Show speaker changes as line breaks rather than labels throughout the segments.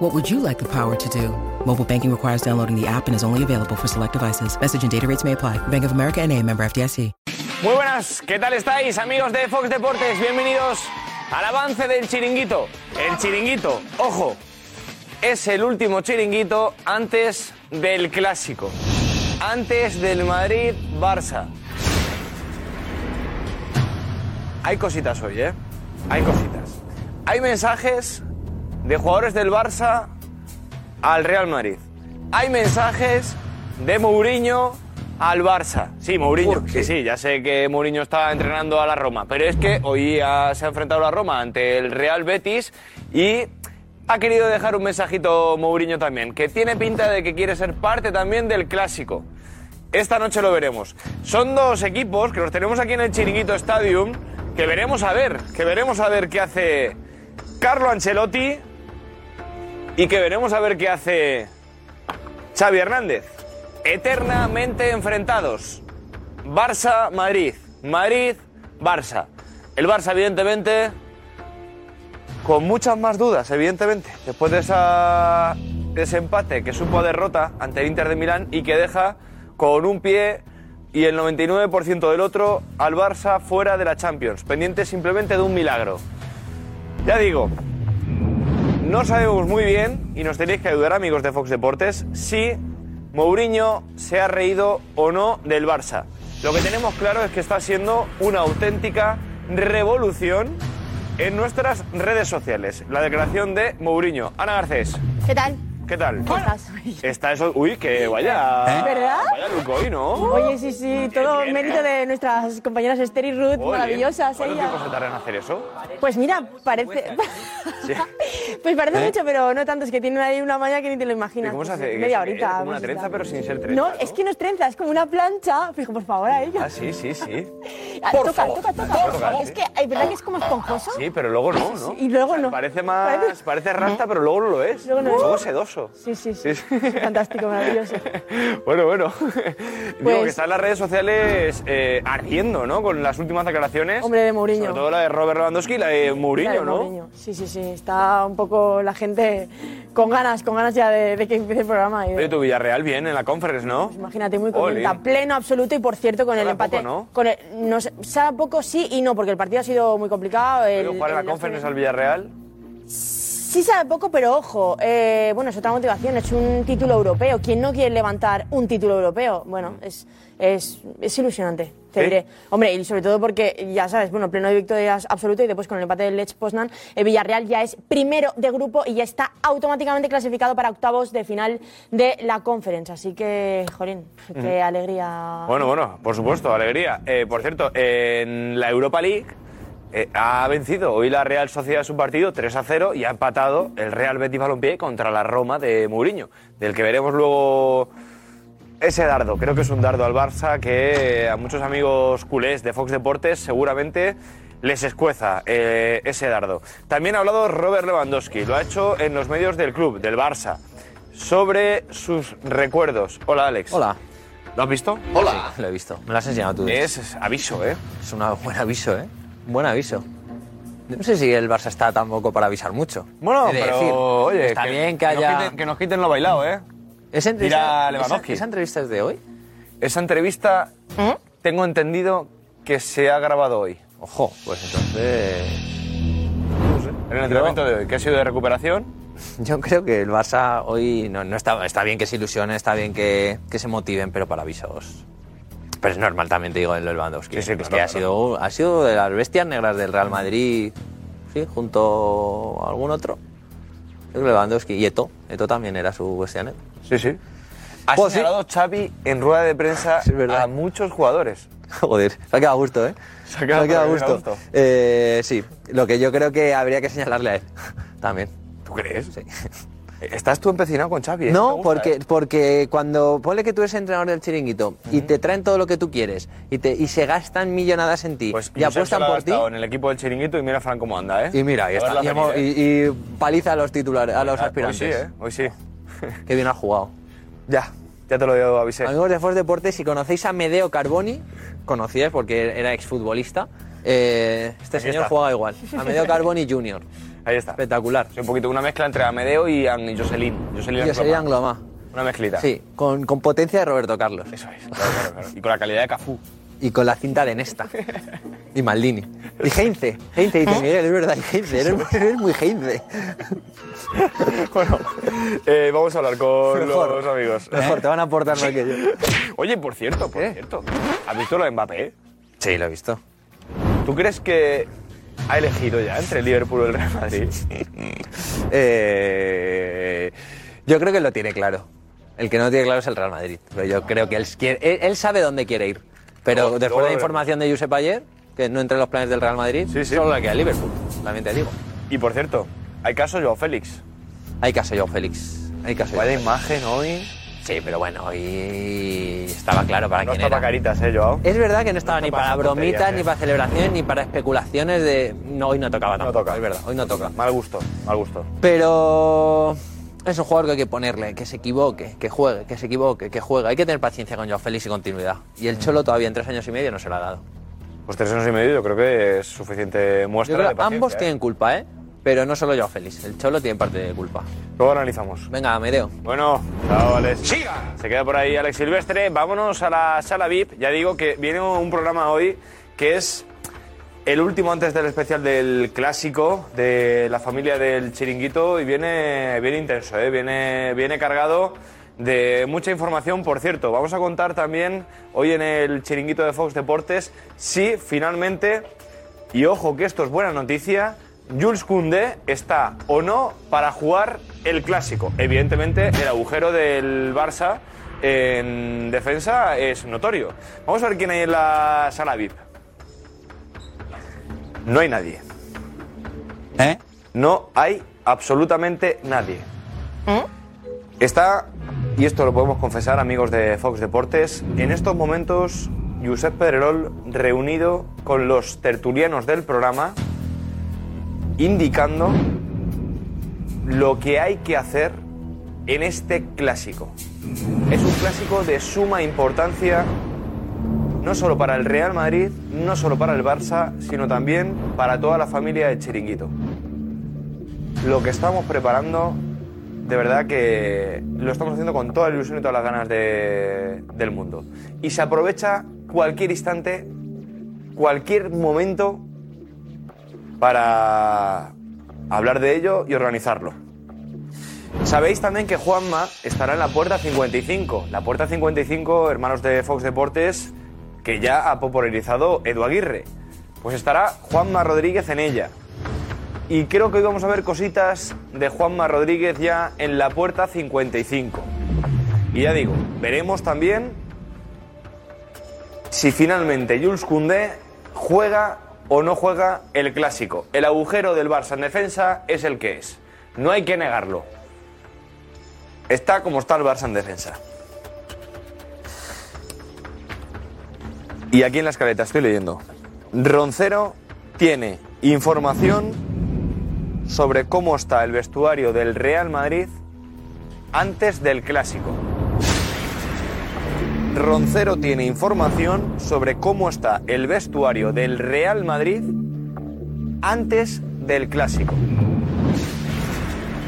What would you like the power to do? Mobile banking requires downloading the app and is only available for select devices. Message and data rates may apply. Bank of America and a member FDIC.
Muy buenas, ¿qué tal estáis amigos de Fox Deportes? Bienvenidos al avance del chiringuito. El chiringuito, ojo, es el último chiringuito antes del clásico, antes del Madrid-Barça. Hay cositas hoy, ¿eh? Hay cositas. Hay mensajes de jugadores del Barça al Real Madrid. Hay mensajes de Mourinho al Barça. Sí, Mourinho. Sí, sí, ya sé que Mourinho está entrenando a la Roma, pero es que hoy ha- se ha enfrentado la Roma ante el Real Betis y ha querido dejar un mensajito Mourinho también, que tiene pinta de que quiere ser parte también del clásico. Esta noche lo veremos. Son dos equipos que los tenemos aquí en el Chiringuito Stadium, que veremos a ver, que veremos a ver qué hace Carlo Ancelotti y que veremos a ver qué hace Xavi Hernández. Eternamente enfrentados. Barça-Madrid. Madrid-Barça. El Barça, evidentemente, con muchas más dudas, evidentemente, después de esa desempate que supo a derrota ante el Inter de Milán y que deja con un pie y el 99% del otro al Barça fuera de la Champions, pendiente simplemente de un milagro. Ya digo, no sabemos muy bien, y nos tenéis que ayudar amigos de Fox Deportes, si Mourinho se ha reído o no del Barça. Lo que tenemos claro es que está siendo una auténtica revolución en nuestras redes sociales. La declaración de Mourinho. Ana Garcés,
¿Qué tal?
¿qué tal?
¿Cómo estás?
Está eso... Uy, que vaya...
¿Eh? ¿Verdad?
Vaya look hoy, ¿no?
Oye, sí, sí, todo
bien,
mérito de nuestras compañeras Esther y Ruth,
Ole.
maravillosas
¿Cuánto
ellas.
tiempo se tarda en hacer eso?
Pues mira, parece.
¿eh? Sí.
Pues parece
¿Eh?
mucho, pero no tanto, es que tienen ahí una malla que ni te lo imaginas.
¿Cómo se
Pues
hace?
Media
Es
horita.
Como una
pues,
trenza, pero sin ser trenza.
No, es que no es trenza, es como una plancha. Fijo, por favor, ahí.
Ah, sí, sí, sí.
Ah,
Por
toca,
favor, ¿eh? Ah,
toca, toca,
por favor.
Es que, ¿es verdad que es como esponjoso?
Sí, pero luego no, ¿no?
Y luego no.
Parece más. Parece rasta, pero luego no lo es.
Luego
Luego,
no es.
sedoso.
Sí, sí, sí. Fantástico, maravilloso.
Bueno, bueno. Digo
Pues-
que están las redes sociales eh, ardiendo, ¿no? Con las últimas declaraciones.
Hombre de Mourinho.
Sobre todo la de Robert Lewandowski y la de Mourinho,
Claro,
¿no?
Mourinho. Sí, sí, sí. Está un poco la gente con ganas, con ganas ya de, de que empiece el programa. y de-
Oye, tu Villarreal bien en la conference, ¿no?
Imagínate, muy
Oli.
contenta, pleno absoluto y por cierto con el
Sabe a
empate.
poco, ¿no?
Con el, no sé, sabe a poco sí y no, porque el partido ha sido muy complicado. el-
¿Puedo jugar en
el-
la conference al Villarreal?
Sí sabe poco, pero ojo, eh, bueno, es otra motivación, es un título europeo. ¿Quién no quiere levantar un título europeo? Bueno, es, es, es ilusionante,
¿Sí?
te diré. Hombre, y sobre todo porque, ya sabes, bueno, pleno de victorias absoluto y después con el empate del Lech Poznan, el Villarreal ya es primero de grupo y ya está automáticamente clasificado para octavos de final de la conferencia. Así que, jolín, qué
Ujú.
alegría.
Bueno, bueno, por supuesto, alegría. Eh, por cierto, en la Europa League eh, ha vencido hoy la Real Sociedad su partido 3 a 0 y ha empatado el Real Betis Balompié contra la Roma de Mourinho, del que veremos luego ese dardo. Creo que es un dardo al Barça que a muchos amigos culés de Fox Deportes seguramente les escueza eh, ese dardo. También ha hablado Robert Lewandowski, lo ha hecho en los medios del club, del Barça, sobre sus recuerdos. Hola, Alex. Hola. ¿Lo has visto?
Hola. Lo he visto. Me lo has enseñado tú.
Es, aviso, ¿eh?
Es un buen aviso, ¿eh? Un buen aviso. No sé si el Barça está tampoco para avisar mucho.
Bueno,
He de
pero
decir,
oye,
está
que-
bien que
que nos
haya.
quiten- que nos quiten lo bailado, ¿eh?
Esa entrevista,
Mira
esa-
Lewandowski.
Esa, entrevista es de hoy.
Esa entrevista tengo entendido que se ha grabado hoy. Ojo, pues entonces. En el entrenamiento de hoy, que ha sido de recuperación.
Yo creo que el Barça hoy no, no está, está bien que se ilusionen, está bien que, que se motiven, pero para avisos. Pero es normal también, te digo, el Lewandowski. es que ha, sido, ha sido de las bestias negras del Real Madrid, sí, junto a algún otro. Yo creo que Lewandowski y Eto. Eto también era su bestia negra.
Sí, sí. Ha
Pues
señalado Xavi en rueda de prensa a muchos jugadores.
Joder, se ha quedado a gusto, ¿eh?
Se ha quedado
a
bien a
gusto.
gusto.
Eh, sí, lo que yo creo que habría que señalarle a él también.
¿Tú crees?
Sí.
Estás tú empecinado Eh, con Xavi. ¿eh?
No,
Me gusta,
porque,
¿eh?
porque cuando ponle que tú eres entrenador del chiringuito y te traen todo lo que tú quieres y, te, y se gastan millonadas en ti y
Pues Josep se
apuestan
lo ha
por ti.
gastado En el equipo del chiringuito y mira Fran cómo anda, ¿eh?
Y mira, ahí
A
está.
verla
Y, hemos-
venir, ¿eh?
y- y paliza a los titulares, a los
Ah,
aspirantes.
Hoy sí, ¿eh? Hoy sí.
Qué bien has jugado.
Ya, ya te lo avisé.
Amigos de Fox Deportes, si conocéis a Medeo Carboni, conocíais porque era exfutbolista, eh, este
Ahí
señor
está.
jugaba igual. A Medeo Carboni Jr.
Ahí está.
Espectacular.
Soy un poquito una mezcla entre Amedeo y, An- y Jocelyn. Jocelyn
Yo sería
Angloma.
Angloma.
Una mezclita.
Sí, con, con potencia de Roberto Carlos.
Eso es. Claro, claro, claro. Y con la calidad de Cafú.
Y con la cinta de Nesta. Y Maldini. Y Heinze. Heinze dice, Miguel, es verdad, Heinze. Eres, eres muy Heinze.
bueno, eh, vamos a hablar con
Mejor.
los amigos.
Mejor, te van a aportar más que yo.
Oye, por cierto, por
¿Qué?
cierto. ¿Has visto lo de Mbappé?
Sí, lo he visto.
¿Tú crees que ha elegido ya entre el Liverpool y el Real Madrid?
Eh, yo creo que lo tiene claro. El que no lo tiene claro es el Real Madrid. Pero yo creo que él, quiere- él, él sabe dónde quiere ir. Pero
Luego-
después de
luego
la
veremos.
información de Josep ayer, que no entre en los planes del Real Madrid,
Sí, sí.
solo le queda el Liverpool. También te digo.
Y por cierto, hay caso Joao Félix.
Hay caso yo, Félix. Hay caso
Vaya
Joao Félix.
imagen hoy.
Sí, pero bueno, y estaba claro para
No
quién
está para
era.
caritas, ¿eh, Joao?
Es verdad que no estaba
No
ni
toca
para
esas tonterías,
bromitas,
eh.
ni para celebraciones, ni para especulaciones de. No, hoy no tocaba tampoco.
toca.
Es verdad, hoy no toca.
Mal gusto, mal gusto.
Pero es un jugador que hay que ponerle, que se equivoque, que juegue, que se equivoque, que juegue. Hay que tener paciencia con Joao Félix y continuidad. Y el
Mm.
Cholo todavía en tres años y medio no se lo ha dado.
Pues tres años y medio yo creo que es suficiente
Yo
muestra
creo
de
que
paciencia,
ambos
¿eh?
tienen culpa, ¿eh? Pero no solo Joao Félix, el Cholo tiene parte de culpa.
Luego analizamos.
Venga, Medeo.
Bueno, chao, Alex. ¡Siga! Se queda por ahí Alex Silvestre. Vámonos a la sala VIP. Ya digo que viene un programa hoy que es el último antes del especial del clásico de la familia del chiringuito y viene, viene intenso, ¿eh? viene, viene cargado de mucha información. Por cierto, vamos a contar también hoy en el chiringuito de Fox Deportes si finalmente, y ojo que esto es buena noticia, Jules Koundé está o no para jugar el clásico. Evidentemente, el agujero del Barça en defensa es notorio. Vamos a ver quién hay en la sala VIP. No hay nadie.
¿Eh?
No hay absolutamente nadie. Está, y esto lo podemos confesar, amigos de Fox Deportes, en estos momentos, Josep Pedrerol reunido con los tertulianos del programa, indicando lo que hay que hacer en este clásico. Es un clásico de suma importancia no solo para el Real Madrid, no solo para el Barça, sino también para toda la familia de Chiringuito. Lo que estamos preparando, de verdad que lo estamos haciendo con toda la ilusión y todas las ganas de- del mundo. Y se aprovecha cualquier instante, cualquier momento para hablar de ello y organizarlo. Sabéis también que Juanma estará en la puerta 55. La puerta 55, hermanos de Fox Deportes, que ya ha popularizado Edu Aguirre. Pues estará Juanma Rodríguez en ella. Y creo que hoy vamos a ver cositas de Juanma Rodríguez ya en la puerta 55. Y ya digo, veremos también si finalmente Jules Koundé juega o no juega el clásico. El agujero del Barça en defensa es el que es. No hay que negarlo está como está el Barça en defensa. Y aquí en la escaleta estoy leyendo. Roncero tiene información sobre cómo está el vestuario del Real Madrid antes del clásico. Roncero tiene información sobre cómo está el vestuario del Real Madrid antes del clásico.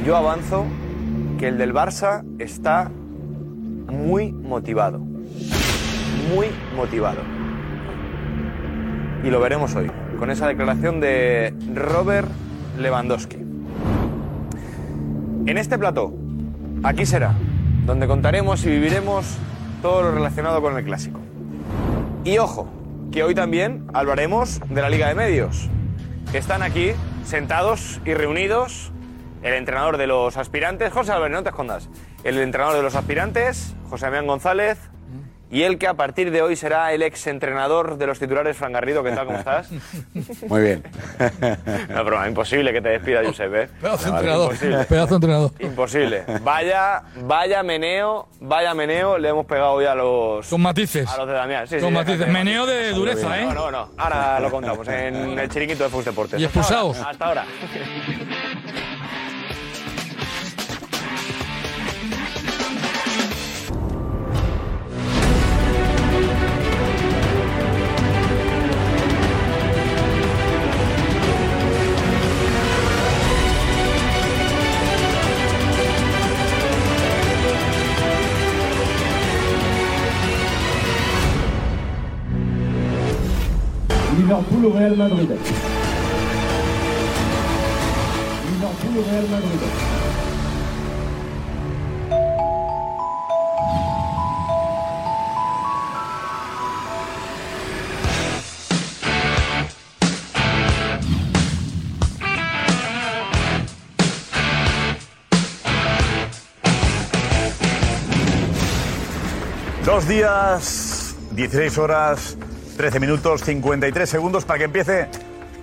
Yo avanzo que el del Barça está muy motivado. Muy motivado. Y lo veremos hoy, con esa declaración de Robert Lewandowski. En este plató, aquí será, donde contaremos y viviremos todo lo relacionado con el clásico. Y ojo, que hoy también hablaremos de la Liga de Medios. Están aquí, sentados y reunidos, el entrenador de los aspirantes, José Álvarez, no te escondas, el entrenador de los aspirantes, José Damián González, y el que a partir de hoy será el ex entrenador de los titulares, Fran Garrido. ¿Qué tal? ¿Cómo estás?
Muy bien.
No, broma, imposible que te despida, Josep. ¿eh?
Pedazo de entrenador.
Imposible.
Pedazo de entrenador.
Imposible. Vaya, vaya meneo, vaya meneo, le hemos pegado hoy a los.
Con matices.
A los de Damián, sí,
Con
sí,
matices.
déjate.
Meneo de dureza, ¿eh?
No, no, no. Ahora lo contamos en el chiringuito de Fox Deportes.
Y
Hasta ahora,
expulsados.
Hasta ahora.
Liverpool au Real Madrid. Liverpool au Real Madrid.
Dos días, 16 horas, 13 minutos, 53 segundos para que empiece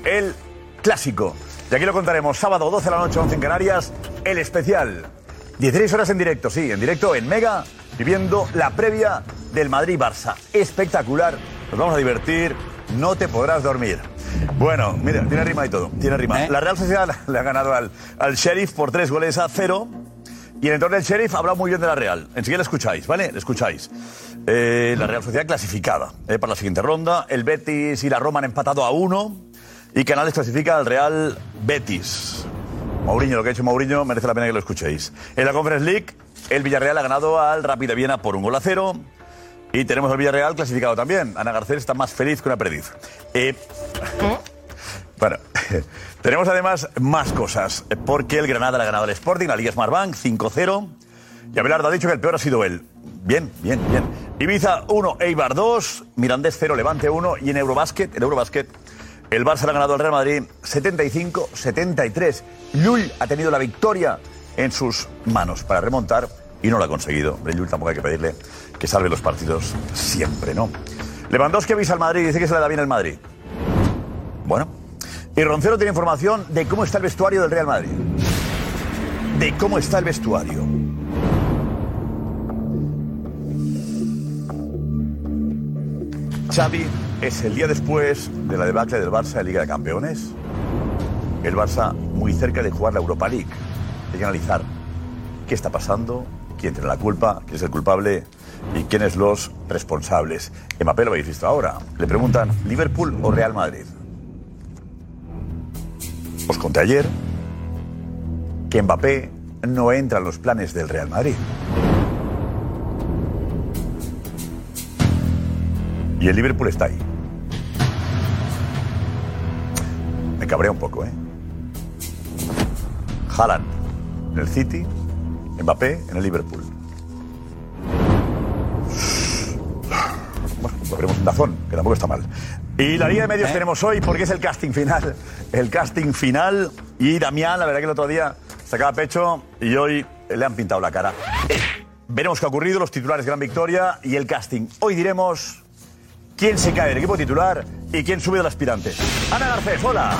el clásico. Y aquí lo contaremos sábado 12 de la noche, 11 en Canarias, el especial. 16 horas en directo, sí, en directo en Mega, viviendo la previa del Madrid-Barça. Espectacular, nos vamos a divertir, no te podrás dormir. Bueno, mira, tiene rima y todo, tiene rima. La Real Sociedad le ha ganado al, al Sheriff por tres goles a cero. Y en el entorno del sheriff habla muy bien de la Real. Enseguida la escucháis, ¿vale? La escucháis. Eh, la Real Sociedad clasificada eh, para la siguiente ronda. El Betis y la Roma han empatado a uno. Y Canales clasifica al Real Betis. Mourinho, lo que ha hecho Mourinho, merece la pena que lo escuchéis. En la Conference League, el Villarreal ha ganado al Rapid de Viena por un gol a cero. Y tenemos al Villarreal clasificado también. Ana Garcés está más feliz que una perdiz. Eh, bueno, tenemos además más cosas, porque el Granada le ha ganado al Sporting, la Liga Smartbank 5-0, y Abelardo ha dicho que el peor ha sido él. Bien, bien, bien. Ibiza 1, Eibar 2, Mirandés 0, Levante 1, y en Eurobasket, en Eurobasket, el Barça le ha ganado al Real Madrid 75-73. Llull ha tenido la victoria en sus manos para remontar y no lo ha conseguido. Hombre, Llull tampoco hay que pedirle que salve los partidos siempre, ¿no? Lewandowski avisa al Madrid y dice que se le da bien el Madrid. Bueno. Y Roncero tiene información de cómo está el vestuario del Real Madrid. De cómo está el vestuario. Xavi es el día después de la debacle del Barça de Liga de Campeones. El Barça muy cerca de jugar la Europa League. Hay que analizar qué está pasando, quién tiene la culpa, quién es el culpable y quiénes los responsables. Mbappé lo habéis visto ahora. Le preguntan, ¿Liverpool o Real Madrid? Os conté ayer que Mbappé no entra en los planes del Real Madrid. Y el Liverpool está ahí. Me cabrea un poco, ¿eh? Haaland en el City, Mbappé en el Liverpool. Bueno, lo veremos en Dazón, que tampoco está mal. Y la Liga de Medios tenemos hoy porque es el casting final. El casting final. Y Damián, la verdad que el otro día sacaba pecho y hoy le han pintado la cara. Veremos qué ha ocurrido, los titulares Gran Victoria y el casting. Hoy diremos quién se cae del equipo titular y quién sube del aspirante. Ana Garcés, hola.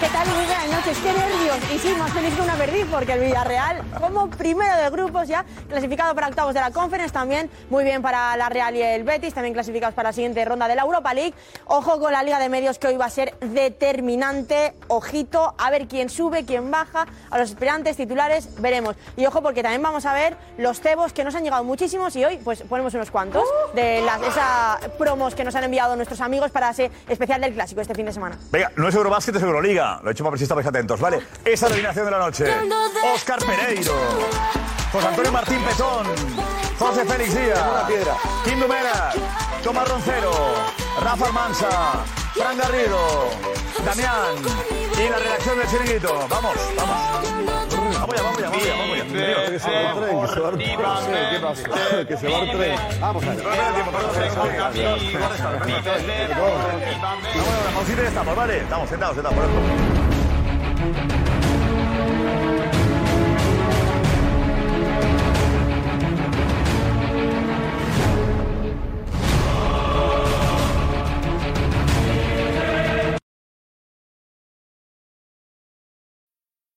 ¿Qué tal? Muy buenas noches. Qué nervios. Y sí, más feliz que una perdiz porque el Villarreal, como primero de grupos ya, clasificado para octavos de la Conference, también muy bien para la Real y el Betis, también clasificados para la siguiente ronda de la Europa League. Ojo con la Liga de Medios que hoy va a ser determinante. Ojito, a ver quién sube, quién baja, a los aspirantes titulares, veremos. Y ojo porque también vamos a ver los cebos que nos han llegado muchísimos y hoy pues ponemos unos cuantos de las esa promos que nos han enviado nuestros amigos para ese especial del clásico este fin de semana.
Venga, no es Eurobásquet, es Euroliga. Lo he hecho para ver si estabais atentos, ¿vale? Esa es la eliminación de la noche. Oscar Pereiro. José Antonio Martín Petón. José Félix Díaz. Kim Dumera. Tomás Roncero. Rafa Almansa. Fran Garrido. Damián. Y la redacción del chiringuito. Vamos, vamos. Vamos ya, vamos ya, vamos ya, vamos ya.
Que se va el tren, que se va el tren. Que se va el tren. Vamos allá.
Vamos, ya estamos, ¿vale? Estamos sentados, sentados. por ejemplo.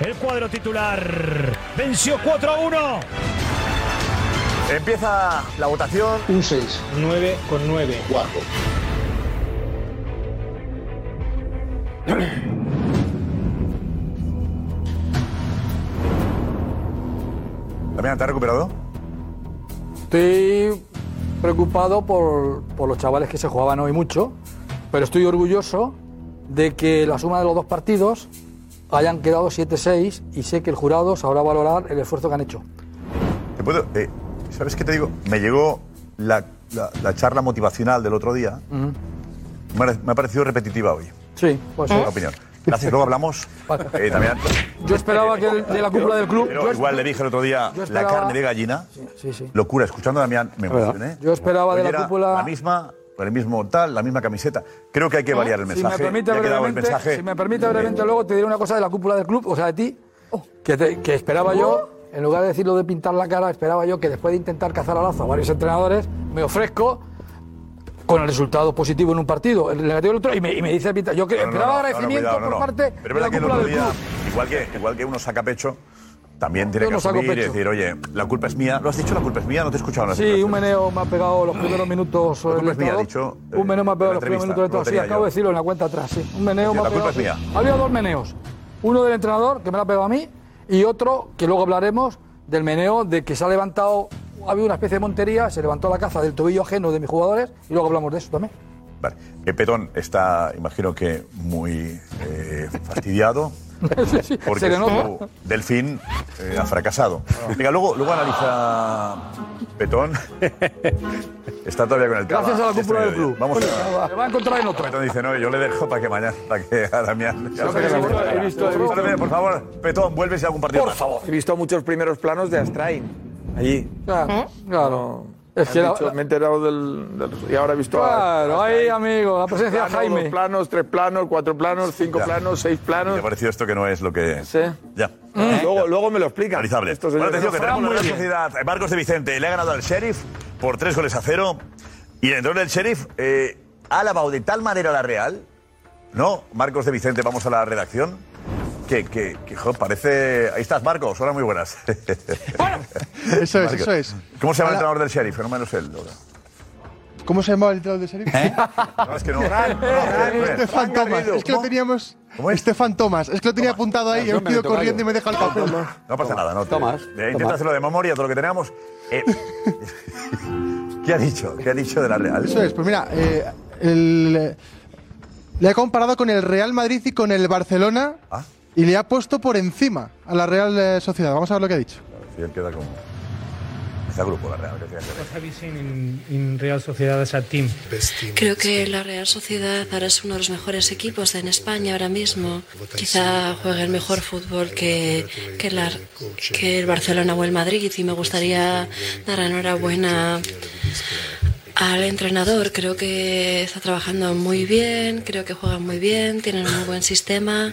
El cuadro titular venció 4 a 1.
Empieza la votación.
Un 6. 9 con 9. 4.
Damián, ¿te has recuperado?
Estoy preocupado por, por los chavales que se jugaban hoy mucho, pero estoy orgulloso de que la suma de los dos partidos hayan quedado 7-6 y sé que el jurado sabrá valorar el esfuerzo que han hecho.
¿Te puedo? eh, ¿Sabes qué te digo? Me llegó la, la- la charla motivacional del otro día.
Ujú.
Me ha- me ha parecido repetitiva hoy.
Sí, pues sí.
La opinión. Gracias, luego hablamos. Eh, Damián,
Yo esperaba que el- de la cúpula del club.
pero
yo
igual le dije el otro día
yo
la
esperaba-
carne de gallina.
Sí, sí.
Locura, escuchando a Damián me
verdad.
emocioné.
Yo esperaba
Hoy
de la
era
cúpula-
La misma, el mismo tal, la misma camiseta. Creo que hay que variar el mensaje.
Si me permite
Ya ha quedado el
brevemente,
mensaje. Eh,
si me permite brevemente, luego te diré una cosa de la cúpula del club, o sea, de ti, que, te- que esperaba yo, en lugar de decirlo de pintar la cara, esperaba yo que después de intentar cazar a lazo a varios entrenadores, me ofrezco con el resultado positivo en un partido, el negativo en otro, y me, y me dice pintar. Yo que-
No, no,
esperaba
no, no, no,
agradecimiento
cuidado, no,
por
no.
parte
Pero es
de
verdad
la
que el
cúpula
otro
del
día,
club.
Igual que, igual que uno saca pecho, también tiene
Yo
que
no saco
asumir y
pecho.
decir, oye, la culpa es mía. ¿Lo has dicho? La culpa es mía, no te he escuchado nada.
Sí, un meneo me ha pegado los primeros minutos sobre el
culpa es mía,
estado.
ha dicho, eh,
un meneo me ha pegado
en la
los primeros
entrevista,
minutos del
no lo
estado. Sí,
tenía
acabo
yo.
de decirlo en la cuenta atrás, sí. Un meneo
Decía,
me ha
la
pegado.
culpa es
sí.
mía.
Ha habido dos meneos. Uno del entrenador, que me lo ha pegado a mí, y otro, que luego hablaremos, del meneo de que se ha levantado, ha habido una especie de montería, se levantó la caza del tobillo ajeno de mis jugadores, y luego hablamos de eso también.
Vale. Eh, Petón está, imagino que, muy eh, fastidiado. porque
se le
su
nota.
delfín eh, ha fracasado. Venga, luego, luego analiza Petón. Está todavía con el cava.
Gracias a la
de este
cúpula del
mediodía.
club.
Vamos
Bueno,
a...
se va a encontrar en otro.
Petón dice, no, yo le dejo para que mañana, para que a Damián...
No, pero he visto- he visto- he visto-
Damián, Por favor, Petón, vuelves a algún partido
Por
más.
favor. He visto muchos primeros planos de Astrain. Allí.
Claro, claro.
Es
Es
que
que la-
me he enterado del, del- Y ahora he visto. a-
Claro,
a
ahí,
Astrain.
amigo, la presencia de
Plano, Dos
Jaime.
planos, tres planos, cuatro planos, cinco planos, seis
Me
planos.
ha parecido esto que no es lo que... Sí. Ya.
Mm.
Luego, luego me lo explican.
Analizable.
Estos
Bueno,
señores
atención, que
nos juegan
tenemos la
muy
Real
bien.
Sociedad. eh, Marcos de Vicente le ha ganado al Sheriff por tres goles a cero. Y el entrenador del Sheriff eh, ha alabado de tal manera a la Real. No, Marcos de Vicente, vamos a la redacción. Que, que, que, jo, parece. Ahí estás, Marcos. Hola, muy buenas.
Eso es,
Marcos.
eso es.
¿Cómo se llama el
Hola.
entrenador del Sheriff? No menos él. Lola.
¿Cómo se llamaba el entrenador de serie?
No, es que no.
Estefan Thomas. Es que lo teníamos. Estefan Thomas. Es que lo tenía apuntado ahí. He
Yo me
venido
meto,
corriendo
Mario.
y me deja el campo.
No pasa nada, no. Tomás. intenta
Tomás.
hacerlo de memoria, todo lo que tenemos. Eh, ¿Qué ha dicho? ¿Qué ha dicho de la Real?
Eso es, pues mira, eh, el- le ha comparado con el Real Madrid y con el Barcelona y le ha puesto por encima a la Real eh, Sociedad. Vamos a ver lo que ha dicho.
Sí, él queda como. Está grupo, la Real. que tiene que ver.
What have you seen in, in Real Sociedad as a team?
Creo que la Real Sociedad ahora es uno de los mejores equipos en España ahora mismo. Quizá juegue el mejor fútbol que, que, la- que el Barcelona o el Madrid y me gustaría dar la enhorabuena al entrenador. Creo que está trabajando muy bien, creo que juegan muy bien, tienen un muy buen sistema.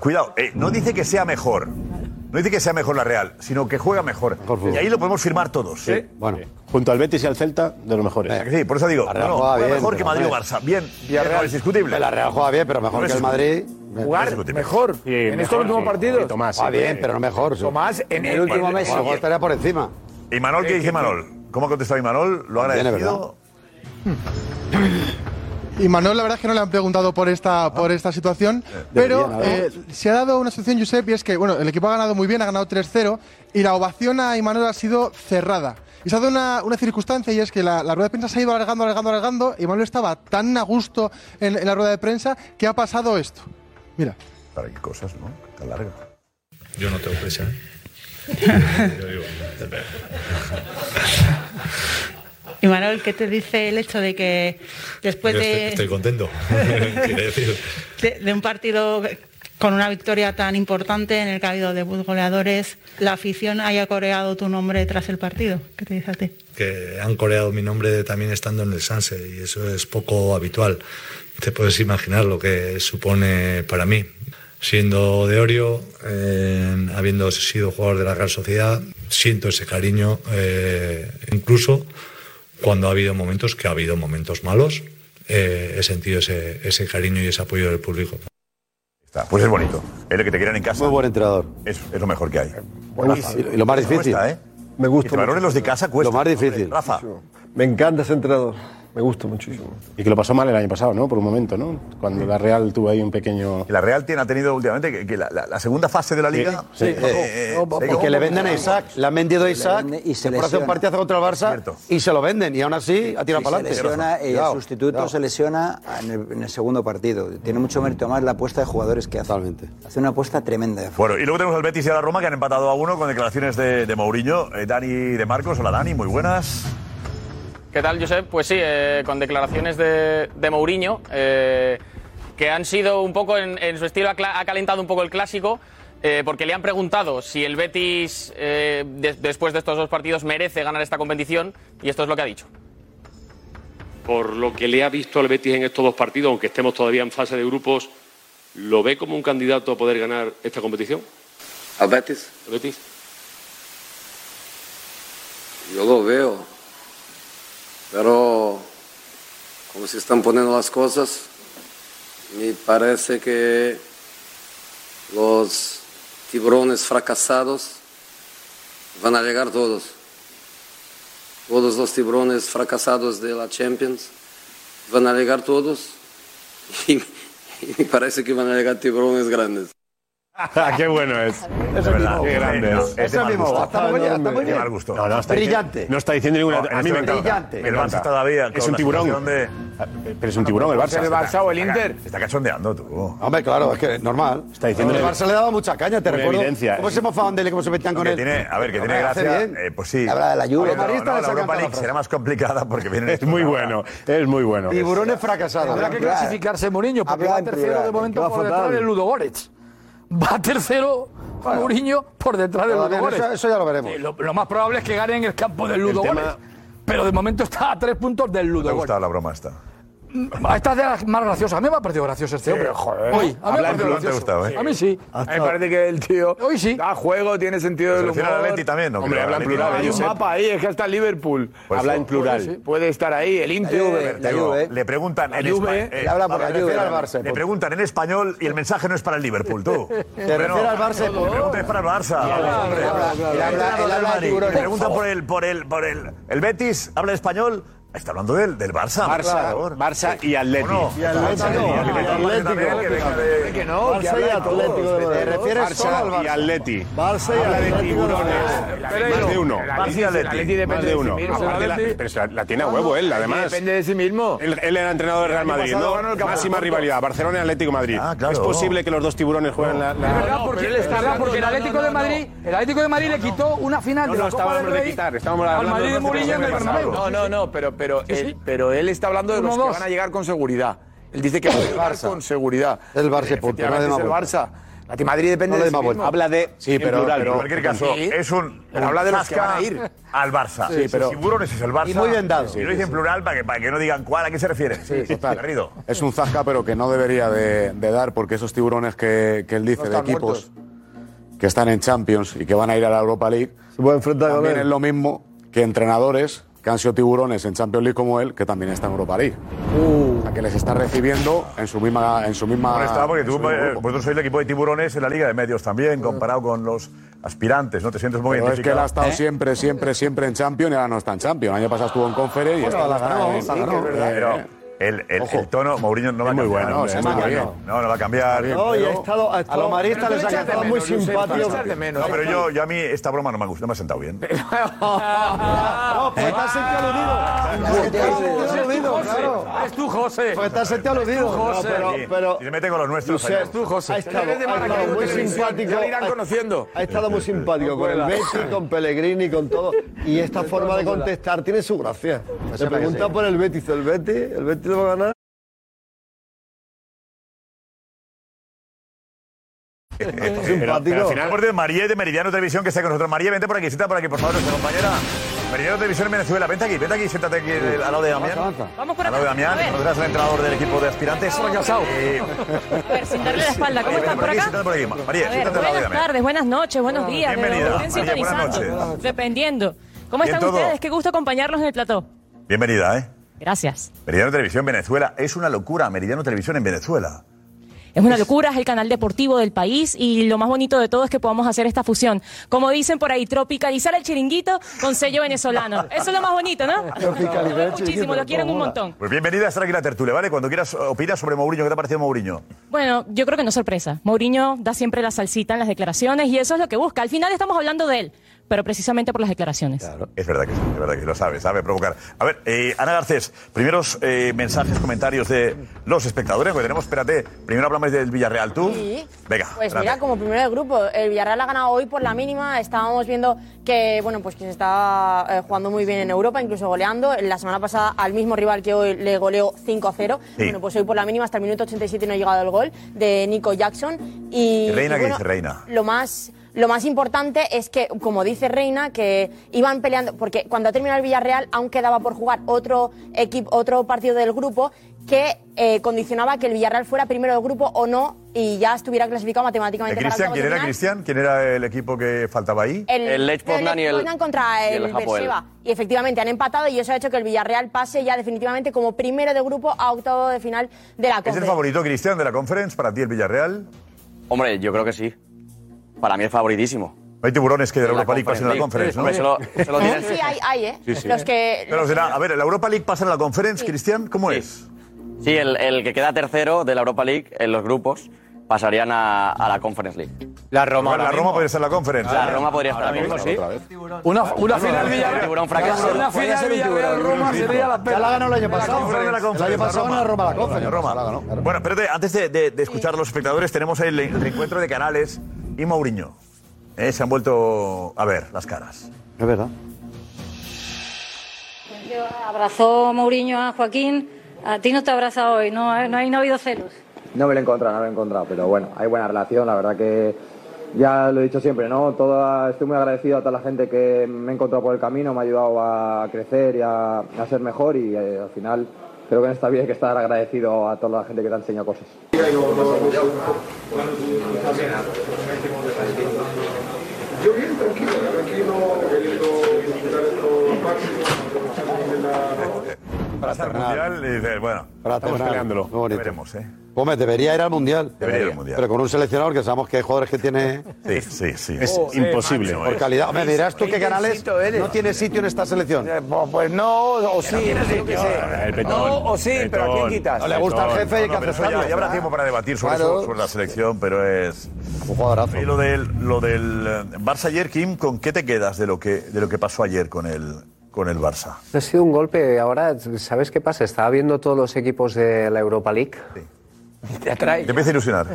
Cuidado, eh, no dice que sea mejor. No dice que sea mejor la Real, sino que juega mejor.
fútbol.
y ahí lo podemos firmar todos. ¿eh?
Bueno, junto al Betis y al Celta, de los mejores.
Eh, sí, por eso digo,
La Real
no, no,
juega
juega
bien,
mejor que
pero
Madrid o
hombre.
Barça. Bien,
Villarreal-
no, es discutible.
La Real juega bien, pero mejor
No es
que el Madrid.
discutible.
Jugar mejor. en estos últimos partidos.
Tomás, bien, pero no mejor. sí.
Tomás, en el
Bueno,
último
bueno,
mes.
mejor estaría por encima.
¿Y
Eh,
Manol qué dice Manol? ¿Cómo ha contestado Imanol? ¿Lo ha
Bien, es
agradecido?
Y Manuel, la verdad es que no le han preguntado por esta, por esta situación, pero
Deberían, ¿no?
eh, se ha dado una situación, Josep, y es que bueno, el equipo ha ganado muy bien, ha ganado 3-0, y la ovación a Imanol ha sido cerrada. Y se ha dado una, una circunstancia, y es que la, la rueda de prensa se ha ido alargando, alargando, alargando, y Imanol estaba tan a gusto en, en la rueda de prensa que ha pasado esto. Mira.
Para qué cosas, ¿no? Tan larga.
Yo no tengo ¿eh? presión.
Y Manuel, ¿qué te dice el hecho de que después
Yo
de,
estoy, estoy contento. Quiero decir,
de- de un partido con una victoria tan importante en el que ha habido debut goleadores, la afición haya coreado tu nombre tras el partido? ¿Qué te dice a ti?
que han coreado mi nombre también estando en el Sanse y eso es poco habitual. Te puedes imaginar lo que supone para mí. Siendo de Orio, eh, habiendo sido jugador de la Real Sociedad, siento ese cariño, eh, incluso cuando ha habido momentos que ha habido momentos malos, eh, he sentido ese, ese cariño y ese apoyo del público.
Está, Pues es bonito. Es lo que te quieran en casa. Muy buen entrenador. Es, es lo mejor que hay.
Buenísimo. Y lo más difícil.
Ah, Cuesta, ¿eh?
Me
Y te valoren los de casa cuesta.
Lo más difícil.
Hombre, Rafa.
Me encanta ese entrenador. Me gusta muchísimo.
Y que lo pasó mal el año pasado, ¿no? Por un momento, ¿no? Cuando la Real tuvo ahí un pequeño.
La Real tiene, ha tenido últimamente que, que la, la- la segunda fase de la liga. Eh,
Sí, sí. Y que le venden a Isaac. Le han vendido a Isaac.
y se
que por hacer
lesiona.
un partidazo contra el Barça. Y se lo venden. Y aún así ha tirado
Y
para
se
adelante.
lesiona, eh, el sustituto se lesiona en el, en el segundo partido. Tiene mucho mérito más la apuesta de jugadores que hace. Totalmente. Hace una apuesta tremenda.
Bueno, y luego tenemos al Betis y a la Roma que han empatado a uno con declaraciones de, de Mourinho. Eh, Dani de Marcos, hola Dani, muy buenas.
¿Qué tal, Josep? Pues sí, eh, con declaraciones de, de Mourinho, eh, que han sido un poco, en, en su estilo, ha, cla- ha calentado un poco el clásico, eh, porque le han preguntado si el Betis, eh, de- después de estos dos partidos, merece ganar esta competición, y esto es lo que ha dicho.
Por lo que le ha visto al Betis en estos dos partidos, aunque estemos todavía en fase de grupos, ¿lo ve como un candidato a poder ganar esta competición?
¿Al Betis?
¿El Betis?
Yo lo veo. Pero como se están poniendo las cosas, me parece que los tiburones fracasados van a llegar todos. Todos los tiburones fracasados de la Champions van a llegar todos. Y, y me parece que van a llegar tiburones grandes.
Ah, Qué bueno es.
Es verdad.
Qué grande es. Este
Es de mal gusto.
Está muy bien, está muy
De
bien.
mal gusto.
No, no, está
Brillante.
No está diciendo ninguna.
No, en
a mí
este
me
momento
encanta.
no.
Me
El Barça
encanta.
está todavía
Es
con
un
la
tiburón. Ah,
situación de- Ah, pues
Pero es un tiburón el Barça.
Está cachondeando tú.
Hombre, claro, es que normal. Está
diciendo-
El Barça le ha dado mucha caña, te
Una
recuerdo.
evidencia.
¿Cómo se mofaban de él? ¿Cómo se metían con
que
él?
tiene, a ver, que tiene
Hombre, hace
gracia.
bien.
eh, pues sí.
Habla de la Juve. Los
Oye, no, no,
maristas
la
le
Europa
sacan
League
todas
será más complicada porque viene.
Es muy bueno. Es muy bueno.
Tiburones fracasados.
Tendrá que clasificarse Mourinho, porque
Habla
va
en
tercero
plural,
de
que
momento
va
por detrás
fatal.
de Ludo Goretz. Va tercero
Bueno.
Mourinho por detrás de
Pero
Ludo
bien,
Goretz.
eso- eso ya lo veremos.
Sí, Lo, lo más probable es que gane en el campo del
El
Ludo
tema-
Goretz, Pero de momento está a tres puntos del
¿Te
Ludo
ha
Goretz.
gustado la broma esta?
Mm, ah, Esta es de las más graciosas. A mí me ha parecido gracioso este hombre, joder. Hoy, a mí me
Habla
ha
en
parecido
plural te ha
gracioso.
gustado, ¿eh?
A mí sí.
A mí
me parece que el tío
Hoy sí.
da juego, tiene sentido del humor.
Selecciona al Atleti también, ¿no?
Hombre,
Creo,
habla en
Atleti,
plural.
¿no?
Hay un
Josep.
mapa ahí, es que hasta Liverpool.
Pues Habla sí. en plural.
Puede, estar ahí, el Inter.
Te digo, le preguntan
La
en eh,
Juve.
español.
Le habla por la Juve.
Le preguntan en español y el mensaje no es para el Liverpool, tú. Hombre, no.
refieres al Barça,
Le preguntan es para el Barça. hombre. Le preguntan por el Madrid, Le preguntan por el, por el, por el, el Betis, habla español. Está hablando del, del Barça.
Barça,
Barça y Atleti.
Y Atleti, no, Atlético.
Que no, que habla de todos.
Te refieres
Barça
solo al Barça.
y
Atleti. Barça y Habla de tiburones. Más de uno.
Barça y Atleti.
Más
depende
de
de
uno.
sí mismo.
Aparte la-
Atleti-
Pero se la- la tiene a huevo él, además.
Depende de sí mismo.
Él, él era entrenador del Real
El año
Madrid,
pasado
¿no?
ganó el campeonato.
Máxima rivalidad, Barcelona y Atlético de Madrid.
claro.
¿Es posible que los dos tiburones jueguen la, la-
Es verdad, Ah, porque,
pero él está
es verdad,
hablando-
porque el
no, no,
Atlético de
no, no.
Madrid, el Atlético de Madrid le quitó una final
No,
de la
no,
Copa
estábamos
del
de
Rey
quitar, estábamos
al
hablando de
Madrid de
los
Mourinho en el Bernabéu.
No, no, no, pero, pero, él, pero él está hablando de
Uno,
los que
dos.
van a llegar con seguridad. Él dice que va a llegar con seguridad.
El Barça,
Eh,
punto,
efectivamente,
no le
es
demos
el
vueltas.
Barça. La de Madrid depende
No le
de sí
demos
mismo.
vueltas. Habla de- sí,
En
pero-
plural,
pero-
en cualquier caso,
Sí.
es un,
Pero habla de
un
los que van a
zasca
ir.
al Barça.
Sí, pero-
Los tiburones es el Barça.
Y muy bien dado.
Y lo dice en plural para que, para que no digan cuál, a qué se refiere. Sí,
total.
Garrido.
Es un zasca, pero que no debería de, de dar, porque esos tiburones que, que él dice de
están
equipos que están en Champions y que van a ir a la Europa League, también
él.
es lo mismo que entrenadores que han sido tiburones en Champions League como él, que también están en Europa League. O sea, que les está recibiendo en su misma... En su misma
Bueno, está, porque
en
tú,
su mismo
eh,
grupo.
vosotros sois el equipo de tiburones en la Liga de Medios también,
Mm.
comparado con los aspirantes, ¿no? Te sientes muy
Pero es que él
identificado.
ha estado
¿Eh?
siempre, siempre, siempre en Champions y ahora no está en Champions. El año pasado estuvo en Conference y
Bueno,
esta
la
está
ganó,
en-
la ganó,
eh,
pero- El, el- el tono, Mourinho no va a
muy
cambiar.
bueno,
¿eh?
sí,
no,
está
va a
bien.
cambiar. no, no va a cambiar.
No, y ha estado, ha
A
estado-
les ha
ha estado muy simpático.
No, pero yo, yo a mí esta broma no me ha gustado, no me ha sentado bien.
Ah,
No, pues te has sentido aludido. Te has sentido aludido, claro.
Es tú, José.
Pues te has sentido aludido.
Es tú, José.
No, pero-
Sí.
pero-
Si se mete con los nuestros,
Josep,
fallamos.
tú, José. Ha estado,
Eres de
ha
Málaga,
estado
de
muy
televisión,
simpático.
ya le irán
ha-
conociendo.
Ha estado muy simpático
No
con el
cuela.
Betis, con Pellegrini, con todo. Y esta forma de contestar tiene su gracia. Se
Pues que
pregunta
sí.
por el Betis. ¿El Betis? ¿El Betis lo va a ganar?
Pero-
Simpático.
pero al final, por Dios, María de Meridiano Televisión que está con nosotros. María, vente por aquí, siéntate por aquí, por favor, nuestra compañera. Meridiano Televisión en Venezuela, vente aquí, vente aquí, siéntate aquí eh, al lado de Damián.
Vamos por
Al lado de
acá.
Damián,
A ver.
conocerás al entrenador del equipo de aspirantes. casado.
A ver, sin darle la espalda. ¿Cómo estás por acá?
Siéntate por aquí, María,
A ver,
siéntate al lado de
buenas
Damián.
tardes, buenas noches,
Ah,
buenos días. de
Bienvenida,
verdad, estén
María, buenas
sintonizando,
noches.
Dependiendo. ¿Cómo
Bien
están
todo.
ustedes? Qué gusto acompañarlos en el plató.
Bienvenida, ¿eh?
Gracias.
Meridiano Televisión Venezuela es una locura, Meridiano Televisión en Venezuela.
Es una locura, es el canal deportivo del país y lo más bonito de todo es que podamos hacer esta fusión. Como dicen por ahí, tropicalizar el chiringuito con sello venezolano. Eso es lo más bonito, ¿no?
Tropicalizar el
Muchísimo, lo quieren un montón.
Pues bienvenida a estar aquí en la tertulia, ¿vale? Cuando quieras opinas sobre Mourinho, ¿qué te ha parecido Mourinho?
Bueno, yo creo que no es sorpresa. Mourinho da siempre la salsita en las declaraciones y eso es lo que busca. Al final estamos hablando de él, pero precisamente por las declaraciones.
Es verdad que sí, es verdad que lo sabe, sabe provocar. A ver, eh, Ana Garcés, primeros eh, mensajes, comentarios de los espectadores, porque tenemos, espérate, primero hablamos del Villarreal, ¿tú?
Sí.
Venga, Eh,
Pues
adelante.
mira, como primero del grupo, el Villarreal ha ganado hoy por la mínima. Estábamos viendo que, bueno, pues que se está eh, jugando muy bien en Europa, incluso goleando. La semana pasada al mismo rival que hoy le goleó 5 a 0.
Sí.
Bueno, pues hoy por la mínima hasta el minuto 87 no ha llegado el gol de Nico Jackson. Y,
¿Y Reina
y
qué
bueno,
dice Reina?
Lo más, lo más importante es que, como dice Reina, que iban peleando, porque cuando ha terminado el Villarreal aún quedaba por jugar otro, equipo, otro partido del grupo que eh, condicionaba que el Villarreal fuera primero del grupo o no y ya estuviera clasificado
Eh,
matemáticamente. para
Cristian,
octavos
¿quién
de
era
final.
Cristian? ¿Quién era el equipo que faltaba ahí?
El, Lech
Poznan y el-
contra
y el
el,
Hapoel.
Beersheba. Y efectivamente han empatado y eso ha hecho que el Villarreal pase ya definitivamente como primero de grupo a octavo de final de la Copa.
¿Es el favorito, Cristian, de la conference? ¿Para ti el Villarreal?
Hombre, yo creo que sí. Para mí es favoritísimo.
Hay tiburones que de la Europa League pasan a la
Conference
conference, ¿no?
League. Hombre, se lo- se lo tienen-
Sí, hay, hay, ¿eh?
Sí, sí.
Los que...
Pero
los que-
será, a ver, ¿la Europa League pasa a la conference, Cristian? ¿Cómo es?
Sí, el, el que queda tercero de la Europa League en los grupos pasarían a, a la Conference League. La Roma.
la Roma podría ser la conference.
La Roma podría estar
Ahora
aquí.
mismo sí. Otra vez. Ah,
Una, una final
El
Villarreal.
tiburón fracasado.
Una final Villarreal-Roma sería la pena.
Ya la ganó el año pasado.
Conference de la
El
Conference,
año pasado
la
ganó Roma la
La
Conference.
Roma. Bueno, espérate, antes de, de- de escuchar a los espectadores, tenemos el, el reencuentro de Canales y Mourinho. Eh, se han vuelto a ver las caras.
Es verdad.
Abrazó Mourinho a Joaquín. A ti no te abraza hoy, no, ¿Eh? no, hay, no ha habido celos.
No me lo he encontrado, no me lo he encontrado, pero bueno, hay buena relación, la verdad que ya lo he dicho siempre, ¿no? Toda, estoy muy agradecido a toda la gente que me he encontrado por el camino, me ha ayudado a crecer y a, a ser mejor y eh, al final creo que en esta vida hay que estar agradecido a toda la gente que te ha enseñado cosas.
Yo bien, tranquilo, tranquilo, queriendo disfrutar esto máximo. de la-
Para estar mundial, y dices, bueno,
Para
estamos
terminar.
peleándolo.
Qué bonito.
Veremos, ¿eh?
Hombre, debería ir al mundial.
Debería ir al Mundial.
Pero con un seleccionador que sabemos que hay jugadores que tiene.
Sí, sí, sí.
Es
Oh, sí,
imposible.
macho,
por
eh.
calidad. Hombre, dirás tú
Qué
que Canales
intensito eres.
no tiene sitio en esta selección.
Pues no, o sí. yo qué sé.
El petón.
No, o sí, pero ¿a quién quitas?
No le gusta al jefe y hay que
No, no, pero eso
aceptarlo.
ya, ya habrá tiempo para debatir sobre,
Claro.
eso, sobre la selección, pero es.
Un jugadorazo.
Y lo del, lo del eh, Barça ayer, Kim, ¿con qué te quedas de lo que, de lo que pasó ayer con el, con el Barça?
Ha sido un golpe. Ahora, ¿sabes qué pasa? Estaba viendo todos los equipos de la Europa League. Te atrae.
Te empieza a ilusionar.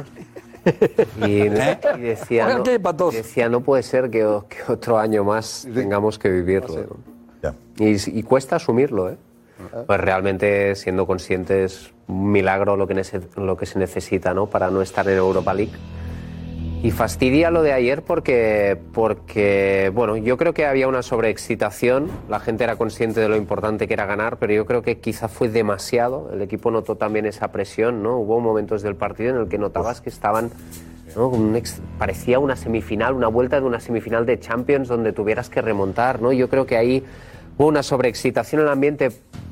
Y,
¿Eh?
y decía,
Oigan,
no,
qué patos.
decía, no puede ser que, o- que otro año más tengamos que vivirlo. ¿no? Y, y cuesta asumirlo, ¿eh?
Ah.
Pues realmente, siendo conscientes, un milagro lo que, nece- lo que se necesita, ¿no? Para no estar en Europa League. Y fastidia lo de ayer porque, porque, bueno, yo creo que había una sobreexcitación, la gente era consciente de lo importante que era ganar, pero yo creo que quizá fue demasiado, el equipo notó también esa presión, ¿no? Hubo momentos del partido en el que notabas que estaban, ¿no? Como un ex- parecía una semifinal, una vuelta de una semifinal de Champions donde tuvieras que remontar, ¿no? Yo creo que ahí hubo una sobreexcitación en el ambiente,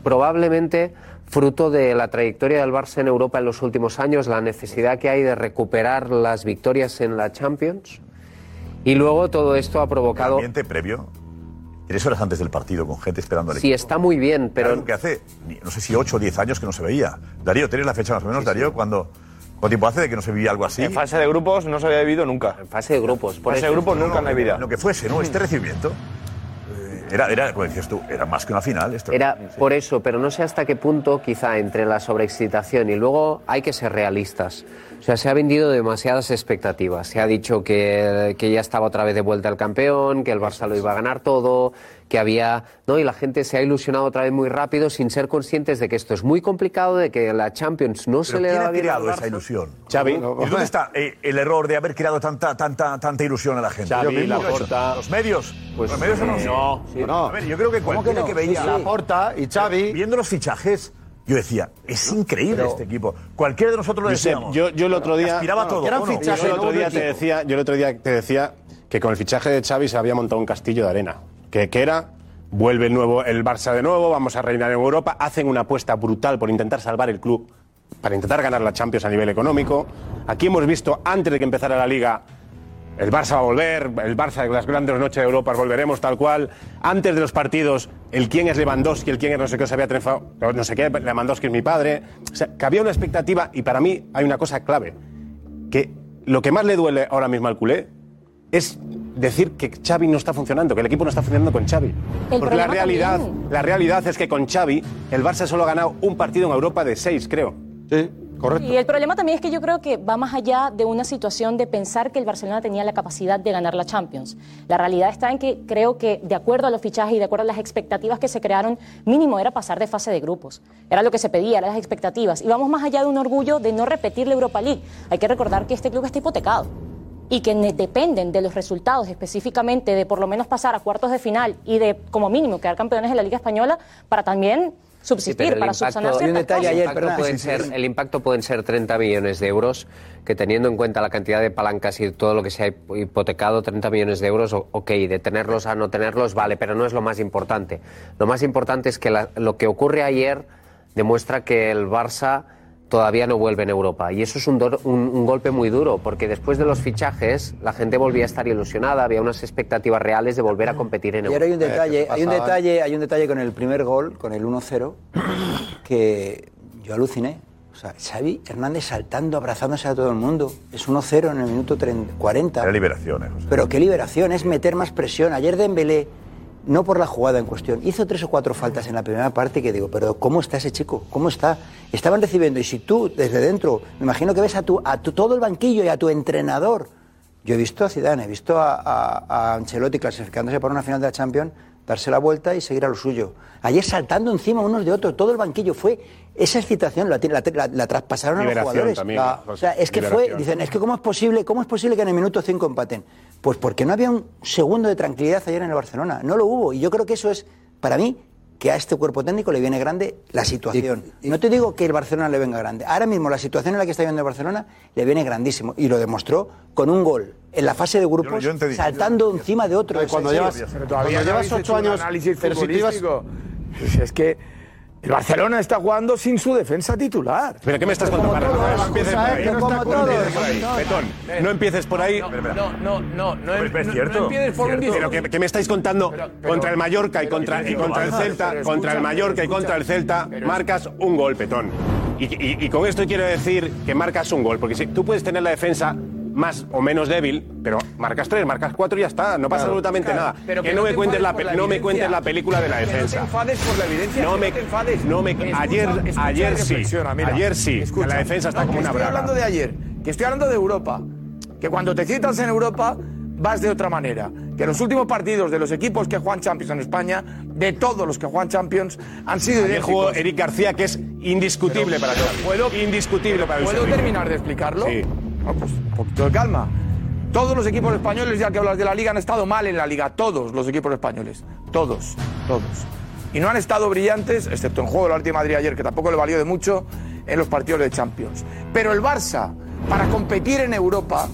probablemente fruto de la trayectoria del Barça en Europa en los últimos años, la necesidad que hay de recuperar las victorias en la Champions. Y luego todo esto ha provocado...
ambiente previo? Tres horas antes del partido, con gente esperando al
Sí,
equipo.
está muy bien, pero...
Algo que hace, ni- no sé si 8 o 10 años que no se veía. Darío, ¿tienes la fecha más o menos, Darío? cuando ¿Cuánto tiempo hace de que no se vivía algo así?
En fase de grupos no se había vivido nunca. En
fase de grupos. Mm.
Por
fase
eso,
de grupos
no,
nunca
no,
en la vida.
Lo que fuese, ¿no? Este recibimiento. eh, Era, era, como decías tú, era más que una final. Esto
Era por eso, pero no sé hasta qué punto quizá entre la sobreexcitación y luego hay que ser realistas. O sea, se ha vendido demasiadas expectativas. Se ha dicho que, que ya estaba otra vez de vuelta el campeón, que el Barça lo iba a ganar todo, que había... ¿no? Y la gente se ha ilusionado otra vez muy rápido sin ser conscientes de que esto es muy complicado, de que la Champions no se
¿Pero
le
¿Quién
daba
ha
bien al
creado esa
Barça.
ilusión?
Xavi.
¿Y dónde está eh, el error de haber creado tanta, tanta, tanta ilusión a la gente?
Xavi,
Yo mismo lo he hecho.
Laporta.
Los medios.
Pues,
los medios
eh,
no.
no. Sí.
A ver, yo creo que
¿Cómo que
cualquiera
no?
que, veía
Sí, sí.
Laporta y Xavi... Viendo los fichajes, yo decía, es increíble
Pero-
este equipo. Cualquiera de nosotros lo
Josep,
decíamos.
yo, yo el otro día.
Aspiraba a
no,
todo.
no,
¿o no?
yo el otro día te decía,
yo el otro día te decía que con el fichaje de Xavi se había montado un castillo de arena. Que, que era, vuelve el, nuevo, el Barça de nuevo, vamos a reinar en Europa, hacen una apuesta brutal por intentar salvar el club, para intentar ganar la Champions a nivel económico. Aquí hemos visto, antes de que empezara la Liga, el Barça va a volver, el Barça de las grandes noches de Europa volveremos tal cual. Antes de los partidos, el quién es Lewandowski, el quién es no sé qué, se había trenzado, no sé qué, Lewandowski es mi padre. O sea, que había una expectativa y para mí hay una cosa clave, que lo que más le duele ahora mismo al culé es decir que Xavi no está funcionando, que el equipo no está funcionando con Xavi. Porque la
problema
realidad,
también.
la realidad es que con Xavi el Barça solo ha ganado un partido en Europa de seis, creo. Sí, correcto.
Y el problema también es que yo creo que va más allá de una situación de pensar que el Barcelona tenía la capacidad de ganar la Champions. La realidad está en que creo que, de acuerdo a los fichajes y de acuerdo a las expectativas que se crearon, mínimo era pasar de fase de grupos. Era lo que se pedía, eran las expectativas. Y vamos más allá de un orgullo de no repetir la Europa League. Hay que recordar que este club está hipotecado y que ne- dependen de los resultados específicamente de por lo menos pasar a cuartos de final y de como mínimo quedar campeones de la Liga Española para también subsistir, para subsanar
hay
ciertas cosas.
el impacto pueden ser, el impacto pueden ser 30 millones de euros, que teniendo en cuenta la cantidad de palancas y todo lo que se ha hipotecado, 30 millones de euros, o- ok, de tenerlos a no tenerlos, vale, pero no es lo más importante. Lo más importante es que la- lo que ocurre ayer demuestra que el Barça todavía no vuelve en Europa. Y eso es un, dor- un- un golpe muy duro, porque después de los fichajes la gente volvía a estar ilusionada, había unas expectativas reales de volver a competir en
Y
Europa.
ahora hay un
Eh,
detalle, hay un detalle, hay un detalle con el primer gol, con el 1-0, que yo aluciné. O sea, Xavi Hernández saltando, abrazándose a todo el mundo. Es 1-0 en el minuto 30, 40.
Era liberación, eh, José.
Pero qué liberación, es meter más presión. Ayer Dembélé, no por la jugada en cuestión, hizo tres o cuatro faltas en la primera parte que digo, pero ¿cómo está ese chico? ¿Cómo está? Estaban recibiendo, y si tú desde dentro, me imagino que ves a, tu, a tu- todo el banquillo y a tu entrenador. Yo he visto a Zidane, he visto a, a- a Ancelotti clasificándose para una final de la Champions, darse la vuelta y seguir a lo suyo. Ayer saltando encima unos de otros, todo el banquillo fue esa excitación, la, la- la- la traspasaron a los
Liberación
jugadores.
también,
La-
José,
o sea, es que fue,
liberación.
dicen, es que cómo es posible, cómo es posible que en el minuto 5 empaten. Pues porque no había un segundo de tranquilidad ayer en el Barcelona, no lo hubo y yo creo que eso es para mí que a este cuerpo técnico le viene grande la situación. no te digo que el Barcelona le venga grande. Ahora mismo la situación en la que está viviendo el Barcelona le viene grandísimo y lo demostró con un gol en la fase de grupos
yo entendí.
saltando encima de otro.
Pero cuando llevas-
Pero
cuando
todavía no
llevas
habéis
ocho
hecho un
años-
análisis
pero si tú ibas-
futbolístico.
Pues es que el Barcelona está jugando sin su defensa titular. Pues
¿Pero qué me estás contando? Para, para, no empieces por ahí.
que
No
como
está- no
todo,
empieces por ahí.
como todo.
Betón, no empieces por ahí.
No, no, no, no
Pero es
no-
cierto.
no empieces por un
Cierto.
discurso.
Pero que, que me estáis contando contra el Mallorca y contra, y contra el
Pero
Celta,
escucha,
contra el
pero
Mallorca y
escucha.
contra el Celta,
Pero-
marcas un gol, Petón. Y, y- y con esto quiero decir que marcas un gol, porque si tú puedes tener la defensa más o menos débil, pero marcas tres, marcas cuatro y ya está, no pasa
Claro.
absolutamente
Claro,
nada.
pero
que,
que
no,
no
me
te
cuentes la,
enfades por
pe-
la
no me
evidencia.
cuentes la película de la
Que no te
defensa.
enfades por la evidencia,
No
que
me
no te enfades.
No me
Escucha,
ayer
escucha y
ayer sí.
reflexiona, mira.
Ayer sí.
Escucha.
la defensa está
No,
como
que
una
Estoy
braga.
hablando de ayer, que estoy hablando de Europa, que cuando te citas en Europa vas de otra manera. Que los últimos partidos de los equipos que juegan Champions en España, de todos los que juegan Champions, han sido
Ayer
idénticos.
jugó Eric García, que es indiscutible para Xavi. indiscutible para el
¿Puedo
Sevilla.
terminar de explicarlo?
Sí.
Ah, pues, un poquito de calma. Todos los equipos españoles, ya que hablas de la liga, han estado mal en la liga. Todos los equipos españoles. Todos, todos. Y no han estado brillantes, excepto en juego del Arte de Madrid ayer, que tampoco le valió de mucho, en los partidos de Champions. Pero el Barça, para competir en Europa,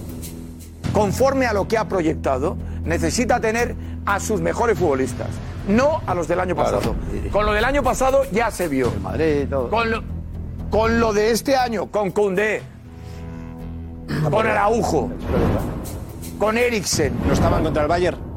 conforme a lo que ha proyectado, necesita tener a sus mejores futbolistas, no a los del año pasado. Con lo del año pasado ya se vio. Con, lo, con lo de este año, con Koundé, con Araujo, con Eriksen.
¿No estaban contra el Bayern?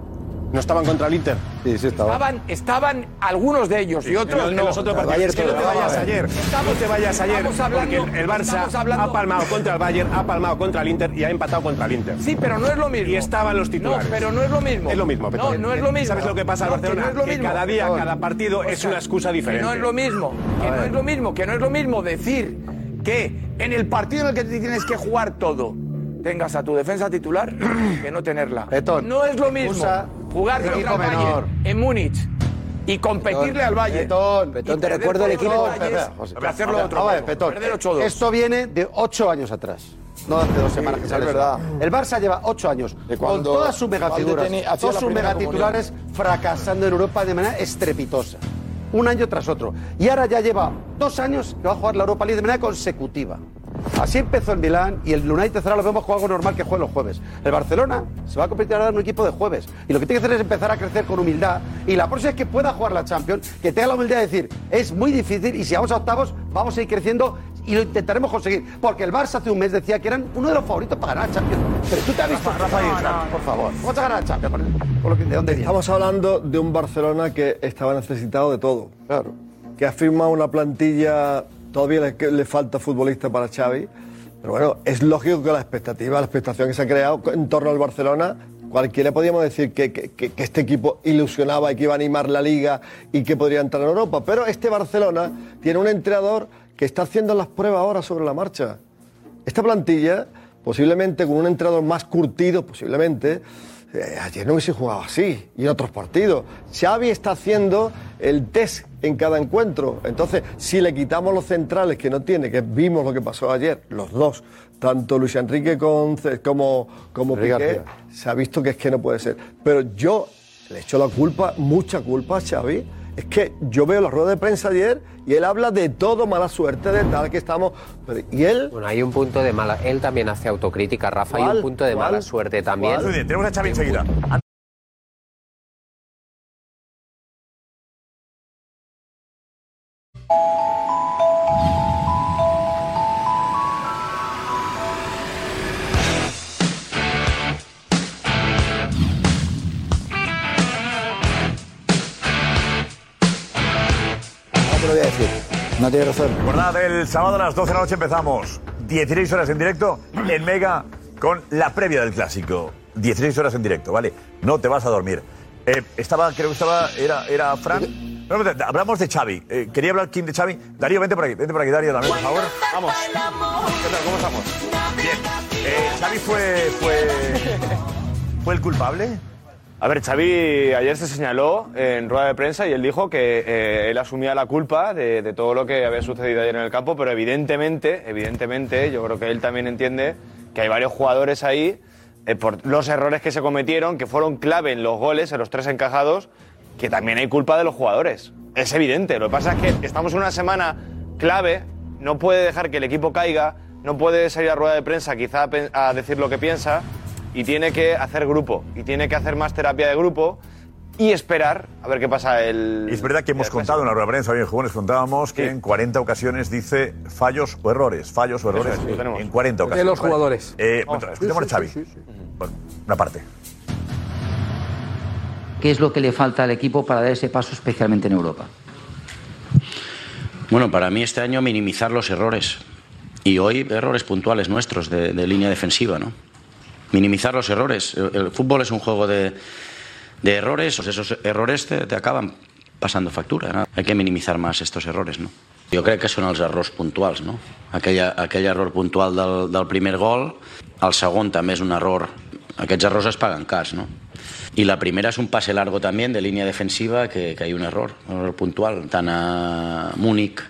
No estaban contra el Inter.
Sí, sí estaba.
Estaban, estaban algunos de ellos y otros
en
no.
los otros partidos. Es que no te vayas ayer. No te vayas ayer.
Estamos hablando-
porque el, el Barça
estamos hablando-
ha palmado contra el Bayern, ha palmado contra el Inter y ha empatado contra el Inter.
Sí, pero no es lo mismo.
Y estaban los titulares.
No, pero no es lo mismo.
Es lo mismo,
No,
Petón.
no es lo mismo.
¿Sabes lo que pasa en
No, que
Barcelona?
no es lo
Que
mismo.
cada día,
Petón.
cada partido es una excusa diferente.
Que no es lo mismo. Que no es lo mismo. Que no es lo mismo decir que en el partido en el que te tienes que jugar todo tengas a tu defensa titular que no tenerla.
Petón,
no es lo mismo
usa
jugar
el
contra el
equipo menor.
Bayern en Múnich y competirle al Bayern.
Petón,
Y
Petón, te
perder
recuerdo el
por los
equipo.
detalles
Espera, espera, José.
y hacerlo
Ahora,
otro
ahora,
juego.
Petón,
Perder 8-2.
Esto viene de ocho años atrás. No hace dos semanas que
es
sale eso.
verdad.
El Barça lleva ocho años con
cuando
todas sus megafiguras,
Valde teni- hacía
todos
la
sus
primera
megatitulares fracasando en Europa de manera estrepitosa. Un año tras otro. Y ahora ya lleva dos años que va a jugar la Europa League de manera consecutiva. Así empezó el Milán y el United ahora lo vemos como algo normal que juegue los jueves. El Barcelona se va a convertir ahora en un equipo de jueves. Y lo que tiene que hacer es empezar a crecer con humildad. Y la próxima es que pueda jugar la Champions, que tenga la humildad de decir, es muy difícil y si vamos a octavos vamos a ir creciendo y lo intentaremos conseguir. Porque el Barça hace un mes decía que eran uno de los favoritos para ganar la Champions. Pero tú te has visto, Rafa, por favor. Vamos a ganar la Champions. Por lo que- ¿De dónde viene?
Estamos hablando de un Barcelona que estaba necesitado de todo. Claro. Que ha firmado una plantilla, todavía le, que le falta futbolista para Xavi. Pero bueno, es lógico que la expectativa, la expectación que se ha creado en torno al Barcelona, cualquiera podíamos decir que, que- que- que este equipo ilusionaba y que iba a animar la liga y que podría entrar en Europa. Pero este Barcelona tiene un entrenador que está haciendo las pruebas ahora sobre la marcha. Esta plantilla, posiblemente con un entrenador más curtido, posiblemente, eh, ayer no hubiese jugado así y en otros partidos. Xavi está haciendo el test en cada encuentro. Entonces, si le quitamos los centrales que no tiene, que vimos lo que pasó ayer, los dos, tanto Luis Enrique con Ce- como, como
Enrique
Piqué,
García.
se ha visto que es que no puede ser. Pero yo le echo la culpa, mucha culpa a Xavi. Es que yo veo la rueda de prensa ayer y él habla de todo, mala suerte, de tal que estamos. pero- y él
Bueno, hay un punto de mala. Él también hace autocrítica, Rafa. Hay
¿Cuál?
un punto de
¿Cuál?
mala suerte también.
¿Cuál? Muy bien, tenemos a Xavi enseguida.
No te lo voy a decir. No tiene razón.
Recordad, el sábado a las 12 de la noche empezamos. 16 horas en directo en Mega con la previa del clásico. 16 horas en directo, ¿vale? No te vas a dormir. Eh, estaba, creo que estaba, era, era Fran. No, no, te- hablamos de Xavi. Eh, quería hablar Kim de Xavi. Darío, vente por aquí, vente por aquí, Darío, dame, por favor. Vamos. ¿Qué tal? ¿Cómo estamos? Bien. Eh, ¿Xavi fue, fue, fue el culpable?
A ver, Xavi ayer se señaló en rueda de prensa y él dijo que eh, él asumía la culpa de, de todo lo que había sucedido ayer en el campo, pero evidentemente, evidentemente, yo creo que él también entiende que hay varios jugadores ahí eh, por los errores que se cometieron, que fueron clave en los goles, en los tres encajados, que también hay culpa de los jugadores. Es evidente. Lo que pasa es que estamos en una semana clave, no puede dejar que el equipo caiga, no puede salir a rueda de prensa quizá a pen- a decir lo que piensa y tiene que hacer grupo y tiene que hacer más terapia de grupo y esperar a ver qué pasa el.
Es verdad que hemos contado en la rueda de prensa, hoy en Jugones contábamos que en 40 ocasiones dice fallos o errores, fallos o
Eso
errores.
es, lo tenemos.
en 40
De
ocasiones.
los
¿vale?
jugadores.
Eh,
Vamos
bueno,
a ver.
escuchemos a
Sí,
Xavi.
sí,
Bueno, una parte.
¿Qué es lo que le falta al equipo para dar ese paso especialmente en Europa?
Bueno, para mí este año minimizar los errores. Y hoy errores puntuales nuestros de, de línea defensiva, ¿no? Minimizar los errores. El, el fútbol es un juego de, de errores. Pues esos errores te, te acaban pasando factura. ¿no? Hay que minimizar más estos errores, ¿no? Jo crec que són els errors puntuals, no? Aquella, aquell error puntual del, del primer gol, el segon també és un error. Aquests errors es paguen cars, no? Y la primera es un pase largo también de línea defensiva que, que hay un error, un error puntual, tant a Múnich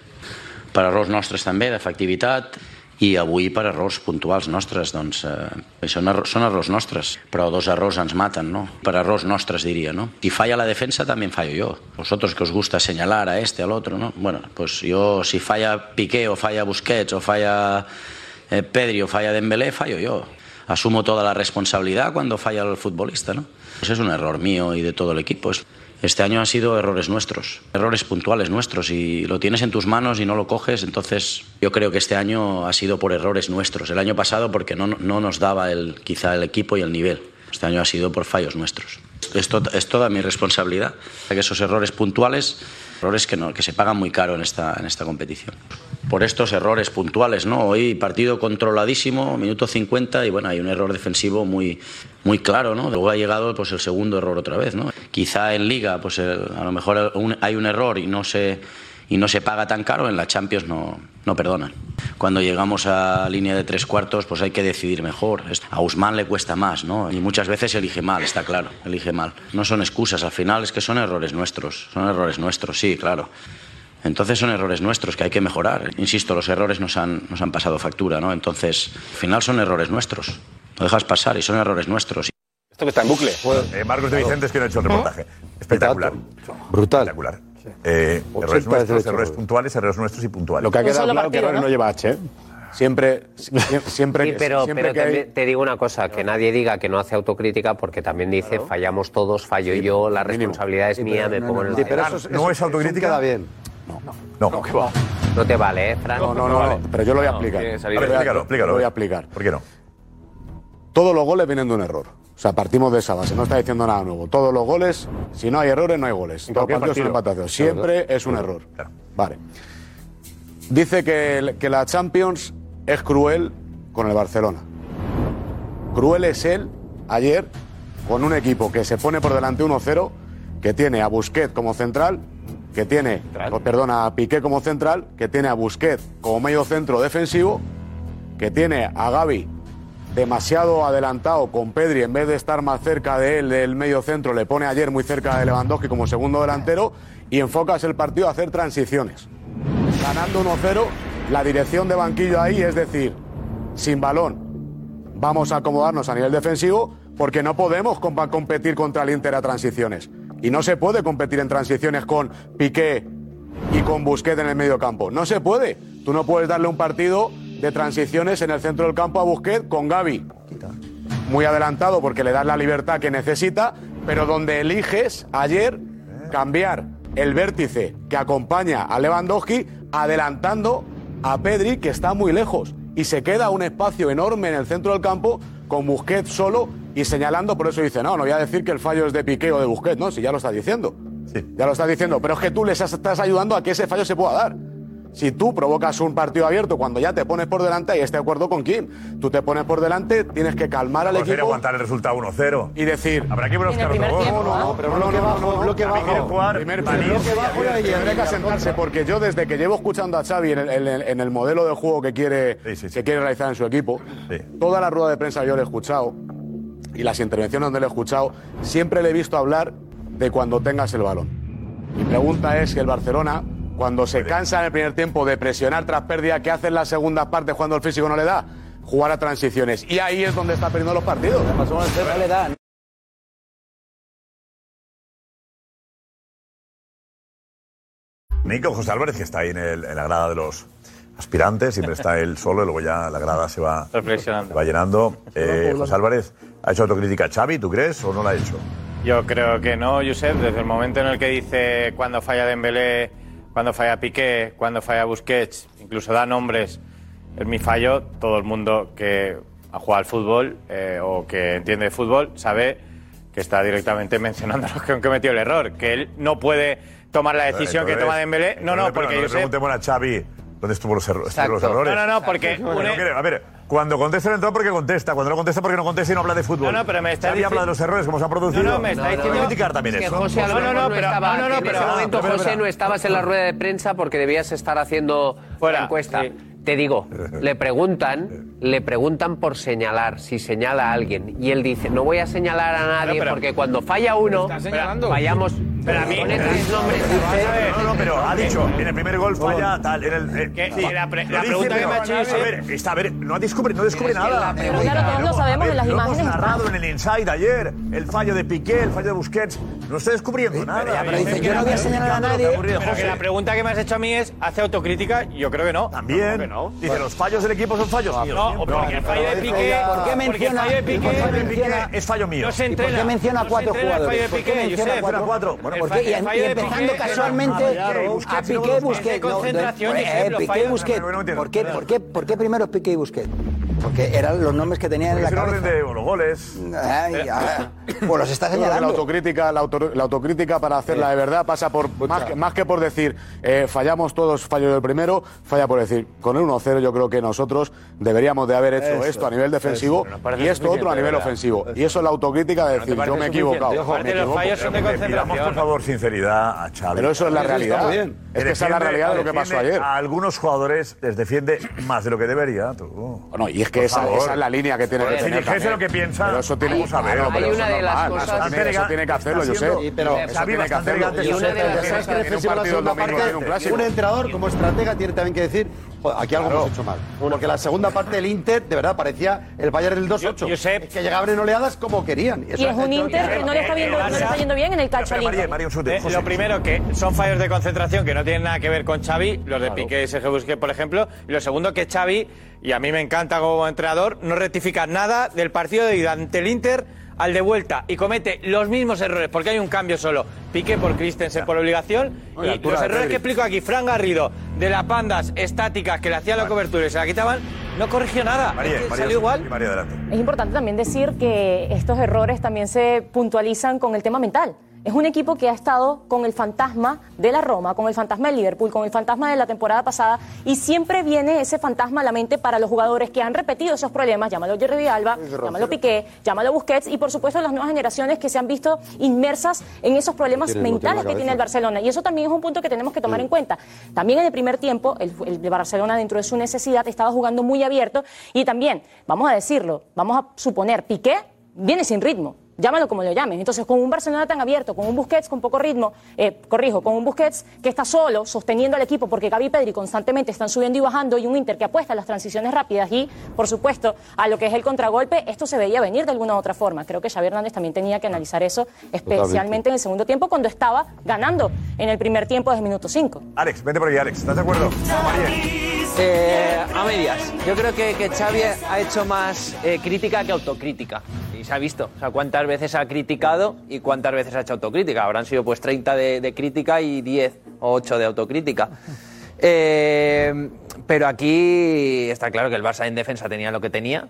per errors nostres també d'efectivitat i avui per errors puntuals nostres, doncs eh, són, erro són errors nostres, però dos errors ens maten, no? Per errors nostres diria, no? Si falla la defensa també en fallo jo. Vosotros que os gusta señalar a este, al otro, no? Bueno, pues yo si falla Piqué o falla Busquets o falla eh, Pedri o falla Dembélé, fallo yo. Asumo toda la responsabilidad cuando falla el futbolista, ¿no? Pues es un error mío y de todo el equipo. Es- Este año han sido errores nuestros, errores puntuales nuestros y lo tienes en tus manos y no lo coges, entonces yo creo que este año ha sido por errores nuestros. El año pasado porque no, no nos daba el, quizá el equipo y el nivel. Este año ha sido por fallos nuestros. Es, to- es toda mi responsabilidad. Que esos errores puntuales, errores que, no, que se pagan muy caro en esta, en esta competición. Por estos errores puntuales, ¿no? Hoy partido controladísimo, minuto 50 y bueno, hay un error defensivo muy, muy claro, ¿no? Luego ha llegado pues, el segundo error otra vez, ¿no? Quizá en Liga, pues el- a lo mejor un- hay un error y no se y no se paga tan caro, en la Champions no, no perdonan. Cuando llegamos a línea de tres cuartos, pues hay que decidir mejor. A Usman le cuesta más, ¿no? Y muchas veces elige mal, está claro, elige mal. No son excusas, al final es que son errores nuestros, son errores nuestros, sí, claro. Entonces son errores nuestros que hay que mejorar. Insisto, los errores nos han, nos han pasado factura, ¿no? Entonces, al final son errores nuestros. Lo dejas pasar y son errores nuestros.
Esto que está en bucle. Pues, eh, Marcos de Vicente es quien ha hecho el reportaje. Espectacular. Brutal. Espectacular. Eh,
80
errores nuestros,
veces
errores
ocho.
puntuales, errores nuestros y puntuales.
Lo que ha
Un
quedado
solo
claro
partido,
que Rory
¿no?
¿no? lleva H. ¿eh? Siempre, sie- siempre,
Sí, pero,
siempre
pero
que hay-
también te digo una cosa, que nadie diga que no hace autocrítica porque también dice fallamos todos, fallo yo, la responsabilidad es mía, me pongo en el
Sí, pero
lugar.
eso es- eso- eso queda
bien.
No,
no, No te vale, ¿eh, Fran?
No, no, no,
Vale.
pero yo lo voy a
No,
explicar.
tiene que salir
Lo voy a-
bien.
Lo voy a explicar.
¿Por qué no?
Todos los goles vienen de un error. O sea, partimos de esa base, no está diciendo nada nuevo. Todos los goles, si no hay errores, no hay goles. Todos los cualquier partidos son partido. empatados. Siempre Claro. es un error.
Claro.
Vale. Dice que, el- que la Champions es cruel con el Barcelona. Cruel es él ayer con un equipo que se pone por delante 1-0, que tiene a Busquets como central, que tiene, pues, perdona, a Piqué como central, que tiene a Busquets como medio centro defensivo, que tiene a Gaby demasiado adelantado con Pedri, en vez de estar más cerca de él del medio centro, le pone ayer muy cerca de Lewandowski como segundo delantero y enfocas el partido a hacer transiciones. Ganando 1-0, la dirección de banquillo ahí es decir, sin balón, vamos a acomodarnos a nivel defensivo porque no podemos compa- competir contra el Inter a transiciones. Y no se puede competir en transiciones con Piqué y con Busquets en el medio campo. No se puede. Tú no puedes darle un partido de transiciones en el centro del campo a Busquets con Gaby muy adelantado porque le das la libertad que necesita, pero donde eliges ayer cambiar el vértice que acompaña a Lewandowski adelantando a Pedri que está muy lejos y se queda un espacio enorme en el centro del campo con Busquets solo y señalando, por eso dice, no, no voy a decir que el fallo es de Piqué o de Busquets, no, si ya lo está diciendo. Ya lo está diciendo, pero es que tú les estás ayudando a que ese fallo se pueda dar. Si tú provocas un partido abierto cuando ya te pones por delante, ahí estoy de acuerdo con Kim. Tú te pones por delante, tienes que calmar al
Vamos a ir a
equipo.
aguantar el resultado 1-0.
Y decir.
Habrá que buscar otro gol.
No, no, pero bloque bajo, bloque bajo. Primer bloque bajo y tendré que sentarse porque yo desde que llevo escuchando a Xavi en el, en el- en el modelo de juego que quiere, que quiere realizar en su equipo, toda la rueda de prensa que yo le he escuchado y las intervenciones donde le he escuchado, siempre le he visto hablar de cuando tengas el balón. Mi pregunta es que el Barcelona, cuando se cansa en el primer tiempo de presionar tras pérdida, ¿qué hace en la segunda parte cuando el físico no le da? Jugar a transiciones. Y ahí es donde está perdiendo los partidos. le da.
Nico José Álvarez, que está ahí en, el- en la grada de los aspirantes, siempre está él solo y luego ya la grada se va,
Reflexionando.
se va llenando. Eh,
poblando.
José Álvarez, ¿ha hecho autocrítica a Xavi, tú crees, o no la ha hecho?
Yo creo que no, Josep, desde el momento en el que dice cuando falla Dembélé, cuando falla Piqué, cuando falla Busquets, incluso da nombres, es mi fallo, todo el mundo que ha jugado al fútbol eh, o que entiende de fútbol sabe que está directamente mencionando a los que han cometido el error, que él no puede tomar la decisión que
Entonces,
toma Dembélé. No, no,
entonces,
porque
pero le
Josep...
preguntemos a Xavi dónde estuvo los, erro- estuvieron los
Exacto.
errores.
No, no, no, porque
Bueno,
une-
no quiere- a ver, cuando contesta el entrenador porque contesta, cuando no contesta porque no contesta y no habla de fútbol.
No, no, pero me está
Xavi
dici-
habla de los errores que hemos producido.
No, no, me está
Hay que
diciendo-
criticar también
Es que
eso.
José
José, a lo mejor no, estaba,
no, no,
en
pero-
ese momento,
no, pero- Ah.
José, no estabas en la rueda de prensa porque debías estar haciendo la encuesta. Te digo, le preguntan, le preguntan por señalar, si señala a alguien. Y él dice, no voy a señalar a nadie
pero-
porque cuando falla uno, vayamos... Pero a mí...
No, no, pero ha dicho, en el primer gol falla tal, en el... eh,
Que- sí,
va,
la pre-
lo
la
dice,
pregunta que
pero-
me ha hecho
A
Josep-
ver, está, a ver, no descubre, no descubre
Pero es que
nada.
la pregunta- Claro, todos lo
sabemos
A ver,
en las
lo
imágenes
hemos
está.
narrado en el Inside ayer, el fallo de Piqué, el fallo de Busquets. No está descubriendo nada.
Pero que la pregunta que me has hecho a mí es, ¿hace autocrítica? Yo creo que no. También. no.
Dice, los fallos del equipo son fallos míos.
No, o porque el fallo de Piqué...
¿Por qué
porque el
menciona?
fallo de Piqué...
¿Por qué menciona? Es fallo mío.
No se
¿Y por qué
entrena.
menciona a
No se
cuatro
entrena el fallo de
jugadores? ¿Por qué
Piqué,
menciona
Josep.
cuatro? Bueno, ¿por
El
qué?
fa-
Y-
el
y
fallo de
empezando
Piqué-
casualmente
A Piqué, Busquets.
Es de
no, de-
concentración,
eh,
Josep, los
Piqué,
fallos-
Busquets. ¿Por qué- por qué- por qué primero Piqué y Busquets? Porque eran los nombres que tenían en la
Es el orden
cabeza.
de los goles.
Ay, ah, pues los está
Yo creo que La
señalando.
autocrítica, la, auto- la autocrítica para hacerla de verdad pasa por más que, más que por decir eh, fallamos todos, falló yo el primero, falla por decir con el 1-0 yo creo que nosotros deberíamos de haber hecho Eso, esto a nivel defensivo eso. Nos parece y esto otro a suficiente, nivel ¿verdad? ofensivo. Y eso es la autocrítica de te decir yo parece me he suficiente? equivocado. Ojo, Aparte, me los equivoco. eh, fallos son de
Pero le Pidamos por
concentración.
favor sinceridad a Xavi.
Pero eso es la Eso realidad. está bien. Es que esa es la
Defiende-
realidad de lo que pasó
defiende
ayer.
A algunos jugadores les defiende más de lo que debería. Tú.
Bueno, y es que
Por
esa,
favor.
esa es la línea que tiene que
Joder, si
tener.
dijese
también.
lo que piensa,
Pero eso tiene
hay-
que saberlo,
hay
pero
una
eso
de
no es
las
normal.
cosas-
Eso tiene, eso tiene que hacerlo,
Está
yo sé.
siendo- Sí, pero-
eso
Xavi
tiene que
bastante
hacerlo.
elegante,
Y
yo
una
sé,
de
pero
las
tiene-
cosas- tiene un tiene un partido el partido domingo, tiene un clásico. clásico.
Un entrenador como estratega tiene también que decir, "Joder, aquí algo hemos hecho mal. Porque la segunda parte del Inter, de verdad, parecía el Bayern del 2-8. Es que llegaban en oleadas como querían.
Y es un Inter que no le está, viendo, no le está yendo bien en el calcio al Inter.
Eh, lo primero que son fallos de concentración que no tienen nada que ver con Xavi, los de Piqué y Sergio Busquets, por ejemplo, y lo segundo que Xavi, y a mí me encanta como entrenador, no rectifica nada del partido de ida ante el Inter al de vuelta y comete los mismos errores porque hay un cambio solo, Piqué por Christensen por obligación
Oye,
y
altura
los
de
errores
Pedri.
que explico aquí Fran Garrido de las bandas estáticas que le hacía la cobertura y se la quitaban, no corrigió nada,
María,
Es que
María,
salió igual.
y María, adelante.
Es importante también decir que estos errores también se puntualizan con el tema mental. Es un equipo que ha estado con el fantasma de la Roma, con el fantasma del Liverpool, con el fantasma de la temporada pasada y siempre viene ese fantasma a la mente para los jugadores que han repetido esos problemas, llámalo Jerry Villalba, llámalo Piqué, llámalo Busquets y por supuesto las nuevas generaciones que se han visto inmersas en esos problemas
tiene- no tiene
mentales
la
que tiene
cabeza.
el Barcelona. Barcelona. Y eso también es un punto que tenemos que tomar en cuenta. También en el primer tiempo, el, el Barcelona, dentro de su necesidad, estaba jugando muy abierto. Y también, vamos a decirlo, vamos a suponer, Piqué viene sin ritmo. Llámalo como lo llamen. Entonces, con un Barcelona tan abierto, con un Busquets con poco ritmo, eh, corrijo, con un Busquets que está solo sosteniendo al equipo porque Gaby y Pedri constantemente están subiendo y bajando y un Inter que apuesta a las transiciones rápidas y, por supuesto, a lo que es el contragolpe, esto se veía venir de alguna u otra forma. Creo que Xavi Hernández también tenía que analizar eso, especialmente en el segundo tiempo cuando estaba ganando en el primer tiempo desde el minuto 5.
Alex, vete por aquí, Alex. ¿Estás de acuerdo?
Eh, a medias. Yo creo que, que Xavi ha hecho más eh, crítica que autocrítica. Y se ha visto. O sea, cuántas veces ha criticado y cuántas veces ha hecho autocrítica. Habrán sido pues 30 de, de crítica y 10 o 8 de autocrítica. Eh, pero aquí está claro que el Barça en defensa tenía lo que tenía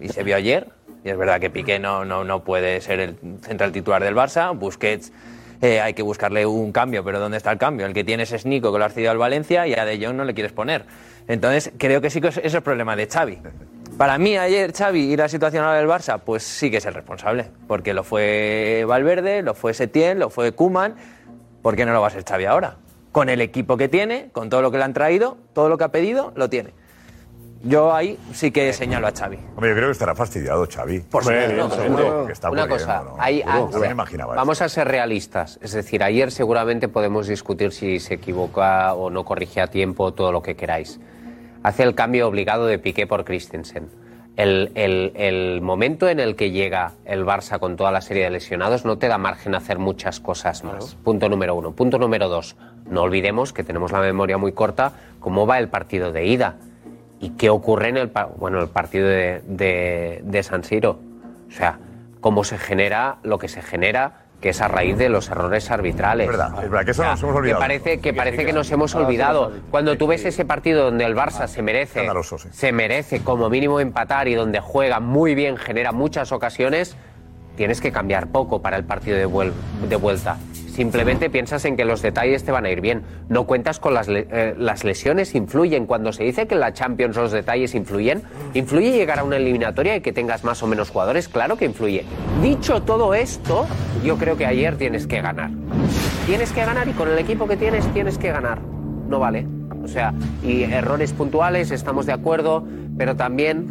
y se vio ayer. Y es verdad que Piqué no, no, no puede ser el central titular del Barça. Busquets eh, hay que buscarle un cambio, pero ¿dónde está el cambio? El que tienes es Nico, que lo has cedido al Valencia, y a De Jong no le quieres poner. Entonces, creo que sí que eso es el problema de Xavi. Para mí, ayer Xavi y la situación ahora del Barça, pues sí que es el responsable. Porque lo fue Valverde, lo fue Setién, lo fue Kuman. ¿Por qué no lo va a ser Xavi ahora? Con el equipo que tiene, con todo lo que le han traído, todo lo que ha pedido, lo tiene. Yo ahí sí que señalo a Xavi.
Hombre, yo creo que estará fastidiado, Xavi.
Por
Hombre,
supuesto,
seguro,
seguro.
que está
Una
aburrido,
cosa,
¿no?
hay-
Seguro,
hay-
yo me imaginaba.
Vamos a ser realistas. Es decir, ayer seguramente podemos discutir si se equivoca o no corrige a tiempo, todo lo que queráis. Hace el cambio obligado de Piqué por Christensen. El, el- el momento en el que llega el Barça con toda la serie de lesionados no te da margen a hacer muchas cosas más. Punto número uno. Punto número dos. No olvidemos que tenemos la memoria muy corta cómo va el partido de ida y qué ocurre en el, pa- bueno, el partido de, de- de San Siro. O sea, cómo se genera lo que se genera, que es a raíz de los errores arbitrales.
Es verdad, es verdad, que eso
O sea,
nos hemos olvidado.
Que parece que, parece que nos hemos
Ah, sí,
olvidado.
sí, sí.
Cuando tú ves ese partido donde el Barça se merece, se merece como mínimo empatar y donde juega muy bien, genera muchas ocasiones, tienes que cambiar poco para el partido de, vuel- de vuelta. Simplemente piensas en que los detalles te van a ir bien. No cuentas con las, le- eh, las lesiones, influyen. Cuando se dice que en la Champions los detalles influyen, influye llegar a una eliminatoria y que tengas más o menos jugadores, claro que influye. Dicho todo esto, yo creo que ayer tienes que ganar. Tienes que ganar y con el equipo que tienes tienes que ganar. No vale. O sea, y errores puntuales, estamos de acuerdo, pero también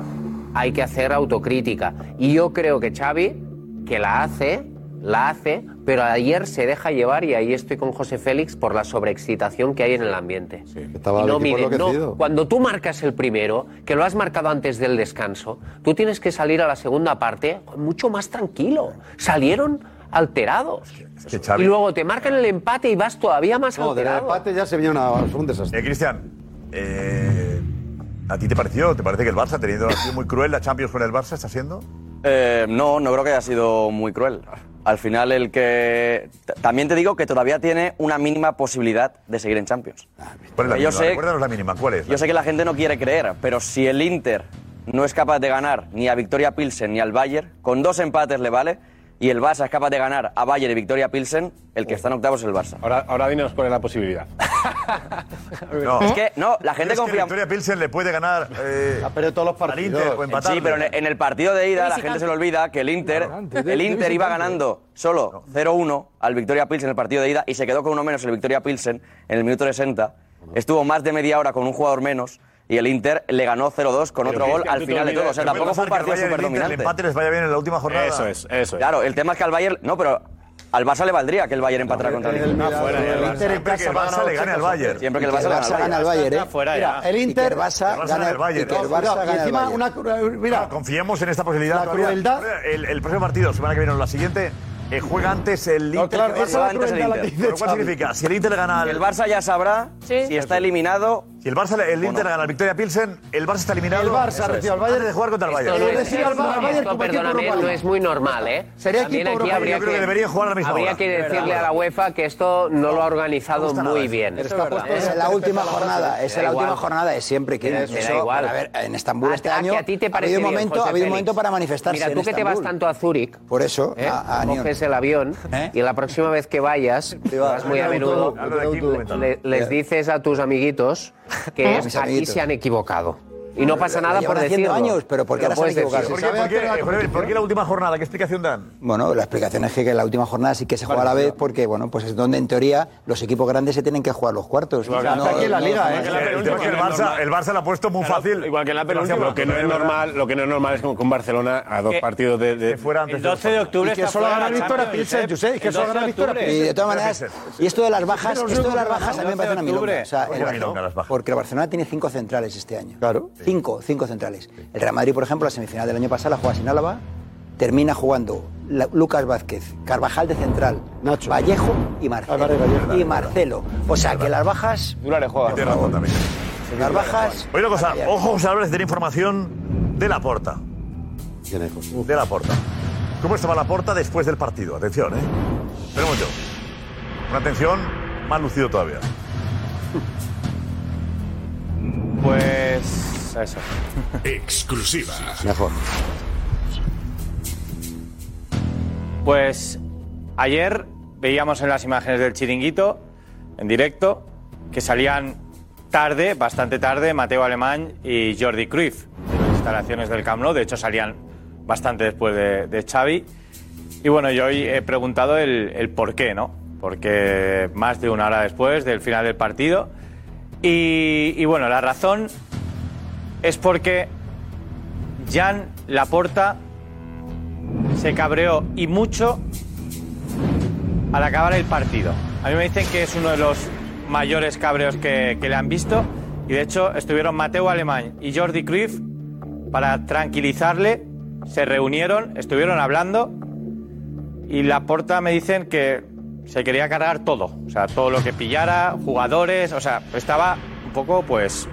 hay que hacer autocrítica. Y yo creo que Xavi que la hace, la hace, pero ayer se deja llevar y ahí estoy con José Félix por la sobreexcitación que hay en el ambiente.
Estaba
Y
el
no
equipo
mide, no.
enloquecido.
cuando tú marcas el primero, que lo has marcado antes del descanso, tú tienes que salir a la segunda parte mucho más tranquilo. Salieron alterados. y luego te marcan el empate y vas todavía más
No, del
alterado.
empate ya se vio una- un desastre.
Cristian, eh, ¿a ti te pareció? ¿Te parece que el Barça, teniendo ha sido muy cruel la Champions con el Barça, está siendo?
Eh, no, no creo que haya sido muy cruel. Al final, el que. t- También te digo que todavía tiene una mínima posibilidad de seguir en Champions.
¿Cuál es Ah, pues la
Yo
mínima?
sé-
Recuérdanos la mínima. ¿Cuál es?
Yo sé que la gente no quiere creer, pero si el Inter
no es capaz de ganar ni a Victoria Pilsen ni al Bayern, con dos empates le vale, y el Barça es capaz de ganar a Bayern y Victoria Pilsen, el que está en octavos es el Barça.
Ahora, ahora dinos cuál es la posibilidad.
No. Es que no, la gente
¿Crees que
confía-
Victoria Pilsen le puede ganar. Eh,
todos los
partidos. Inter, o empatarle.
Sí, pero en el- en el partido de ida la
Visitante.
gente se le olvida que el Inter,
visitante, de-
el
de
Inter iba
visitante.
ganando solo 0-1 al Victoria Pilsen en el partido de ida y se quedó con uno menos el Victoria Pilsen en el minuto 60. Estuvo más de media hora con un jugador menos y el Inter le ganó 0-2 con
Pero
otro gol
Cristian,
al
tú te
final de
olvidas-
todo. O sea,
te
tampoco fue un
olvidas que
partido
al Bayern
súper
el Inter
dominante.
El empate les vaya bien en la última jornada.
Eso es,
eso
Claro, el tema es que al Bayern. No, pero al Barça le valdría que el Bayern empatara contra el Inter.
Siempre que el Barça le gane al Bayern.
Siempre que el Barça le gane al Bayern.
Está fuera
Mira,
ya.
el Inter
Y que el Barça gana al Bayern.
y que el
No,
Barça
cuidado, y
gana al
encima
Bayern.
Claro, confiemos en esta posibilidad.
La
todavía.
crueldad-
El, el próximo partido, semana que viene o la siguiente, eh, juega antes el Inter.
claro,
que
esa
el
es la
Barça. Juega
crueldad la que dice
Lo cual
Xavi.
significa, si el Inter gana al...
El Barça ya sabrá si está eliminado.
Si el Barça, el
o
Inter
no.
gana al Victoria Pilsen, el Barça está eliminado.
El Barça
Eso es.
recibe al Bayern.
Antes de jugar contra el
Esto
Bayern.
no es- Recibe al Ba- al Bayern
Esto,
como equipo
perdóname,
Europa
no
League.
es muy normal, ¿eh?
Sería
También
equipo
aquí
Europa League.
habría
Yo creo que deberían jugar a la misma
Habría
hora.
que
Es
decirle
verdad.
a la UEFA que esto no lo ha organizado muy bien.
Es en la última jornada, es en la última jornada de siempre que
Era
eso,
era igual.
A ver, en Estambul
A-
este
a
año
que a ti te
ha
parece
habido un
bien,
momento, ha
José
habido un
Félix.
momento para manifestarse.
Mira, tú
en
que te vas
Estambul.
tanto a Zúrich.
Por eso,
¿eh?
a- ¿Eh? a
coges el avión y la próxima vez que vayas, que vas muy a
Hablo de
menudo,
autobús, hablo de
le-
equipo mental.
le- les
Ya.
dices a tus amiguitos que
¿Eh? Mis
aquí
amiguitos.
se han equivocado. Y no pasa
Lo
nada por
llevan haciendo
decirlo.
años, pero ¿por qué
Lo
ahora se han
puedes decir.
equivocado?
¿Por qué, por, qué, eh, Jorge, ¿Por qué la última jornada? ¿Qué explicación dan?
Bueno, la explicación es que en la última jornada sí que se juega a la vez porque, bueno, pues es donde en teoría los equipos grandes se tienen que jugar los cuartos. No, no, no, no,
El tema es que el Barça, el Barça la ha puesto muy fácil. Igual que en la
Lo que no es normal, lo que no es normal es como con Barcelona a dos
Que-
partidos de, de
fuera
antes.
El 12 de octubre
Y que está solo fuera gana la Victoria Champions, Pilsen, Josep. Josep, que El solo 12 gana de Victoria octubre.
Y
Pilsen.
de todas maneras, y esto de las bajas,
Pero los
esto de las
únicos
bajas a mí me
que
parece
ganan
una
el 12 de
milonga. O sea,
octubre. Pues
el
Oye, milonga
Barcelona, porque el Barcelona tiene cinco centrales este año. Claro. Cinco, cinco centrales. El Real Madrid, por ejemplo, la semifinal del año pasado la juega sin Álava, termina jugando la- Lucas Vázquez, Carvajal de central, Vallejo y Marcelo. y Marcelo. O sea, que las bajas...
Tiene razón también.
Las bajas...
Oye, una cosa, ojo José Álvarez tiene información de la porta. De la porta. ¿Cómo estaba la porta después del partido? Atención, ¿eh? Tenemos yo. Una atención más lucido todavía.
Pues eso.
Exclusiva.
Mejor.
Pues ayer veíamos en las imágenes del chiringuito, en directo, que salían tarde, bastante tarde, Mateo Alemán y Jordi Cruyff de las instalaciones del Camp Nou. De hecho, salían bastante después de, de Xavi. Y bueno, yo hoy he preguntado el, el por qué, ¿no? Porque más de una hora después del final del partido. Y, y bueno, la razón es porque Jan Laporta se cabreó y mucho al acabar el partido. A mí me dicen que es uno de los mayores cabreos que, que le han visto y de hecho estuvieron Mateo Alemán y Jordi Cruyff para tranquilizarle, se reunieron, estuvieron hablando y Laporta me dicen que se quería cargar todo, o sea, todo lo que pillara, jugadores, o sea, estaba un poco pues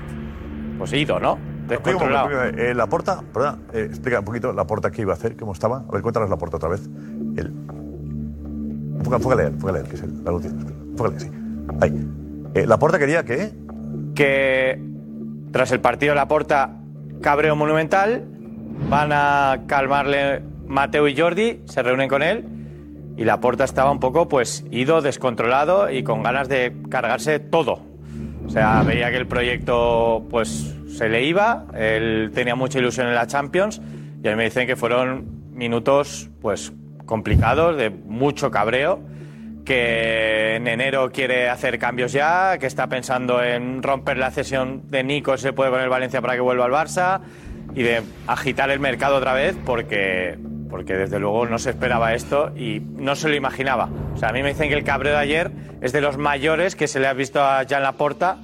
pues ido, ¿no?
Digo,
Descontrolado.
porque, eh, la porta, perdona, eh, explica un poquito la porta que iba a hacer, cómo estaba. A ver, cuéntanos la porta otra vez. El... Enfoca- Enfócale, a él, enfócale a él, que es el, la última. Enfócale, sí. Ahí. Eh, la porta quería que.
que tras el partido la porta cabreo monumental, van a calmarle Mateo y Jordi, se reúnen con él y la porta estaba un poco pues ido, descontrolado y con ganas de cargarse todo. O sea, veía que el proyecto pues se le iba, él tenía mucha ilusión en la Champions y a mí me dicen que fueron minutos pues complicados, de mucho cabreo que en enero quiere hacer cambios ya, que está pensando en romper la cesión de Nico, si se puede con el Valencia para que vuelva al Barça, y de agitar el mercado otra vez, porque, porque desde luego no se esperaba esto y no se lo imaginaba. O sea, a mí me dicen que el cabreo de ayer es de los mayores que se le ha visto a Jan Laporta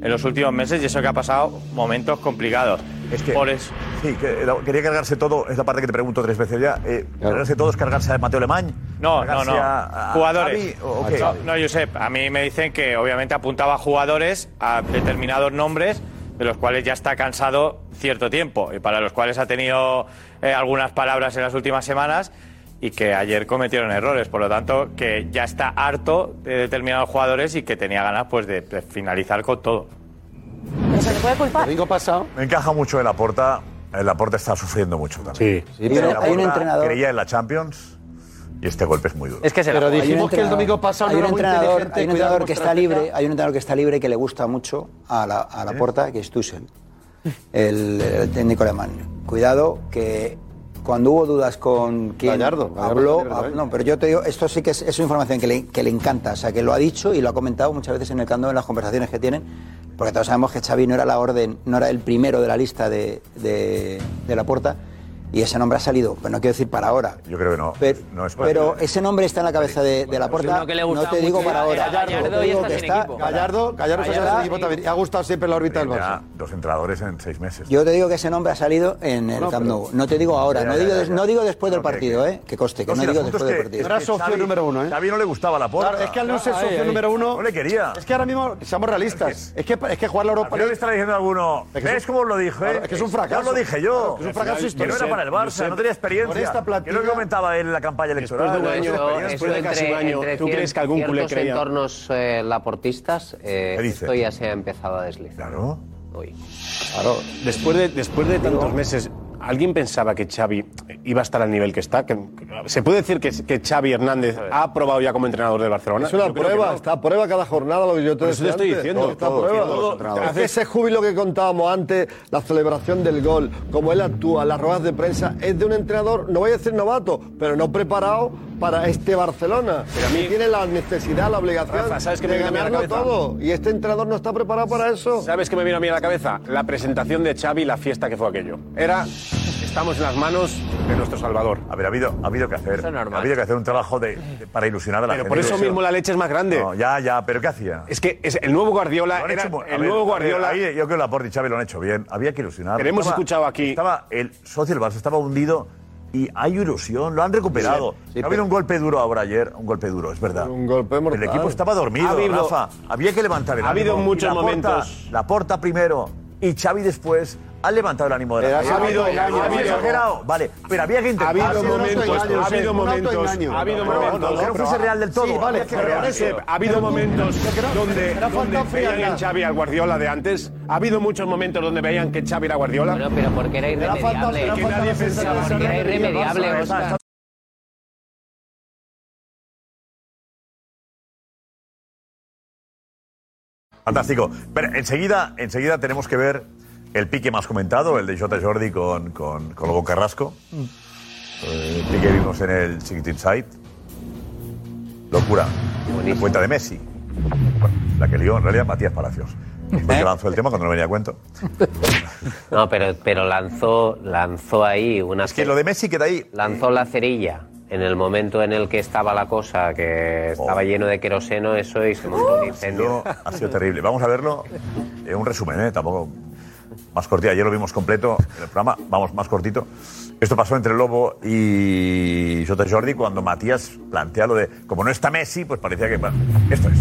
en los últimos meses, y eso que ha pasado momentos complicados.
Es que-
Por eso.
Sí, que eh, la- quería cargarse todo, es la parte que te pregunto tres veces ya. eh, Cargarse todo es cargarse a Mateo Alemán.
No, no,
cargarse
no.
a- a
jugadores.
Xavi, o- o qué?
no, no, Josep, a mí me dicen que obviamente apuntaba a jugadores a determinados nombres de los cuales ya está cansado cierto tiempo y para los cuales ha tenido eh, algunas palabras en las últimas semanas y que ayer cometieron errores, por lo tanto que ya está harto de determinados jugadores y que tenía ganas pues de- de finalizar con todo.
Pero se le puede culpar.
Me encaja mucho de la porta El aporte está sufriendo mucho también.
Sí, pero hay un entrenador-
Creía en la Champions y este golpe es muy duro.
Es que se la Pero juega. dijimos que el domingo pasado
hay
no
un
era muy
entrenador,
inteligente,
hay un
cuidado
entrenador
con
que está
Francia.
libre, hay un entrenador que está libre que le gusta mucho a la, a
¿Eh?
la porta, que es Tuchel, el, el técnico alemán. Cuidado que cuando hubo dudas con quien
Gallardo, Gallardo
habló,
está libre,
hab- no, pero yo te digo, esto sí que es, es una información que le, que le encanta, o sea, que lo ha dicho y lo ha comentado muchas veces en el candón en las conversaciones que tienen, porque todos sabemos que Xavi no era la orden, no era el primero de la lista de, de, de la puerta y ese nombre ha salido, pero no quiero decir para ahora.
Yo creo que no. no es
Pero ese nombre está en la cabeza de, de la puerta.
uno que le
no
gusta
te digo
mucho
para ahora.
era Gallardo,
Te
y
digo
está
que
sin
está-
equipo.
Gallardo, Gallardo, se
Gallardo-
sale del equipo también.
y ha gustado siempre la órbita del
Barça. Dos entrenadores en seis meses.
Yo te digo que ese nombre ha salido en el
No,
Camp Nou.
pero-
No te digo ahora,
Ya,
no
ya,
digo,
ya,
des-
ya.
no digo después del partido, ¿eh? Que coste, que
No,
no
si el
digo
asunto
después
es
del partido.
que- es que Xavi- Xavi no le gustaba la
¿eh?
porta.
Claro, es que al no ser
Ahí,
socio
ahí.
número uno.
No le quería.
Es que ahora mismo seamos realistas. Es que, es que jugar la Europa
Al final le estará diciendo alguno,
Es que es
¿ves
un-
cómo lo dije?
Claro, es que es un fracaso.
Ya lo dije yo.
Claro, es un fracaso
Que
histórico.
no era para el Barça,
Josep,
no tenía
por
experiencia.
esta plantilla-
Que es lo que comentaba él en la campaña
Después
electoral.
de Pues un
No
año,
tenía experiencia.
eso entre- entre cier- ciertos entornos eh, laportistas, eh,
¿Qué dice?
esto ya se ha empezado a deslizar.
Claro.
Hoy.
Claro, después de, después de tantos meses, ¿alguien pensaba que Xavi iba a estar al nivel que está? ¿Que- que- ¿Se puede decir que, que Xavi Hernández ha probado ya como entrenador del Barcelona?
Es una
Yo creo que
prueba,
no.
está a prueba cada jornada lo que yo te,
Por eso
decía
te estoy
antes.
diciendo,
Está a
todo,
prueba.
todo, todo, todo.
Hace ese júbilo que contábamos antes, la celebración del gol, cómo él actúa, las ruedas de prensa, es de un entrenador, no voy a decir novato, pero no preparado para este Barcelona.
Pero a mí-
Que tiene la necesidad, la obligación
Rafa, ¿sabes qué me
de
viene a mí a la
ganarlo
cabeza?
todo. Y este entrenador no está preparado para eso.
¿Sabes qué me vino a mí a la cabeza? La presentación de Xavi y la fiesta que fue aquello. Era, estamos en las manos de nuestro Salvador.
A ver, ha habido, ha habido que hacer, ha habido que hacer un trabajo de, de- para ilusionar a la
Pero
gente.
por eso mismo la leche es más grande.
No, ya, ya, pero ¿qué hacía?
Es que es- el nuevo Guardiola
Lo han
era
hecho mu- a
el
ver,
nuevo
a ver,
Guardiola.
ahí yo creo que Laporte y Xavi lo han hecho bien. Había que ilusionar.
Pero hemos
Estaba-
escuchado aquí-
Estaba el socio del Barça, estaba hundido y hay ilusión, lo han recuperado.
Sí, sí,
ha habido
pero-
un golpe duro ahora ayer, un golpe duro, es verdad. Un golpe El equipo estaba dormido,
Ha habido-
Rafa. Había que levantar el
ha habido
ánimo.
muchos
Y Laporta-
momentos.
Laporta primero y Xavi después. Han levantado el ánimo de
Pero
la
ha
gente.
habido- ha habido-
exagerado, Vale, pero había que
Ha
intentar.
habido
sido un
momentos,
autoengaño,
ha
sí.
habido
Un
momentos,
autoengaño.
ha habido
Pero bueno,
momentos.
Que no fuese real del todo.
Sí, vale,
había que
pero
crear.
Josep, ha
Pero
habido
un-
momentos donde,
era falta
donde
fría
veían en
ya.
Xavi al Guardiola de antes. Ha habido muchos momentos donde veían que Xavi era Guardiola. Bueno, pero porque era
irremediable.
Que nadie
Pero
pensaba
porque era irremediable, Óscar.
Fantástico. Pero enseguida, enseguida tenemos que ver el pique más comentado, el de Jota Jordi con, con, con Lobo Carrasco. Eh, El pique que vimos en el Chiquit Inside. Locura. La cuenta de Messi. Bueno, la que lió en realidad Matías Palacios. Es porque lanzó el tema cuando no venía a cuento.
No, pero, pero lanzó, lanzó ahí una. Es que lo de
Messi queda ahí.
Lanzó la cerilla. En el momento en el que estaba la cosa, que estaba lleno de queroseno, eso y se montó un incendio.
Ha sido terrible. Vamos a verlo. eh, un resumen, ¿eh? Tampoco más cortito. Ayer lo vimos completo en el programa. Vamos, más cortito. Esto pasó entre Lobo y Jota Jordi cuando Matías plantea lo de, como no está Messi, pues parecía que... bueno, esto es.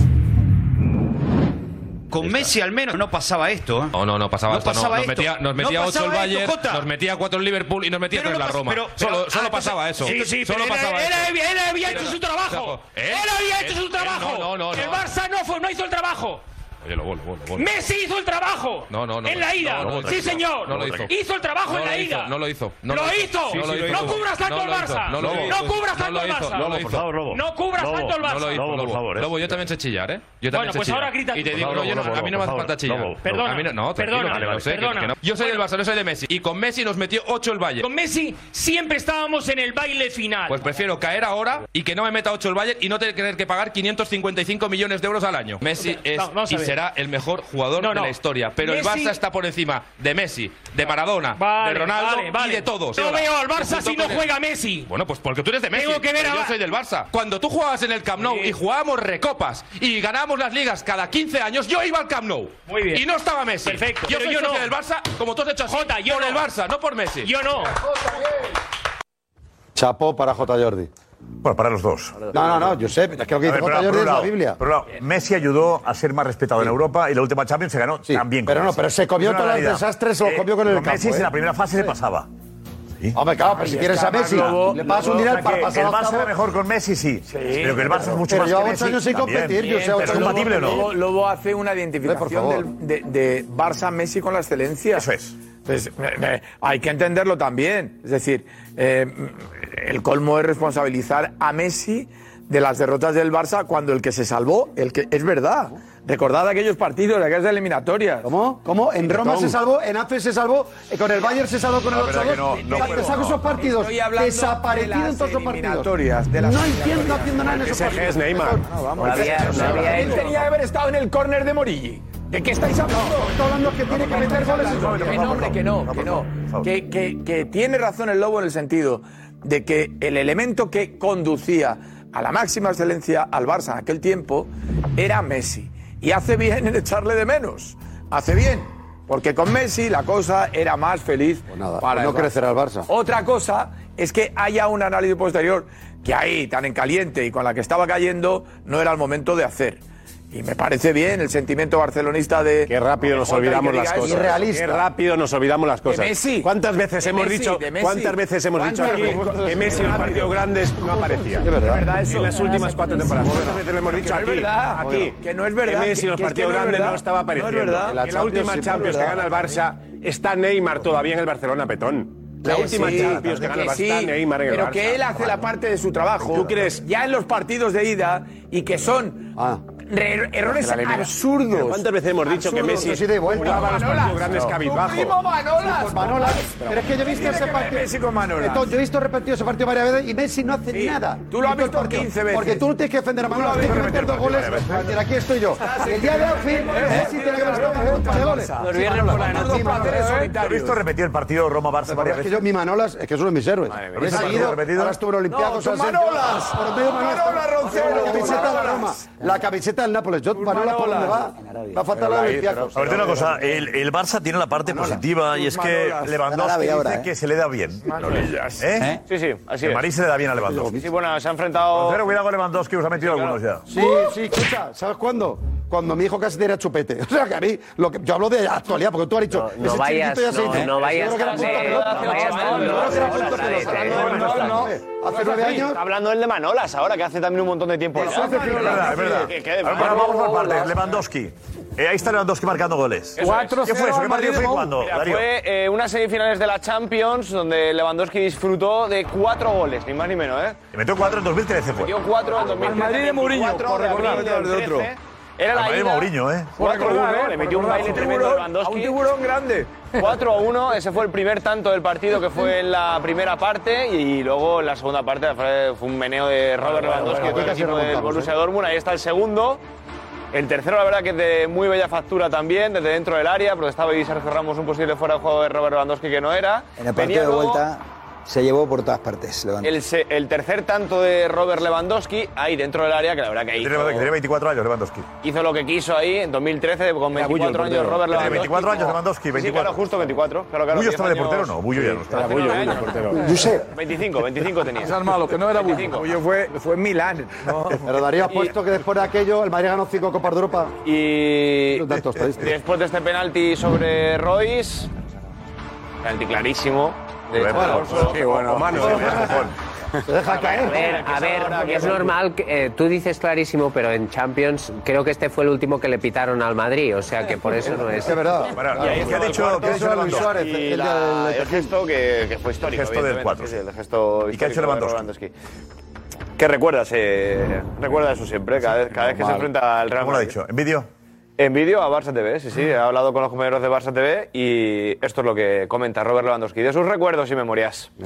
Con Messi al menos no pasaba esto. ¿eh?
No, no, no pasaba
No
esto. no.
pasaba
nos metía,
esto.
nos metía
No
8 el
pasaba esto,
Bayern,
Jota.
nos metía 4 el Liverpool y nos metía
Pero no
3 la
pas-
Roma.
pero-
solo
pero-
solo
ah,
pasaba eso.
entonces- sí, sí,
solo
pero era-
pasaba
él
eso.
había- él había hecho su trabajo.
Él,
Él había hecho su
él-
trabajo.
¿eh? No, no, no.
El
no.
Barça no fue, no hizo el trabajo.
Oye, lo vuelvo, lo vuelvo, lo vuelvo.
Messi hizo el trabajo.
No, no, no.
En la ida.
No, no, no,
sí,
tranquilo.
señor.
No lo hizo.
el trabajo
No
en
lo
la
hizo,
ida.
No lo hizo. No
lo hizo.
Sí, sí,
no,
lo hizo.
cubras tanto
No
al
lo hizo.
Barça. No,
No, lo hizo.
cubras tanto
No
al
lo hizo,
Barça.
no lo hizo.
No cubras tanto al Barça.
No lo hizo, Lobo. Lobo, yo también sé chillar, ¿eh? Yo también
Bueno,
sé
pues
chillar.
ahora grita
Y
tú.
te digo,
Por
no, yo no-
favor,
a mí no me hace
por
falta
favor,
chillar.
Lobo,
A mí no, no, tranquilo,
perdona,
que lo sé, que- que
perdona.
no. Yo soy del Barcelona, soy de Messi. Y con Messi nos metió 8 el Valle.
Con Messi siempre estábamos en el baile final.
Pues prefiero caer ahora y que no me meta 8 el Bayern y no tener que pagar 555 millones de euros al año. Messi es
va- vamos a
y
ver.
será el mejor jugador
No,
de
no.
la historia. Pero
Messi- Ah,
el Barça está por encima de Messi, de Maradona,
Vale,
de Ronaldo
vale, vale.
y de todos.
No
Ahora,
veo al
que
Barça
junto
si no
con el-
juega Messi.
Bueno, pues porque tú eres de Messi.
Tengo que ver
pero
a-
yo soy del Barça. Cuando tú jugabas en el Camp Nou y jugábamos recopas y ganábamos las ligas cada 15 años, yo iba al Camp Nou.
Muy bien.
Y no estaba Messi.
Perfecto,
Yo
pero
soy
yo
socio
no.
del Barça, como tú has hecho así,
yo
por
no.
el Barça, no por Messi.
Yo no.
Chapó para J. Jordi.
Bueno, para los dos.
No, no, no, Josep, es que lo que dice
A ver,
J.
pero por
Jordi
un
es la
lado,
Biblia.
por un lado, Messi ayudó a ser más respetado en Europa y la última Champions se ganó también. con
pero no,
Messi.
pero se comió
Es una
todos los
realidad.
desastres, se los comió con el
Messi
campo,
en
¿eh?
la primera fase le
Sí.
pasaba.
Hombre, claro, pero
Ay,
si quieres
está
a Messi,
más lobo,
le pagas un
lobo,
dinero
o sea
para
que
pasar
El
a
Barça
octavos.
fue mejor con Messi, sí. pero que el Barça es mucho
Pero lleva
más que
ocho
Messi.
años sin
también.
competir, yo sé,
Pero
ocho
¿Es
años.
compatible o
Lobo,
no?
Lobo hace una identificación
Hombre, por favor.
del- de, de Barça-Messi con la excelencia. Eso
es.
Entonces, me- me- hay que entenderlo también. Es decir, eh, el colmo es responsabilizar a Messi de las derrotas del Barça cuando el que se salvó, el que es verdad. Recordad aquellos partidos, aquellas eliminatorias. ¿Cómo?
¿Cómo? En Roma se salvó, en Afe se salvó, eh, con el Bayern se salvó con el
La verdad
8
que no, no puedo, no.
esos partidos.
Estoy hablando
Desaparecido
de
en todos esos partidos.
eliminatorias, de las
no entiendo haciendo nada en esos partidos.
No, vamos.
El
Había-
PSG se salvó.
había hecho-
Tenía que haber estado en el córner de Morilli. ¿De qué estáis hablando?
Estoy hablando que tiene que meter goles y todo.
Que no, hombre, que no, que no. Que, que- que tiene razón el Lobo en el sentido de que el elemento que conducía a la máxima excelencia al Barça en aquel tiempo era Messi. Y hace bien en echarle de menos. Hace bien. Porque con Messi la cosa era más feliz para
pues no
el Barça.
crecerá el Barça.
Otra cosa es que haya un análisis posterior que ahí, tan en caliente y con la que estaba cayendo, no era el momento de hacer. Y me parece bien el sentimiento barcelonista de. Qué
rápido nos olvidamos las cosas. Qué rápido nos olvidamos las cosas.
Messi.
¿Cuántas veces
De
hemos
Messi,
dicho,
de Messi.
cuántas veces hemos dicho ¿Cuántas aquí veces? que Messi en los partidos grandes no aparecía? Es verdad. eso. En las últimas cuatro temporadas. ¿Cuántas veces le hemos dicho Que aquí? no es verdad, aquí, que no es verdad, Que Messi en los que- que es que partidos no es grandes verdad. no estaba No es apareciendo. verdad. En la, En la última Champions sí, Champions que es gana el verdad. Barça está Neymar todavía en el Barcelona, Petón. La
Que
última
sí,
Champions que gana el Barça
sí,
está Neymar en el
pero
Barça.
que él hace la parte de su trabajo.
¿Tú crees? Ah.
Ya en los partidos de ida y que son re- errores
Que la elimina.
absurdos.
Pero ¿Cuántas veces hemos dicho que
Absurdos.
Messi jugaba los partidos grandes cabizbajo?
Sí, con Manolas. Pero es que yo he visto
Tiene
ese
que ver
partido.
Messi con Manolas.
Entonces, yo he visto repetido ese partido varias veces y Messi no hace
Sí,
nada.
tú lo has
En todo el
visto
partido.
15 veces.
Porque tú no tienes que defender a
Tú lo
Manolas,
has
tienes que
visto
meter dos
repetir
goles.
el partido varias
Mira, aquí estoy yo. El día de Anfield, Messi tiene que haber estado en un par de goles.
Nos vieron por la noche. Dos plateres
He
solitarios.
visto repetir Eh, el partido Roma-Barça
Pero
varias
es que
veces.
yo, mi Manolas, es que es uno de mis héroes.
Madre mía.
He
¿Ese partido
seguido,
repetido?
ahora estuvo en Olimpiados.
No,
ha
tus
sido-
Manolas.
Por medio de
Manolas, Roncero,
La camiseta
tus
de la Roma.
Manolas.
La camiseta del Nápoles. Yo, Manolas, ¿por dónde va? Va a faltar la Olympiacos.
A ver, una cosa, el, el Barça tiene la parte positiva y es que
Manolas.
Lewandowski
Arabia ahora,
dice
¿eh?
que se le da bien. Lolillas. ¿Eh?
Sí, sí, así
Que
es.
Marí se le da bien a Lewandowski.
Sí, bueno, se ha enfrentado.
Pero cuidado con Lewandowski, os ha metido algunos ya.
Sí, sí, escucha, ¿sabes cuándo? Cuando mi hijo casi tenía chupete. O sea, que a mí, lo que, yo hablo de actualidad, porque tú has dicho,
no
ese
vayas,
chiquito ya se
no, no
hizo. Yo
vayas
creo que era
tan lejos,
punta pelota,
no
yo
vayas tan
creo que era
lejos,
punta
no,
pelota.
no,
Hablando
no,
de Manolas,
no.
hombre, Hace nueve años.
Está hablando del de Manolas ahora, que hace también un montón de tiempo.
Eso es verdad, es verdad.
Que- que-
Ahora vamos por partes. Lewandowski. Eh, ahí está Lewandowski marcando goles.
Eso es.
¿Qué fue eso? ¿Qué partido fue cuando,
Mira,
Darío?
fue eh, unas semifinales de la Champions donde Lewandowski disfrutó de cuatro goles, ni más ni menos, ¿eh?
Le metió cuatro en 2013, fue.
Metió cuatro en 2013.
Al Madrid de Mourinho,
24
por
de abril
recordar,
del
de otro.
13. Era la
Al Madrid
ida.
Mourinho, ¿eh? Por
4
recordar, ¿eh?
le
Por
metió un
recordar.
baile
Un
tremendo a
tiburón,
Lewandowski.
a un
tiburón grande. 4 1, ese fue el primer tanto del partido que fue en la primera parte y luego en la segunda parte fue fue un meneo de Robert Lewandowski
bueno,
todo el
aquí casi
equipo del
remontamos,
Borussia Dortmund. Ahí está el segundo. El tercero, la verdad, que es de muy bella factura también, desde dentro del área, protestaba y Sergio Ramos un posible fuera de juego de Robert Lewandowski que no era.
En el
Venía
partido de
luego-
vuelta se llevó por todas partes. Lewandowski.
el, se- el tercer tanto de Robert Lewandowski ahí dentro del área, que la verdad que ahí
Tiene
hizo,
tiene 24 años Lewandowski.
hizo lo que quiso ahí en 2013 con 24 años Robert
Tiene
Lewandowski.
24 años Lewandowski,
Sí,
24.
Sí, claro, justo 24. Claro, claro,
¿Bullo
10
estaba de
años-
portero o no? Bullo ya no estaba.
Era Bullo,
Era
era
Bullo,
portero.
portero. Josep.
25, 25 tenía.
Es al malo, que no era Bullo.
25.
Bullo fue, fue en Milán. ¿no?
Pero Darío ha puesto que después de aquello el Madrid ganó cinco Copas de Europa.
Y
datos estadísticos.
después de este penalti sobre Royce, penalti clarísimo. De
Bueno,
Alonso.
sí, bueno, mano, sí, mira, Se deja
caer.
A ver, a ver, es normal que eh, tú dices clarísimo, pero en Champions creo que este fue el último que le pitaron al Madrid, o sea que por eso no es.
Es verdad.
Y ahí
¿Qué ha
estuvo el
dicho-
cuarto,
qué ha dicho
Luis
Lewandowski?
Suárez,
Y
el,
la-
del-
el
el gesto que, que fue histórico.
El gesto del
evidentemente,
cuatro.
sí, sí, el gesto
¿Y qué ha hecho
histórico de
Lewandowski?
Que recuerdas, eh, recuerda eso siempre, cada vez, cada vez que se
Normal.
enfrenta al Real
¿Cómo lo ha
Madrid.
dicho? ¿En vídeo? Mm.
En vídeo a Barça TV, sí, sí. He hablado con los compañeros de Barça TV y esto es lo que comenta Robert Lewandowski de sus recuerdos y memorias.
Mm.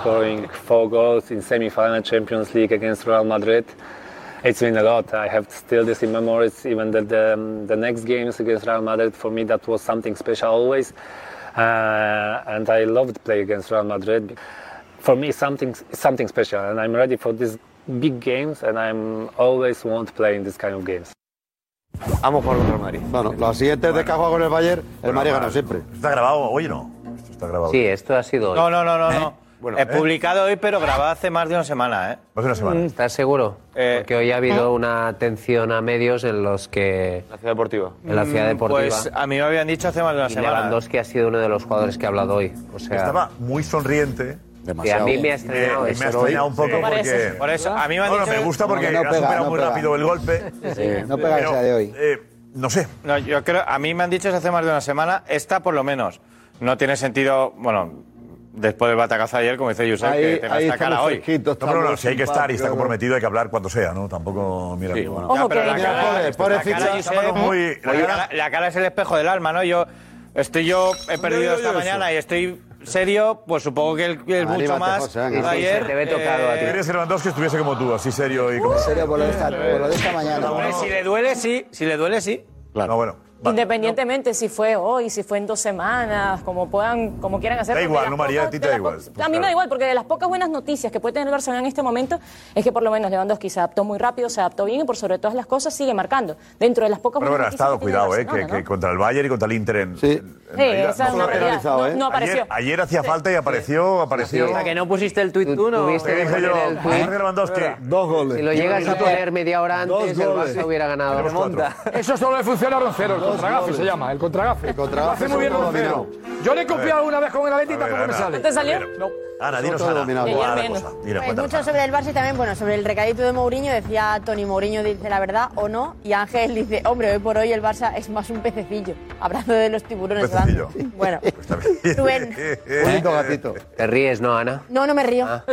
scoring four goals in semi-final Champions League against Real Madrid. It's been a lot. I have still this in memories. Even the, the, um, the next games against Real Madrid for me that was something special always, uh, and I loved play against Real Madrid. For me, something something special, and I'm ready for these big games, and I'm always want to play in this kind of games.
Vamos por el Madrid.
Bueno, los siguientes de que ha jugado con el Bayern, el Madrid ganó siempre.
¿Está grabado hoy o no? Esto está grabado.
Sí, esto ha sido hoy.
No, no, no, no. no.
Bueno,
He
¿eh?
publicado hoy, pero grabado hace más de una semana, ¿eh?
Más de una
¿Estás seguro? Porque hoy ha habido una atención a medios en los que...
La ciudad deportiva.
En la ciudad
Mm,
deportiva.
Pues a mí me habían dicho hace más de una
Y
semana.
Lewandowski ha sido uno de los jugadores que ha hablado hoy. O sea,
Estaba Ah, muy sonriente.
Demasiado. Que a mí me ha extrañado
Eh,
eso,
Me ha extrañado
¿no?
un poco
Sí.
porque.
Por eso,
a mí me han
Bueno,
dicho-
me gusta porque
Como que no
ha
pega,
superado
no
muy
pega.
rápido el golpe. Eh,
Sí, no pega
Pero,
esa de hoy.
eh, No sé.
No, yo creo, a mí me han dicho eso hace más de una semana, esta por lo menos. No tiene sentido, bueno, después del batacazo de ayer, como dice Josep, que
Ahí-
te
ahí
la cara
estamos
hoy.
fresquitos, No, pero no, si hay que estar y está comprometido, hay que hablar cuando sea, ¿no? Tampoco, mira.
Sí,
tú,
bueno.
¿no?
Ya, pero la cara- la cara,
ficha,
Josep,
estamos muy-
la cara- la cara es el espejo del alma, ¿no? Yo estoy yo, he perdido
yo
esta
eso.
mañana y estoy serio, pues supongo que el, el mucho más de ayer... eh,
Querías que Lewandowski estuviese como tú, así serio y como. serio por lo de esta, mañana.
hombre, Si le duele, sí, si le duele, sí.
No, bueno.
Independientemente si fue hoy, si fue en dos semanas, como puedan, como quieran hacer.
Da
porque
igual,
las
no María, Pues a
pocas-
ti te da igual.
pues, A mí me da igual, porque de las pocas buenas noticias que puede tener el Barcelona en este momento es que por lo menos Lewandowski se adaptó muy rápido, se adaptó bien y por sobre todas las cosas sigue marcando. Dentro de las pocas
Pero bueno, ha
buenas
estado,
noticias.
cuidado, eh,
que,
que,
tiene
que
el Barcelona,
contra el Bayern y contra el Inter en. en-
¿no? ¿eh? Sí, esa es una realidad. No, no apareció.
Ayer, ayer hacía falta y apareció, apareció.
Hasta que no pusiste el tuit tú, ¿no?
¿Qué dije yo? Jorge Lewandowski. Dos goles.
Si lo llegas a poner media hora antes, el Barça hubiera ganado.
Eso solo le funciona a Roncero, el contragafe se llama, el contragafe. El
contragafe
hace
es
muy bien
otro
Roncero.
dominó.
Yo le he copiado
A
una vez con el Atleti y
A ver,
tampoco me
Ana.
sale.
¿Te
salió?
No.
Ana, dinos,
Otro
Ana.
dominado.
Ana,
Ayer
cosa.
menos.
Dinos,
Pues
cuéntanos.
mucho sobre el Barça y también, bueno, sobre el recadito de Mourinho, decía Tony Mourinho dice la verdad o no, y Ángel dice, hombre, hoy por hoy el Barça es más un pececillo, hablando de los tiburones.
Pececillo.
Vamos. Bueno, Rubén,
Bonito gatito. Te ríes, ¿no, Ana?
no, no me río.
Ah.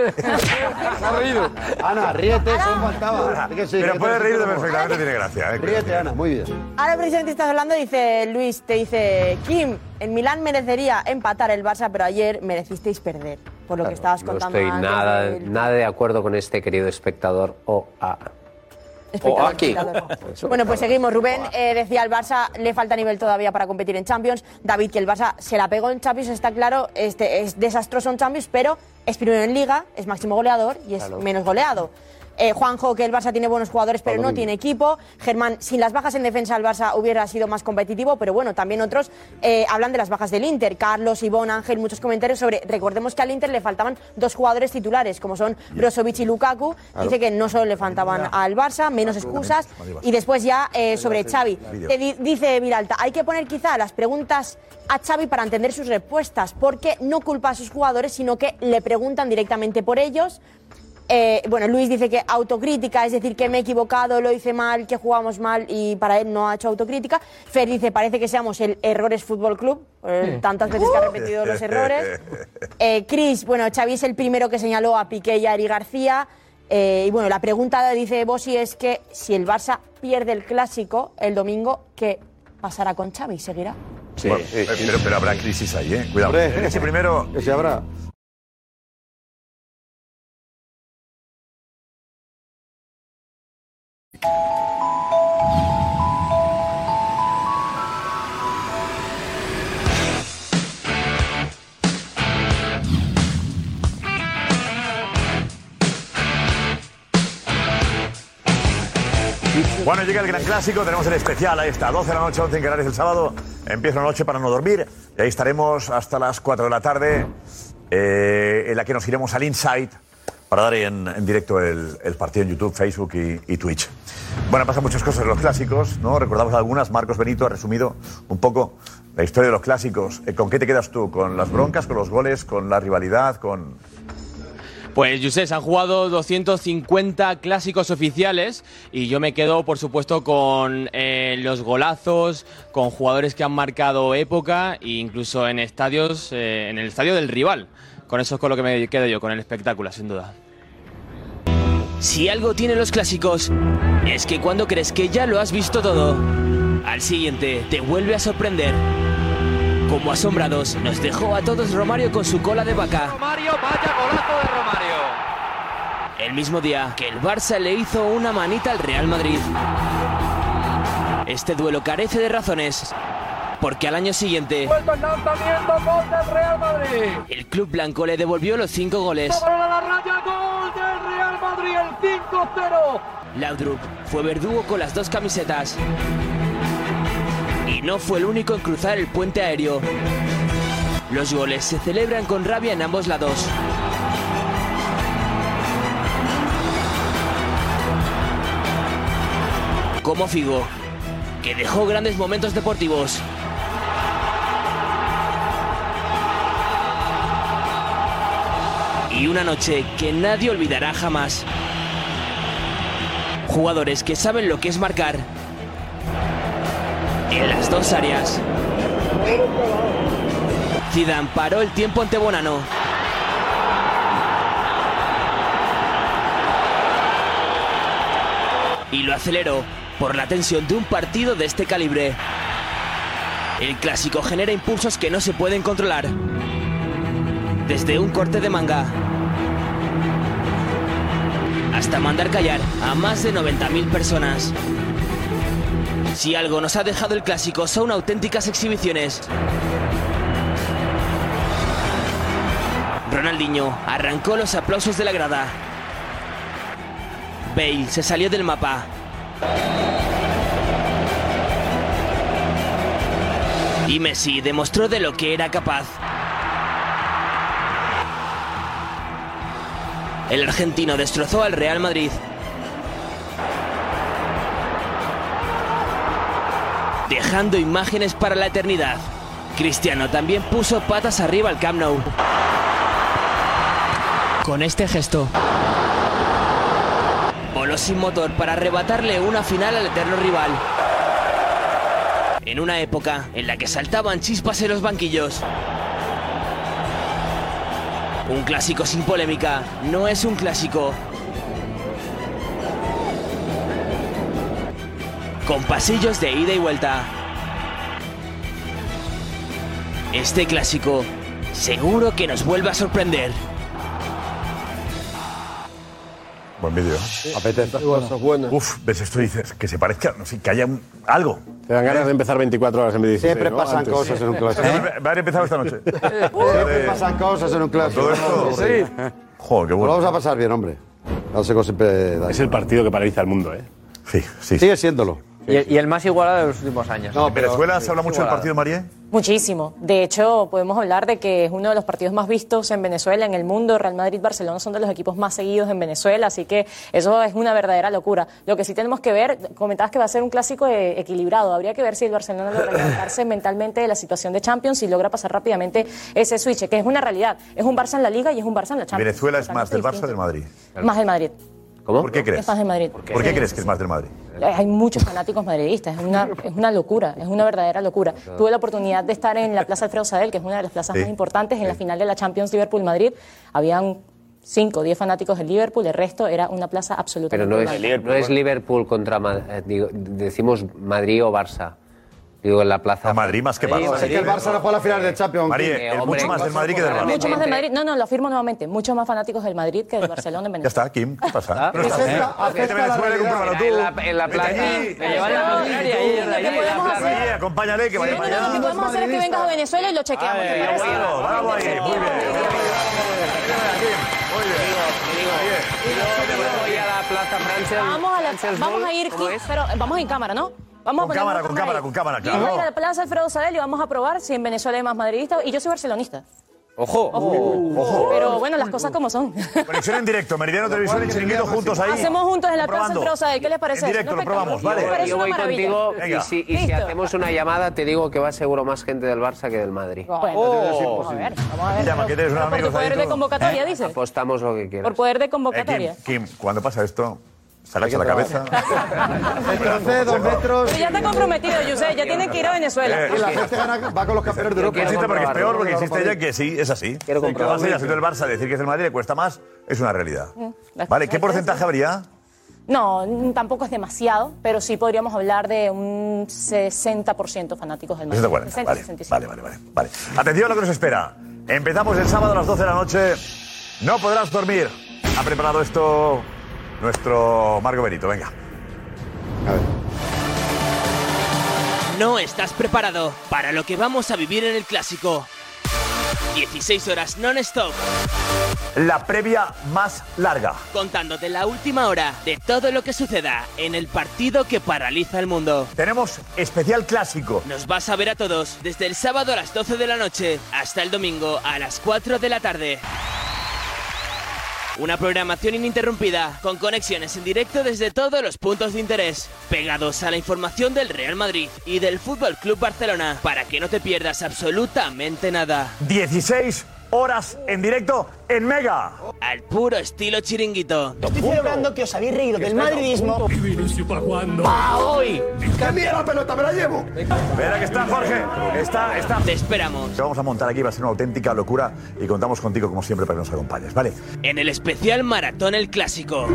Ana, ríete, eso me faltaba. Es que sí,
Pero
que
puedes
te-
reírte perfectamente, tiene gracia. eh,
Ríete, Ana, muy bien.
Ahora precisamente estás hablando, dice Luis, te dice, Kim, en Milán merecería empatar el Barça, pero ayer merecisteis perder, por lo que estabas
No
contando
estoy
antes
nada,
del-
nada de acuerdo con este querido espectador o a... Oh,
Espectador, espectador.
Eso.
Bueno, pues seguimos. Rubén eh, decía al Barça le falta nivel todavía para competir en Champions. David que el Barça se la pegó en Champions, está claro, este es desastroso en Champions, pero es primero en Liga, es máximo goleador y es
Claro.
menos goleado. Eh, Juanjo que el Barça tiene buenos jugadores pero
Pablo
no
Mí.
tiene equipo. Germán, sin las bajas en defensa el Barça hubiera sido más competitivo, pero bueno, también otros eh, hablan de las bajas del Inter. Carlos, Ivón, Ángel, muchos comentarios sobre, recordemos que al Inter le faltaban dos jugadores titulares, como son Brozovic y Lukaku.
Claro.
Dice que no solo le faltaban al Barça, menos excusas. Y después ya eh, sobre Xavi.
Vídeo.
Te di- dice Viralta, hay que poner quizá las preguntas a Xavi para entender sus respuestas, porque no culpa a sus jugadores, sino que le preguntan directamente por ellos. Eh, bueno, Luis dice que autocrítica, es decir, que me he equivocado, lo hice mal, que jugamos mal y para él no ha hecho autocrítica. Fer dice, parece que seamos el Errores Fútbol Club, eh, tantas veces que ha repetido
Este,
los errores. Eh, Chris, bueno, Xavi es el primero que señaló a Piqué y a Ari García. Eh, y bueno, la pregunta dice Bossi es que si el Barça pierde el clásico el domingo, ¿qué pasará con Xavi? ¿Seguirá?
Bueno, eh, pero, pero habrá crisis ahí, ¿eh? Cuidado.
Hombre.
Ese primero.
Que se habrá.
Bueno, llega el gran clásico, tenemos el especial a esta, 12 de la noche, 11 en Canarias el sábado. Empieza la noche para no dormir y ahí estaremos hasta las 4 de la tarde, eh, en la que nos iremos al Insight para dar en, en directo el, el partido en YouTube, Facebook y, y Twitch. Bueno, pasan muchas cosas en los clásicos, ¿no? Recordamos algunas, Marcos Benito ha resumido un poco la historia de los clásicos. Eh, ¿Con qué te quedas tú? ¿Con las broncas, con los goles, con la rivalidad, con...?
Pues José, se han jugado 250 clásicos oficiales y yo me quedo, por supuesto, con eh, los golazos, con jugadores que han marcado época e incluso en estadios, eh, en el estadio del rival. Con eso es con lo que me quedo yo, con el espectáculo, sin duda.
Si algo tienen los clásicos, es que cuando crees que ya lo has visto todo, al siguiente te vuelve a sorprender. Como asombrados, nos dejó a todos Romario con su cola de vaca.
Mario, vaya golazo de Romario.
El mismo día que el Barça le hizo una manita al Real Madrid. Este duelo carece de razones, porque al año siguiente
Vuelta al lanzamiento, gol del Real Madrid.
el club blanco le devolvió los cinco goles.
Balón a la raya, gol del Real Madrid, el 5-0.
Laudrup fue verdugo con las dos camisetas. Y no fue el único en cruzar el puente aéreo. Los goles se celebran con rabia en ambos lados. Como Figo, que dejó grandes momentos deportivos. Y una noche que nadie olvidará jamás. Jugadores que saben lo que es marcar. en las dos áreas. Zidane paró el tiempo ante Bonano. Y lo aceleró por la tensión de un partido de este calibre. El clásico genera impulsos que no se pueden controlar. Desde un corte de manga hasta mandar callar a más de 90.000 personas. Si algo nos ha dejado el clásico son auténticas exhibiciones. Ronaldinho arrancó los aplausos de la grada. Bale se salió del mapa. Y Messi demostró de lo que era capaz. El argentino destrozó al Real Madrid. Dejando imágenes para la eternidad. Cristiano también puso patas arriba al Camp Nou. Con este gesto. Voló sin motor para arrebatarle una final al eterno rival. En una época en la que saltaban chispas en los banquillos. Un clásico sin polémica no es un clásico. Con pasillos de ida y vuelta. Este clásico seguro que nos vuelve a sorprender.
Buen vídeo.
Apetece. Cosas buenas.
Uf, ves esto y dices que se parezca, no sé, que haya un- algo.
Te dan ganas de empezar 24 horas en vez de 16,
Siempre
¿no?
pasan
Antes.
cosas
¿Eh?
en un clásico. Va a haber empezado esta noche.
Siempre pasan cosas en un clásico.
Todo esto.
Sí.
Joder, qué
Lo vamos a pasar bien, hombre. Clásico siempre da
Es el partido que paraliza el mundo, ¿eh?
Sí, sí.
Sigue siéndolo.
Y el, y el más igualado de los últimos años.
No, pero-
Venezuela se habla mucho del
Igualado.
partido, María.
Muchísimo. De hecho, podemos hablar de que es uno de los partidos más vistos en Venezuela, en el mundo. Real Madrid, Barcelona son de los equipos más seguidos en Venezuela, así que eso es una verdadera locura. Lo que sí tenemos que ver, comentabas que va a ser un clásico eh, equilibrado. Habría que ver si el Barcelona logra levantarse mentalmente de la situación de Champions y logra pasar rápidamente ese switch, que es una realidad. Es un Barça en la Liga y es un Barça en la Champions.
Venezuela es más del Barça o del Madrid.
Más del Madrid.
¿Cómo? ¿Por qué crees?
Es más del Madrid.
¿Por qué crees que es más del Madrid?
Hay muchos fanáticos madridistas, es una, es una locura, es una verdadera locura. Tuve la oportunidad de estar en la Plaza Alfredo Sadel, que es una de las plazas
Sí.
más importantes, en la final de la Champions Liverpool-Madrid. Habían 5 o 10 fanáticos del Liverpool, el resto era una plaza
Pero
absolutamente
no es,
vacía.
no es Liverpool contra Madrid. decimos Madrid o Barça. Digo, en la plaza. Madrid
más que
Barça. Así que el Barça no juega la final de Champions.
María,
Quique.
es mucho más del Madrid que del Barça.
Mucho más del Madrid, no, no, lo afirmo nuevamente, muchos más fanáticos del Madrid que del Barcelona en
Ya
Venezuela.
está, Kim, ¿qué pasa? No
Acepta-
estás, ¿eh?
acepta
Vete a
la
Venezuela y
realidad.
compruébalo tú.
Era en la- en la
Vete
plaza.
allí.
Me llevaron a Madrid,
Madrid, ahí, ahí, ahí, en la plaza.
Sí, acompáñale, que vaya
No,
para
no, lo que
allá.
podemos hacer es que vengas a Venezuela y lo chequeamos. ¿te parece?
Vamos ahí, muy bien.
voy a la Plaza Francia.
Vamos a, la- vamos a ir, Kim, pero eh, vamos en cámara, ¿no? Vamos
Con
a poner
cámara,
una
con cámara, con cámara,
Kim va a ir a
claro.
la Plaza Alfredo Sadel y vamos a probar si en Venezuela hay más madridistas. Y yo soy barcelonista.
Ojo, ojo.
Pero bueno, las cosas como son.
Conexión en directo, Meridiano Televisión y Chiringuito juntos ahí.
Hacemos juntos en la Plaza
Probando.
Alfredo Sadel. ¿Qué les parece?
En directo,
¿No
lo probamos,
espectacular?
vale.
Me parece
Yo
una
voy
maravilla.
contigo y, si, y si
Listo.
hacemos una llamada te digo que va seguro más gente del Barça que del Madrid.
Bueno, vamos a ver, vamos a ver.
Llama, que tienes unos
Por tu
amigos ahí.
poder de
todo.
¿eh? convocatoria,
¿Eh?
dices.
Apostamos lo que
Por
quieras.
poder de
Kim,
convocatoria.
Kim, cuando pasa esto, se agacha la cabeza.
Entonces, dos metros.
Pero ya está comprometido, José. Ya tiene que ir a Venezuela.
Eh, Y la
gente gana- va con los campeones de
Pero
Europa.
insiste porque es peor lo que insiste ella que sí, es así. Quiero que
comprobarlo.
Barça, ya siendo el Barça, decir que es el Madrid le cuesta más, es una realidad.
Mm, las
Vale, ¿qué
cosas que
porcentaje habría?
No, mm, tampoco es demasiado, pero sí podríamos hablar de un 60% fanáticos del Madrid.
60, 40,
60,
vale,
65.
vale, vale, vale, vale. Atención a lo que nos espera. Empezamos el sábado a las 12 de la noche. No podrás dormir. Ha preparado esto nuestro Marco Benito, venga.
No estás preparado para lo que vamos a vivir en el clásico. 16 horas non-stop,
La previa más larga.
contándote la última hora de todo lo que suceda en el partido que paraliza el mundo.
Tenemos especial clásico.
Nos vas a ver a todos desde el sábado a las 12 de la noche hasta el domingo a las 4 de la tarde. Una programación ininterrumpida con conexiones en directo desde todos los puntos de interés, pegados a la información del Real Madrid y del Fútbol Club Barcelona para que no te pierdas absolutamente nada.
16 horas en directo en Mega.
Al puro estilo chiringuito.
Estoy celebrando que os habéis reído del madridismo.
¡Pa' hoy!
¡Cambia la pelota, me la llevo! Espera, que está Jorge. Está, está.
Te esperamos.
Te vamos a montar aquí, va a ser una auténtica locura y contamos contigo, como siempre, para que nos acompañes, ¿vale?
En el especial Maratón el Clásico.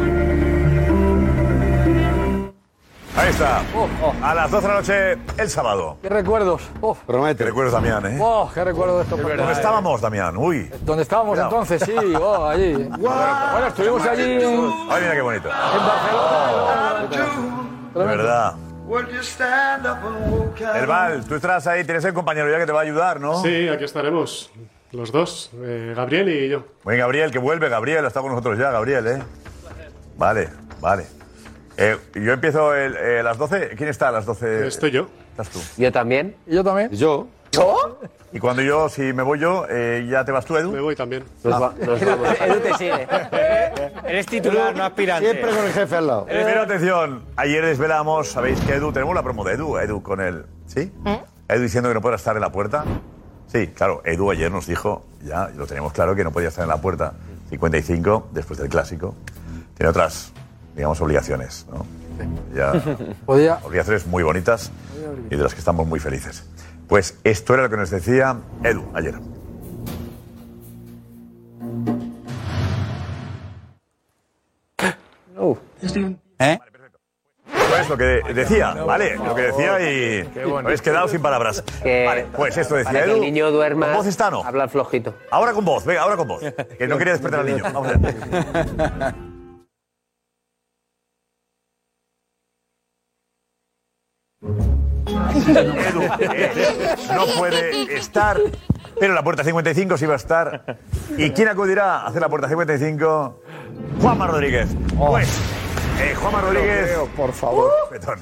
Ahí está. A las 12 de la noche, eh, el sábado.
¿Qué recuerdos? Uf.
Promete. ¿Qué recuerdos, Damián, eh?
Oh, qué recuerdo de esto.
¿Dónde estábamos, Damián? Uy.
eh. ¿Dónde estábamos
Cuidado.
entonces? Sí, oh, allí. Bueno, estuvimos allí en
Ay, mira qué bonito. De verdad. El Val, tú estás ahí, tienes el compañero ya que te va a ayudar, ¿no?
Sí, aquí estaremos. Los dos, eh, Gabriel y yo.
Buen Gabriel, que vuelve, Gabriel, está con nosotros ya, Gabriel, ¿eh? Vale, vale. Eh, yo empiezo el- eh, a las 12. ¿Quién está a las 12?
Estoy yo.
Estás tú.
Yo también.
Yo también.
Yo. ¿Yo? Y cuando yo, si me voy yo, eh, ¿ya te vas tú, Edu? Me
voy también.
Edu te sigue. Eres titular, no aspirante.
Siempre con el
jefe al lado.
Primero, atención, ayer desvelamos, sabéis que Edu, tenemos la promo de Edu, Edu con él, ¿sí? Edu diciendo que no podrá estar en la puerta. Sí, claro, Edu ayer nos dijo, ya lo tenemos claro, que no podía estar en la puerta. 55, después del clásico. Tiene otras, digamos, obligaciones, ¿no? Ya,
Podía.
obligaciones muy bonitas y de las que estamos muy felices. Pues esto era lo que nos decía Edu ayer.
Oh.
¿Eh?
Pues lo que de- decía, ¿vale? Lo que decía y
Qué bonito.
habéis quedado sin palabras.
Que-
Vale, pues esto decía
para que
Edu.
el niño duerma,
¿Con voz está o no?
habla flojito.
Ahora con voz, venga, ahora con voz. Que no quería despertar al niño. Vamos a ver. Edu, eh, no puede estar, pero la puerta 55 sí va a estar. ¿Y quién acudirá a hacer la puerta 55? Juanma Rodríguez. Pues, eh, Juanma Rodríguez. Uh,
por favor.
Petón.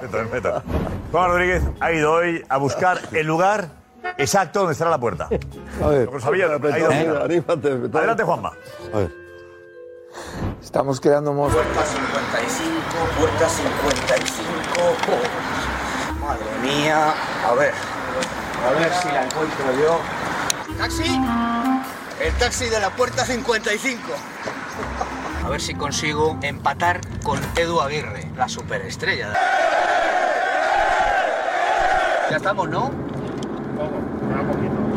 Petón, petón. Juanma Rodríguez ha ido hoy a buscar el lugar exacto donde estará la puerta.
A ver.
Lo sabía, ha ido a buscar. Adelante, Juanma.
Estamos quedando mos-
Puerta 55, puerta 55. Oh, madre mía. A ver. A ver si la encuentro yo.
¿Taxi? El taxi de la puerta 55.
A ver si consigo empatar con Edu Aguirre, la superestrella. Ya estamos, ¿no?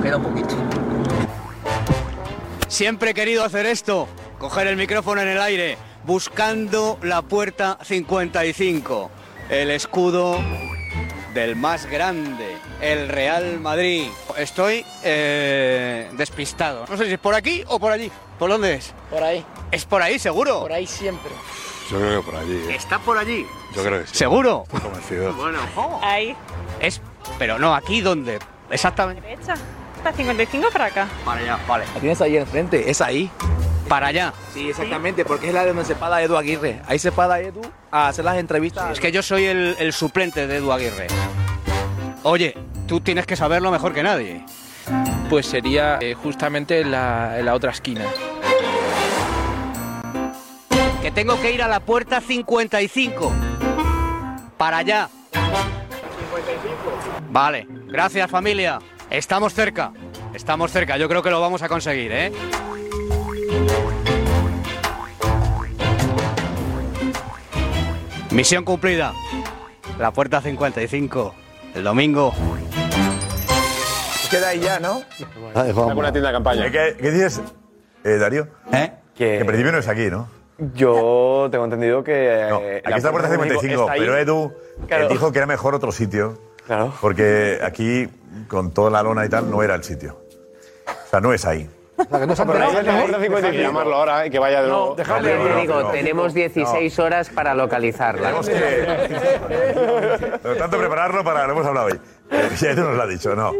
Queda un poquito.
Siempre he querido hacer esto, coger el micrófono en el aire, buscando la puerta 55, el escudo del más grande, el Real Madrid. Estoy eh, despistado. No sé si es por aquí o por allí. ¿Por dónde es? Por ahí. ¿Es por ahí, seguro? Por ahí siempre.
Yo creo que por allí. ¿eh?
¿Está por allí?
Yo creo que sí.
¿Seguro?
Estoy convencido.
Bueno, ahí. Es, pero no, aquí donde. Exactamente.
Derecha. Está 55 para acá.
Para allá, vale.
La tienes ahí enfrente, es ahí.
Para allá.
Sí, exactamente, porque es la de donde se para Edu Aguirre. Ahí se para Edu a hacer las entrevistas.
Es que yo soy el, el suplente de Edu Aguirre. Oye, tú tienes que saberlo mejor que nadie.
Pues sería eh, justamente en la, en la otra esquina.
Que tengo que ir a la puerta 55. Para allá.
55.
Vale, gracias familia. Estamos cerca. Estamos cerca, yo creo que lo vamos a conseguir, ¿eh? Misión cumplida. La puerta 55. El domingo.
Queda ahí ya, ¿no?
Alguna tienda de campaña.
¿Qué, qué dices, eh, Darío? Que en principio no es aquí, ¿no?
Yo tengo entendido que. No,
Aquí está la puerta 55, pero Edu eh,
Claro.
dijo que era mejor otro sitio. Claro. Porque aquí, con toda la lona y tal, no era el sitio. O sea, no es ahí.
Hay que llamarlo
¿eh?
ahora y que vaya de nuevo.
dejadle
No, no,
ahí. Te
no,
digo,
no.
tenemos 16
horas para localizarla.
Pero tanto prepararlo para. Lo hemos hablado hoy. Eh, ya Edu nos lo ha dicho, no.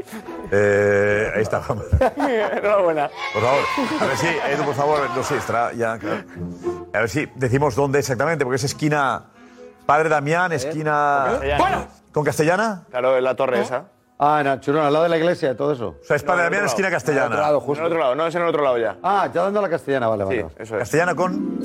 Eh, ahí está, vamos.
Enhorabuena.
Por favor, a ver si, Edu, por favor, no sé, estará ya, claro. A ver si decimos dónde exactamente, porque es esquina Padre Damián, esquina.
Bueno.
¿Con castellana?
Claro, es la torre esa.
Ah, en Churón, al lado de la iglesia, todo eso.
O sea, es Padre Damián, esquina castellana.
Al otro lado, justo.
En el otro lado, no, es en el otro lado ya.
Ah, ya dando la castellana, vale, vale.
Sí, eso es.
¿Castellana con?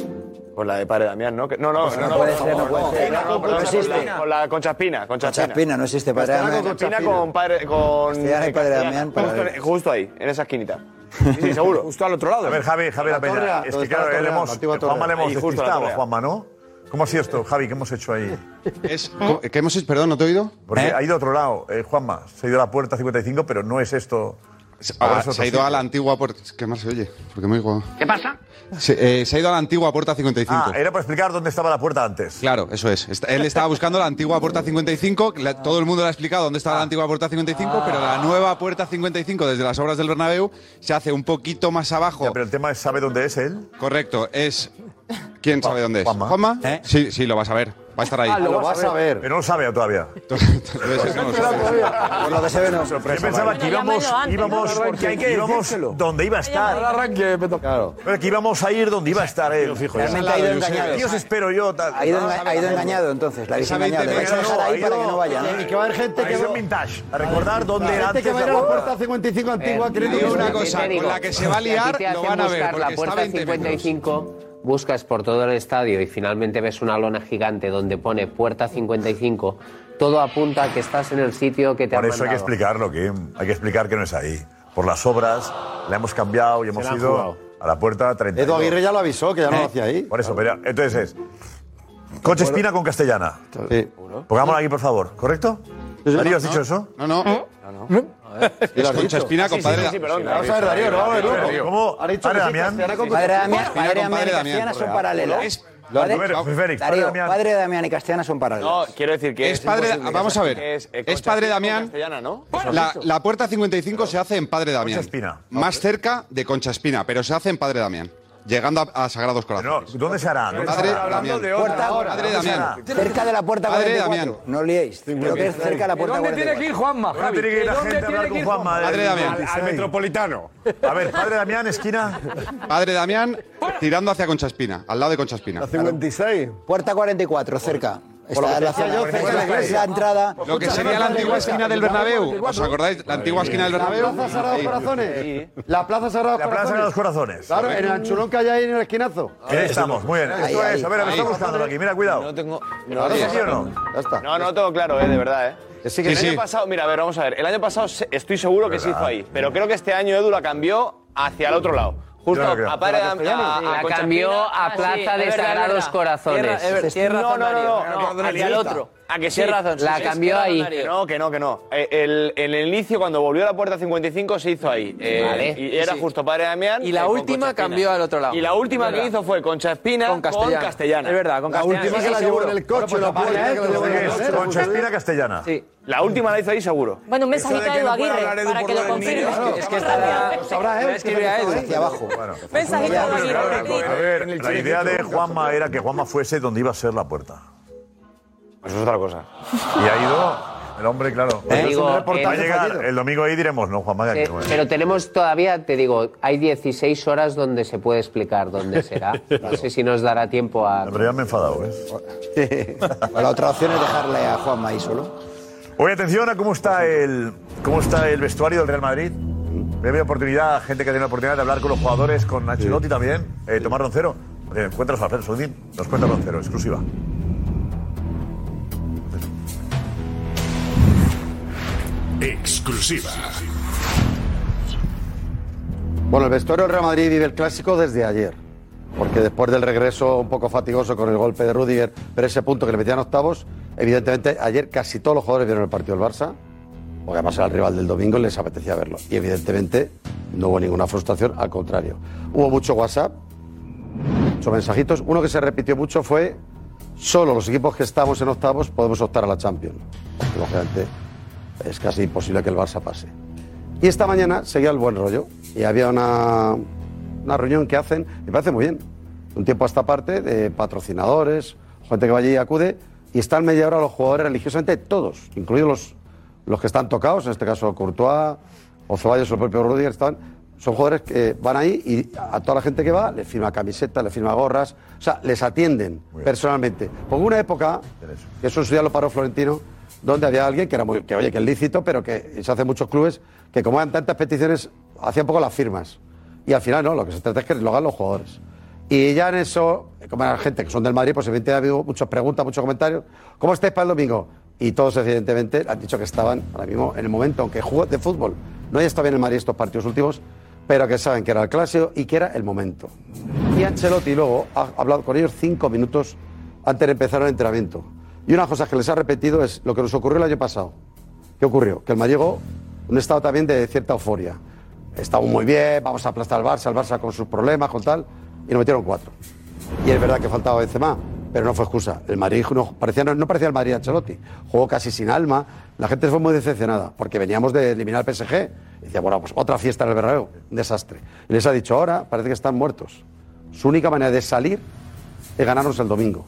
Con la de Padre Damián, ¿no? Que- No, no,
Pues
no,
no
no,
puede
por
ser, no
favor,
puede ser.
no,
No,
no,
no
perdón,
existe.
con la- Con la Concha Espina, Concha
Concha Espina, no existe, Padre
Castellana
Damián.
con Concha
Concha
Espina, con Padre. Con.
Castellana y Padre
Castellana.
Damián, Padre.
Justo- Justo ahí, en esa esquinita.
Sí, seguro.
Justo al otro lado.
A ver, Javi, Javi la
torre,
Peña. Es
donde
que
está la
claro,
torre,
le
la
hemos,
antigua
Juanma le
torre.
hemos
Ahí, justo la
despistado,
torre.
Juanma, ¿no? ¿Cómo ha sido esto, Javi? ¿Qué hemos hecho ahí?
¿Cómo- ¿Qué hemos hecho? Perdón, ¿no te he oído?
Porque ha ido a otro lado, eh, Juanma. Se ha ido a la puerta 55, pero no es esto.
Ah,
Ahora es otro
se ha ido a
sitio.
la antigua puerta. Es que mal se oye. Porque me oigo.
¿Qué pasa?
Se, eh, se ha ido a la antigua puerta 55.
Ah, eh. era para explicar dónde estaba la puerta antes.
Claro, eso es. Está- Él estaba buscando la antigua puerta 55. la- todo el mundo le ha explicado dónde
Ah.
estaba la antigua puerta 55, pero la nueva puerta 55 desde las obras del Bernabéu se hace un poquito más abajo. pero
el tema es ¿sabe dónde es él?
Correcto, es ¿Quién sabe dónde es?
Juanma.
Sí, sí, lo vas a ver. Va a estar ahí.
Ah, lo Lo vas vas a a ver. ver. Pero no lo sabe todavía.
Entonces, no lo sabe.
Por lo que se ve, no. Sorpresa, Yo pensaba que
vale.
íbamos,
Llámalo antes,
íbamos,
¿no?
porque hay que íbamos
decírselo.
donde iba a estar.
Al arranque,
Claro. Pero que íbamos a ir donde iba a estar él.
Realmente ha ido engañado.
Dios, espero yo. Tal.
Ha ido, enga- ha ido engañado entonces, la habéis
Esa veinte
engañado. Le vais a
metros,
dejar ahí
ha
para
ido-
que no vaya. ¿no?
Y que va a haber gente que va- A recordar dónde era
Gente
antes
que va a ir
la
a la
puerta.
puerta 55 antigua,
Eh,
creyendo que
digo
es
una
una
cosa,
cosa.
con
digo,
la que se
va a
Si a ti
liar,
te
lo
hacen
van a ver,
buscar
porque
la
está a
puerta
20 metros.
55, buscas por todo el estadio y finalmente ves una lona gigante donde pone puerta 55. Todo apunta a que estás en el sitio que te
Por
han
eso hay que
mandado.
explicarlo, Kim. Hay que explicar que no es ahí. Por las obras, la hemos cambiado y hemos
la han
ido
jugado.
a la puerta 30.
Edu Aguirre
ya lo avisó, que
ya no lo
hacía ahí. ¿Eh? Por eso, pero entonces es. Coche espina con castellana.
Sí.
Pongámoslo aquí, por favor, ¿correcto? Darío, ¿has dicho eso?
No, no.
¿Eh?
¿Lo has
Concha
dicho?
Espina,
Sí, sí,
compadre.
sí, sí, perdón.
Sí,
Vamos a ver, Darío, no, vamos a ver, loco.
Darío.
¿Cómo?
Ha dicho
Padre
que sí,
Damián.
Castellana con- Padre Damián, Espina, padre Damián compadre y Damián, Castellana son por paralelas. real. Lo has Padre- dicho.
Félix, padre
Darío,
Damián.
padre Damián y Castellana son
No,
paralelas.
quiero decir que
Es padre-
imposible.
vamos a ver.
Es, eh,
Es
Concha
padre
Espina
Damián.
con castellana, ¿no?
La, la puerta 55 se hace en Padre Damián.
Concha Espina.
Más cerca de Concha Espina, pero se hace en Padre Damián. Llegando a, a Sagrados Corazones.
¿Dónde se hará?
¿Dónde
Padre
se hará?
Damián.
Puerta ahora.
Padre Damián.
Cerca de la puerta
Padre
44.
Damián.
No liéis. Creo que es cerca de la puerta
¿Dónde tiene
44.
que ir Juanma?
¿Dónde
Javi?
tiene que ir la
¿Dónde
gente a hablar
tiene que
con
ir
Juanma?
Juanma?
Padre Damián.
metropolitano. A ver, padre Damián, esquina.
Padre Damián tirando hacia Concha Espina, al lado de Concha Espina.
56. Puerta 44, cerca.
lo que
Está la
decía
zona-
yo, cerca de la
es
iglesia.
entrada.
Lo que sería la antigua esquina del Bernabéu. ¿Os acordáis? La antigua esquina del Bernabéu.
La plaza Sagrados
Ahí.
Corazones.
La plaza Sagrados
La plaza
Sagrados Corazones.
Claro, en el
anchurón
que hay ahí en el esquinazo.
Ahí Eh, estamos, muy bien. Esto es, a ver, lo estamos buscando aquí. Mira, cuidado. No
tengo.
¿Lo haces así o no?
Ya está.
No, no todo claro, eh, de verdad, eh.
Sí,
el
sí.
año pasado, mira, a ver, vamos a ver. El año pasado se- estoy seguro que se
¿Verdad?
hizo ahí, pero creo que este año Edu la cambió hacia el otro lado. Justo
Yo no
a
creo.
Padre
¿La
Dam-
Castellana?
a- a
Sí, la
Concha
cambió
Espina.
a Plaza
Ah,
de
sí, es verdad, es
Sagrados
verdad.
Corazones.
Tierra- es ver-
Tienes
tierra-
razón,
no, no, no,
Darío.
no,
Tienes
hacia el
razón.
otro. A que sí.
Tienes razón, sí, La sí, cambió tienes ahí. razón,
Que
Darío.
no, que no, que no. Eh, El, el, inicio, cuando volvió a la puerta 55, se hizo ahí. Eh,
Vale.
Y era
Sí.
justo Padre Damián.
Y la
eh, con
última
Concha Espina.
cambió al otro lado.
Y la última
Es
que
verdad.
hizo fue Concha Espina con Castellana.
Castellana.
Es verdad, con
La
Castellana.
última
Sí,
que
sí,
la llevó
seguro.
en el coche,
Bueno, pues
la
apaga,
puerta,
¿eh?
que la llevó en el coche.
Concha Espina castellana.
Sí. La última la hizo ahí seguro.
Bueno, un mensajito a Edu Aguirre para que lo confirme.
Es que está.
Sabrá,
¿eh?
Escribe a Edu. Hacia abajo.
Mensajito a Edu Aguirre.
A ver, la idea de Juanma era que Juanma fuese donde iba a ser la puerta.
Pues Eso es otra cosa. Pues
Y ha ido el hombre, claro.
Te Eh, digo,
Va a
reportaje
llegar
fallido.
el domingo ahí diremos, no, Juanma, que
Eh,
aquí no es.
Pero tenemos todavía, te digo, hay 16 horas donde se puede explicar dónde será. No sé si nos dará tiempo a...
Pero ya me he enfadado, ¿eh?
La otra opción es dejarle a Juanma ahí solo.
Oye, atención a cómo está el, cómo está el vestuario del Real Madrid. Breve oportunidad, gente que tiene la oportunidad de hablar con los jugadores, con Ancelotti también, eh, Tomás Roncero. Eh, cuéntanos, Alfredo Soldín, nos cuenta Roncero, exclusiva.
Exclusiva.
Bueno, el vestuario del Real Madrid vive el clásico desde ayer. Porque después del regreso un poco fatigoso con el golpe de Rudiger, pero ese punto que le metían octavos, evidentemente ayer casi todos los jugadores vieron el partido del Barça, porque además era el rival del domingo y les apetecía verlo. Y evidentemente no hubo ninguna frustración, al contrario. Hubo mucho WhatsApp, muchos mensajitos. Uno que se repitió mucho fue, solo los equipos que estamos en octavos podemos optar a la Champions. Porque, lógicamente es casi imposible que el Barça pase. Y esta mañana seguía el buen rollo. Y había una, una reunión que hacen, me parece muy bien, de un tiempo a esta parte, de patrocinadores, gente que va allí y acude, y están media hora los jugadores religiosamente, todos, incluidos los, los que están tocados, en este caso Courtois, o Ceballos o el propio Rudiger, están, son jugadores que eh, van ahí y a toda la gente que va les firma camisetas, les firma gorras, o sea, les atienden personalmente. Porque hubo una época, que eso en su día lo paró Florentino, donde había alguien que era muy, que oye, que es lícito, pero que se hace en muchos clubes, que como eran tantas peticiones, hacían poco las firmas. Y al final no, lo que se trata es que lo hagan los jugadores. Y ya en eso, eh, como la gente que son del Madrid, pues evidentemente ha habido muchas preguntas, muchos comentarios. ¿Cómo estáis para el domingo? Y todos, evidentemente, han dicho que estaban ahora mismo en el momento, aunque jugó de fútbol. No haya estado bien el Madrid estos partidos últimos, pero que saben que era el clásico y que era el momento. Y Ancelotti luego ha hablado con ellos cinco minutos antes de empezar el entrenamiento. Y una cosa que les ha repetido es lo que nos ocurrió el año pasado. ¿Qué ocurrió? Que el Mallego, un estado también de cierta euforia. Estamos muy bien, vamos a aplastar al Barça, el Barça con sus problemas, con tal, y nos metieron cuatro. Y es verdad que faltaba Benzema, pero no fue excusa. El Madrid no parecía, no, no parecía el Madrid Ancelotti. Jugó casi sin alma. La gente fue muy decepcionada porque veníamos de eliminar al PSG. Y decía, bueno, pues otra fiesta en el Bernabéu. Un desastre. Y les ha dicho, ahora parece que están muertos. Su única manera de salir es ganarnos el domingo.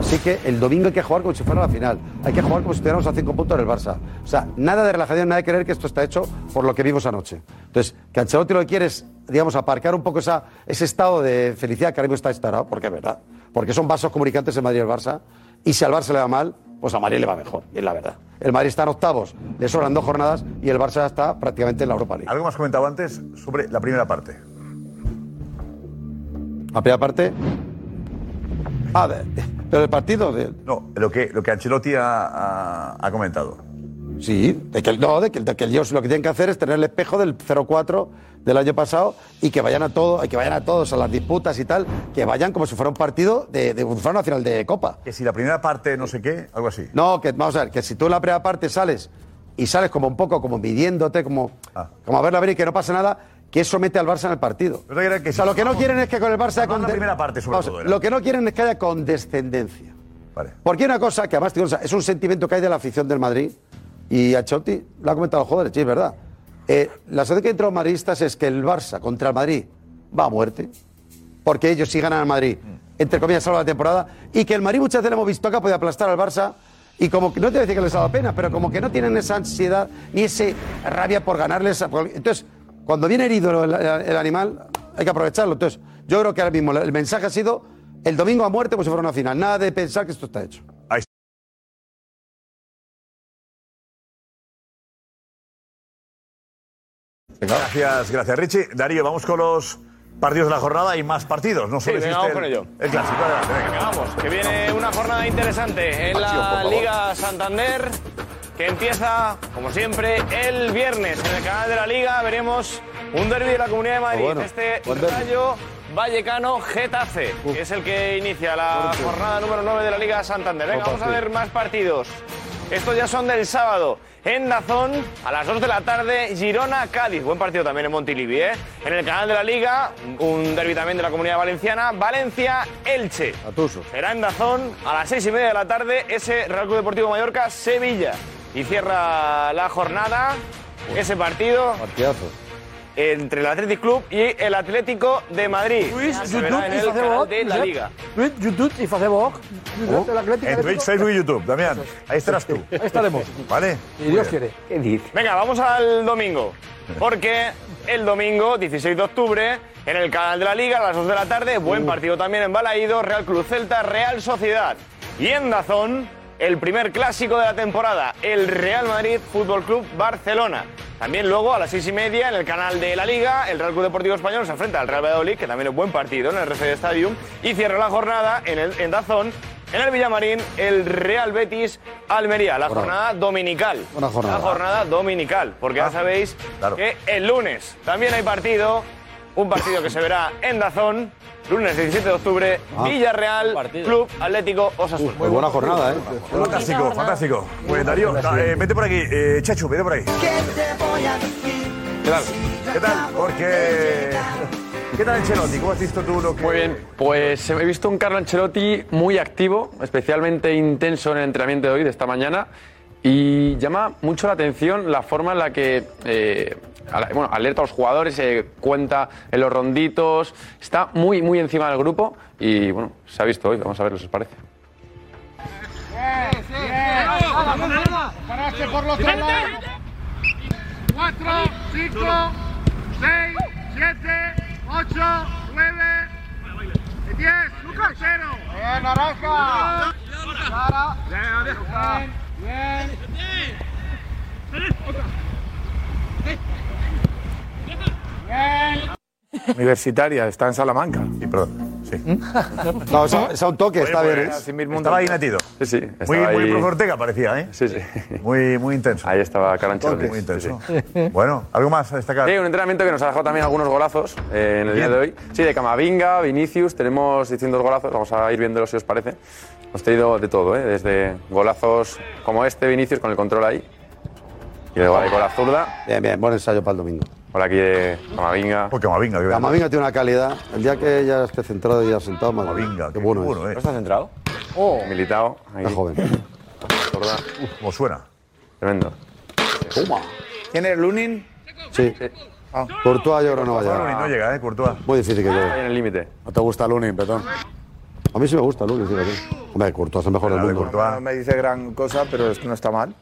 Así que el domingo hay que jugar como si fuera la final. Hay que jugar como si estuviéramos a cinco puntos en el Barça. O sea, nada de relajación, nada de creer que esto está hecho por lo que vimos anoche. Entonces, que Ancelotti lo que quiere es, digamos, aparcar un poco esa, ese estado de felicidad que ahora mismo está instaurado, porque es verdad. Porque son vasos comunicantes en Madrid y el Barça. Y si al Barça le va mal, pues a Madrid le va mejor. Y es la verdad. El Madrid está en octavos, le sobran dos jornadas y el Barça está prácticamente en la Europa League.
Algo más comentado antes sobre la primera parte.
La primera parte. Ah, de- pero el partido de.
No, lo que, lo que Ancelotti ha, ha- ha comentado.
Sí, de que, no, de que, de que ellos lo que tienen que hacer es tener el espejo del 0-4 del año pasado y que vayan a todo, y que vayan a todos a las disputas y tal, que vayan como si fuera un partido de, de un fuera una final de copa.
Que si la primera parte no sé qué, algo así.
No, que vamos a ver, que si tú en la primera parte sales y sales como un poco como midiéndote, como,
Ah.
como a verla venir, que no pasa nada, que eso mete al Barça en el partido. o sea, lo que no quieren es que con el Barça...
Hablando de la
conde-
primera parte, sobre
Vamos a
todo,
ver,
era.
Lo que no quieren es que haya condescendencia. Porque hay una cosa que además te digo, o sea, es un sentimiento que hay de la afición del Madrid, y Ancelotti lo ha comentado a los jugadores, sí, es verdad. Eh, la sensación que hay entre los madridistas es que el Barça contra el Madrid va a muerte, porque ellos sí ganan al Madrid, entre comillas, salva la temporada, y que el Madrid muchas veces le hemos visto que puede aplastar al Barça, y como que, no te voy a decir que les ha dado pena, pero como que no tienen esa ansiedad ni esa rabia por ganarles. a- por- Entonces, cuando viene herido el, el animal, hay que aprovecharlo. Entonces, yo creo que ahora mismo el mensaje ha sido el domingo a muerte, pues si fuera una final. Nada de pensar que esto está hecho.
Gracias, gracias Richie. Darío, vamos con los partidos de la jornada y más partidos. No
Sí,
solo
venga,
existe
vamos
el-
con ello.
el clásico. Adelante, venga.
Vamos, que viene una jornada interesante en
Pasión, por
la
favor.
Liga Santander, que empieza, como siempre, el viernes. En el canal de la Liga veremos un derbi de la Comunidad
Ah,
de Madrid.
Bueno,
este
buen derbi.
Rayo Vallecano Getafe, que es el que inicia la
Fuerte.
jornada número 9 de la Liga Santander. Venga,
Buen
vamos a
partido.
ver más partidos. Estos ya son del sábado. En Dazón, a las 2 de la tarde, Girona-Cádiz. Buen partido también en Montilivi, ¿eh? En el canal de la Liga, un derbi también de la Comunidad Valenciana, Valencia-Elche.
Atuso.
Será en Dazón a las seis y media de la tarde ese Real Club Deportivo Mallorca Sevilla. Y cierra la jornada ese partido
Partidazo.
entre el Athletic Club y el Atlético de Madrid.
Lluís,
Se verá
Pues, YouTube
en
i
el
fazeu
canal
oc,
de la Liga.
Lluís, YouTube i fazeu oc. Josep, de l'Atlètic,
Uh, En Twitch,
Atlético.
Facebook y YouTube. Damián, ahí estarás tú.
Ahí estaremos.
¿Vale?
Si Dios
Muy bien.
quiere.
Venga, vamos al domingo. Porque el domingo, 16 de octubre, en el canal de la Liga, a las 2 de la tarde,
Uh.
buen partido también en Balaído, Real Cruz Celta, Real Sociedad. Y en Dazón, el primer clásico de la temporada, el Real Madrid Fútbol Club Barcelona. También luego a las 6 y media en el canal de la Liga, el Real Club Deportivo Español se enfrenta al Real Valladolid, que también es buen partido en el RCD Stadium. Y cierra la jornada en, el, en Dazón, en el Villamarín, el Real Betis Almería. La
Bravo.
jornada dominical.
Buena jornada.
La jornada dominical, porque
Ah,
ya sabéis que el lunes también hay partido, un partido que se verá en Dazón, lunes 17 de octubre,
Ah.
Villarreal, Club Atlético Osasuna.
Muy buena jornada, ¿eh?
Fantástico, fantástico. Muy bien, Darío, da- eh, vete por aquí. Eh, Chachu, vete por ahí. ¿Qué tal? ¿Qué tal? Porque... ¿Qué tal Ancelotti? ¿Cómo has visto tú lo que...?
Muy bien, pues he visto un Carlo Ancelotti muy activo, especialmente intenso en el entrenamiento de hoy, de esta mañana, y llama mucho la atención la forma en la que eh, a la- bueno, alerta a los jugadores, eh, cuenta en los ronditos, está muy, muy encima del grupo y bueno, se ha visto hoy, vamos a ver qué os parece.
Paraste por los tres lados. 4, 5, 6, 7, 8, 9, 10, Lucas, 0. Bien, Naranja. Clara. Bien, bien. Bien.
Universitaria, está en ¿Mm? Salamanca.
Sí, perdón.
No, son, son toques,
¿Eh? Oye,
está
pues,
bien. ¿eh?
Estaba ahí metido.
Sí, sí.
Muy,
estaba
muy
ahí-
Bruce Ortega parecía, ¿eh?
Sí, sí.
Muy, muy intenso.
Ahí estaba Caranchelotti.
Muy
Sí,
intenso.
sí.
Bueno, ¿algo más a destacar?
Sí, un entrenamiento que nos ha dejado también algunos golazos eh, en el día de hoy. Sí, de Camavinga, Vinicius, tenemos distintos golazos, vamos a ir viéndolos si os parece. Hemos tenido de todo, ¿eh? desde golazos como este, Vinicius con el control ahí, y luego ahí con la zurda.
Bien, bien, buen ensayo para el domingo.
Por aquí de Camavinga.
Pues Camavinga,
Camavinga tiene una calidad. El día que ya esté centrado y ya sentado, madre mía, qué bueno, es.
¿No está centrado?
Oh.
Militado. Ahí.
joven.
Zurda.
¿Cómo suena?
Tremendo.
Toma.
¿Quién es Lunin?
Sí. Courtois yo creo no va a
Courtois,
llegar.
Lunin no llega, ¿eh? Courtois.
Muy difícil que llegue.
Ahí en el límite.
¿No te gusta Lunin, Petón? A mí sí me gusta Lunin, fíjate. Hombre, Courtois es el mejor del mundo.
No me dice gran cosa, pero es que no está mal.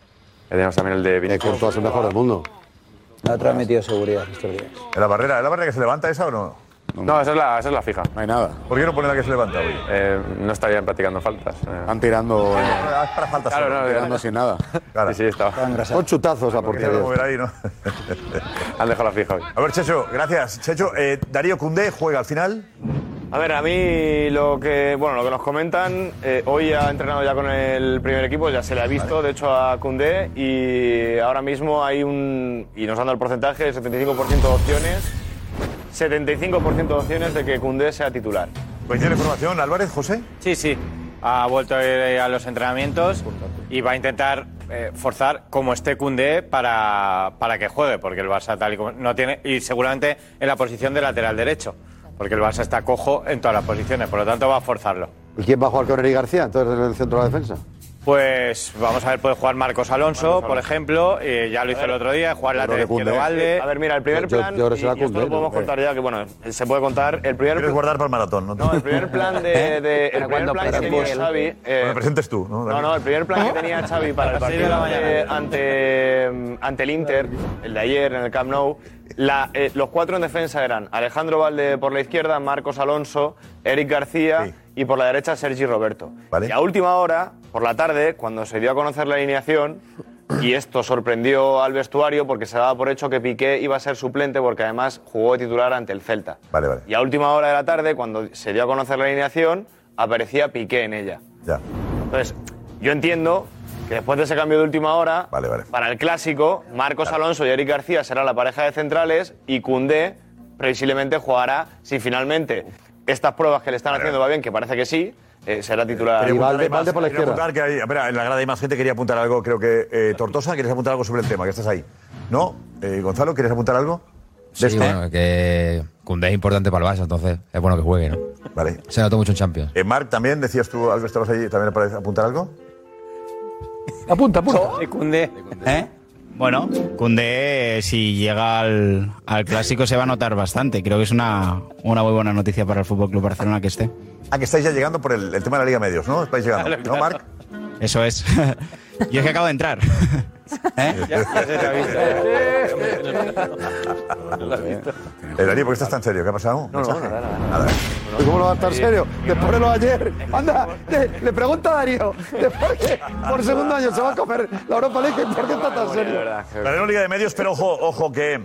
Tenemos también el de
Vinicius. Courtois es el mejor del mundo.
No ha transmitido seguridad estos días.
¿Es la barrera, ¿Es la barrera que se levanta esa o no?
No, esa es la, esa es la fija.
No hay nada.
¿Por qué no pone la que se levanta hoy?
Eh, no estarían practicando faltas. Están
tirando. eh,
para faltas.
Claro, no,
tirando sin nada.
Sí, sí, estaba.
Son chutazos a
Porque se va a
portería.
mover ahí, ¿no?
Han dejado la fija hoy.
A ver, Checho, gracias. Checho, eh, Darío Cundé juega al final.
A ver, a mí lo que, bueno, lo que nos comentan, eh, hoy ha entrenado ya con el primer equipo, ya se le ha visto, de hecho, a Koundé y ahora mismo hay un, y nos han dado el porcentaje, el 75% de opciones, 75% de opciones de que Koundé sea titular.
¿Coincide la información, Álvarez, José?
Sí, sí. Ha vuelto a ir a los entrenamientos y va a intentar eh, forzar como esté Cundé para, para que juegue, porque el Barça tal y como no tiene y seguramente en la posición de lateral derecho, porque el Barça está cojo en todas las posiciones, por lo tanto va a forzarlo.
¿Y quién va a jugar con Eric García? Entonces en el centro de la defensa.
Pues vamos a ver, puede jugar Marcos Alonso, por ejemplo, eh, ya lo hizo el otro día, jugar
Yo creo
lateral
que Koundé.
izquierdo Valde.
A ver, mira, el primer
Yo- yo-
plan,
yo ahora
y-
será
y esto
Koundé,
lo podemos
¿no?
contar ya, que bueno, se puede contar, el primer...
Quieres guardar para el maratón, ¿no? No,
el primer plan de, de- el primer plan que tenía Xavi, eh,
Bueno, presentes tú, ¿no?
No, no, el primer plan que tenía Xavi para el partido ante, ante, ante el Inter, el de ayer en el Camp Nou, la- eh, los cuatro en defensa eran Alejandro Valde por la izquierda, Marcos Alonso, Eric García y por la derecha Sergi Roberto. Y a última hora, por la tarde, cuando se dio a conocer la alineación, y esto sorprendió al vestuario porque se daba por hecho que Piqué iba a ser suplente porque además jugó de titular ante el Celta.
Vale, vale.
Y a última hora de la tarde, cuando se dio a conocer la alineación, aparecía Piqué en ella.
Ya.
Entonces, yo entiendo que después de ese cambio de última hora, para el clásico, Marcos Alonso y Eric García serán la pareja de centrales y Cundé previsiblemente jugará si finalmente estas pruebas que le están haciendo va bien, que parece que sí, eh, será titular.
Quería apuntar además- quería apuntar que hay- espera, en la grada hay más gente. Quería apuntar algo, creo que. eh, Tortosa, ¿quieres apuntar algo sobre el tema? Que estás ahí. ¿No? Eh, Gonzalo, ¿quieres apuntar algo?
Sí,
esto?
bueno, que Koundé es importante para el Barça, entonces es bueno que juegue, ¿no?
Vale.
Se notó mucho en Champions.
Eh, Marc, también decías tú algo, estabas ahí, ¿también para apuntar algo?
Apunta, apunta.
¿Eh? Bueno, Cundé, si llega al, al clásico, se va a notar bastante. Creo que es una, una muy buena noticia para el Fútbol Club Barcelona que esté.
Ah, que estáis ya llegando por el, el tema de la Liga Medios, ¿no? Estáis llegando,
Claro,
¿no,
claro.
Marc?
Eso es. Yo es que acabo de entrar.
Eh, Darío, ¿por qué estás tan serio? ¿Qué ha pasado?
No, no,
nada,
¿Y ¿Cómo lo va a estar serio? Después de lo de ayer. Anda, le, le pregunta a Darío. Después que por segundo año se va a comer la Europa League. ¿Por qué está tan serio?
La de la Liga de Medios, pero ojo, ojo, que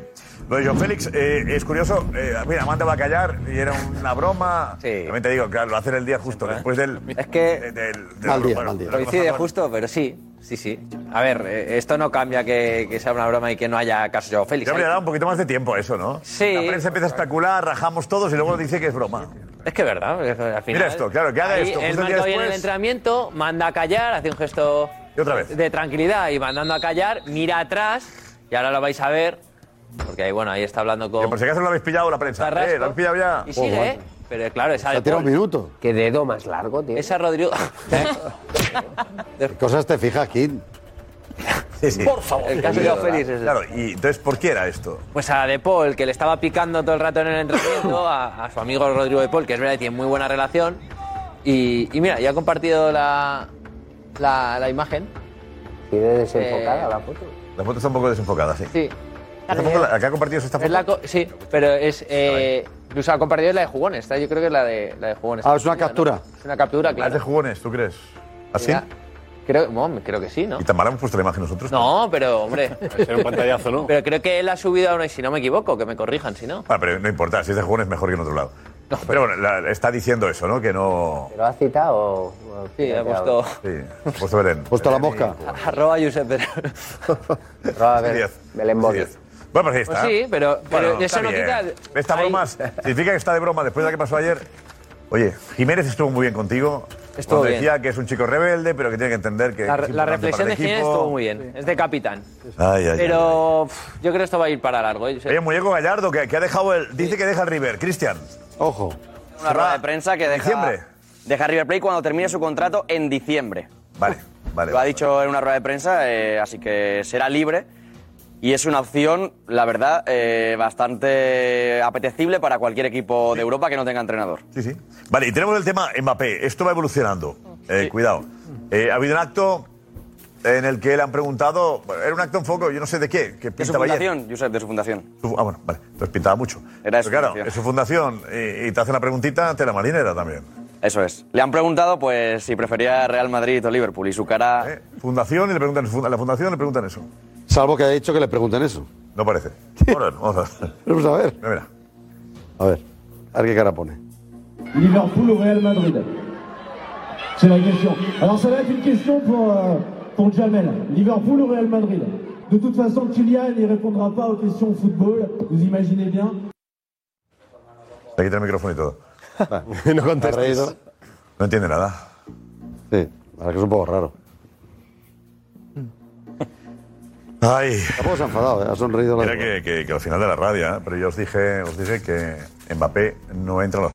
lo de Joan Félix eh, es curioso. Eh, mira, Amanda va a callar y era una broma. Sí. También te digo, claro, lo hacen el día justo, después del...
Es que.
del, del-
Mal día,
bueno,
mal día.
de la cosa
Coincide
buena.
justo, pero sí. Sí, sí. A ver, eh, esto no cambia que, que sea una broma y que no haya caso yo, Félix.
Ya habría
Ahí-
dado un poquito más de tiempo a eso, ¿no?
Sí.
La prensa empieza a especular, rajamos todos y luego dice que es broma.
Es que es verdad, porque al final.
Mira esto, claro, que haga
ahí
esto.
Él
justo el día
marca bien el
después.
entrenamiento, manda a callar, hace un gesto
otra vez.
de tranquilidad y mandando a callar, mira atrás y ahora lo vais a ver. Porque ahí, bueno, ahí está hablando con.
Por si acaso lo habéis pillado la prensa.
Carrasco.
Eh, lo habéis pillado ya.
Y sigue, ¿eh? Pero claro, esa
Se ha
de
tirado un
Paul,
minuto.
Qué dedo más largo, tío.
esa Rodrigo.
¿Qué cosas te fijas, Kid?
Por favor. El caso de Joao Félix es este. ese.
Claro, y entonces, ¿por qué era esto?
Pues a De Paul, que le estaba picando todo el rato en el entrenamiento, a, a su amigo Rodrigo De Paul, que es verdad que tiene muy buena relación. Y, y mira, ya ha compartido la, la, la imagen.
Tiene desenfocada
Eh,
la foto.
La foto está un poco desenfocada, sí.
Sí.
Esta foto, la, la que ha compartido es esta
Es
foto.
la co- sí, pero es. Eh, incluso ha compartido es la de jugones, ¿tá? yo creo que es la de, la de jugones.
Ah, es una
¿no?
captura.
Es una captura,
¿La
claro.
de jugones, tú crees? ¿Así?
Ya. Creo, bueno, creo que sí, ¿no?
Y tan mal hemos puesto la imagen nosotros.
No, pero hombre.
ser un pantallazo, ¿no?
Pero creo que él ha subido a una, y si no me equivoco, que me corrijan, si no.
Ah, pero no importa, si es de jugones mejor que en otro lado. Pero bueno, la- está diciendo eso, ¿no? Que no.
¿Lo has citado?
Sí, ha puesto.
Sí, ha puesto Belén.
puesto la mosca?
Arroba Josep Belén.
Diez. Diez. Bueno, pues ahí está.
Pues sí, pero- pero
Bueno,
eso
está
no
bien.
quita-
Esta
ahí-
broma significa que está de broma después de la que pasó ayer. Oye, Jiménez estuvo muy bien contigo.
Estuvo
Cuando
bien.
decía que es un chico rebelde, pero que tiene que entender que.
La,
que es
la
importante
reflexión
para
de
el
Jiménez
equipo.
estuvo muy bien. Es de capitán.
Ay, ay, ay.
Pero pf, yo creo que esto va a ir para largo. ¿eh?
Oye, muñeco Gallardo, que, que ha dejado el. Dice que deja el River, Cristian. Ojo.
Una rueda de prensa que deja,
diciembre.
deja River Plate cuando termine su contrato en diciembre.
Vale, vale.
Lo ha dicho en una rueda de prensa, eh, así que será libre. Y es una opción, la verdad, eh, bastante apetecible para cualquier equipo de Europa que no tenga entrenador.
Sí, sí. Vale, y tenemos el tema Mbappé. Esto va evolucionando. Eh, Cuidado. Eh, ha habido un acto en el que le han preguntado. bueno, era un acto en foco, yo no sé de qué. Que
De su
pintaba ayer.
fundación, Josep, de su fundación.
Su- Ah, bueno, vale. Entonces pintaba mucho.
Era de su
Pero claro,
fundación.
es su fundación y, y te hace una preguntita, te la marinera también.
Eso es. Le han preguntado pues si prefería Real Madrid o Liverpool y su cara...
Eh. Fundación y le preguntan a la fundación le preguntan eso.
Salvo que haya dicho que le pregunten eso.
No parece. Bueno, vamos a ver.
Vamos a ver.
Mira,
A ver. A ver qué cara pone.
Liverpool au Real Madrid C'est la question. Alors ça va être une question pour, euh, pour Jamel. Liverpool au Real Madrid De toute façon, Kylian n'y répondra pas aux questions football, vous imaginez bien.
le quita el micrófono y todo.
no contestes.
No entiende nada.
Sí, ahora que es un poco raro.
Ay.
Tampoco se ha enfadado, ¿eh? ha sonreído la
Mira que, que- que al final de la radio, ¿eh? pero yo os dije, os dije que Mbappé no entra en los.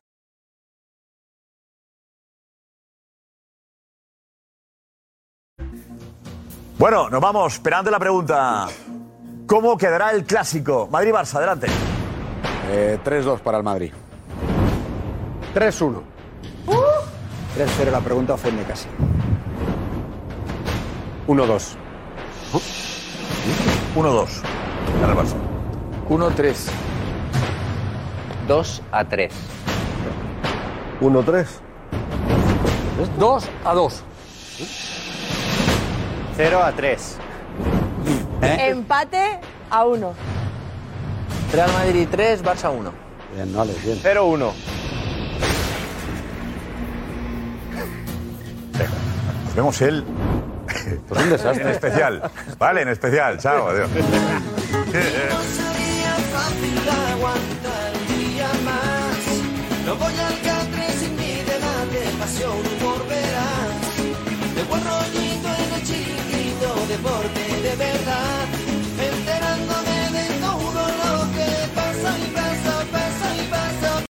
Bueno, nos vamos, esperando la pregunta. ¿Cómo quedará el clásico? Madrid-Barça, adelante.
3-2 Eh, para el Madrid.
3-1.
3-0 la pregunta ofende casi. 1-2.
1-2. Gana el Barça.
1-3.
2 a 3.
1-3.
2 a 2.
0 a 3.
Empate a uno.
Real Madrid 3, Barça 1.
Bien, no, Alex, bien.
0-1.
Nos vemos él.
Pues un desastre.
En especial. Vale, en especial. Chao, adiós. Eh,
fácil aguantar un día más. No voy al catre sin mi debate, pasión, humor, verás. De buen rollito en el chiquito, deporte de verdad.
eh.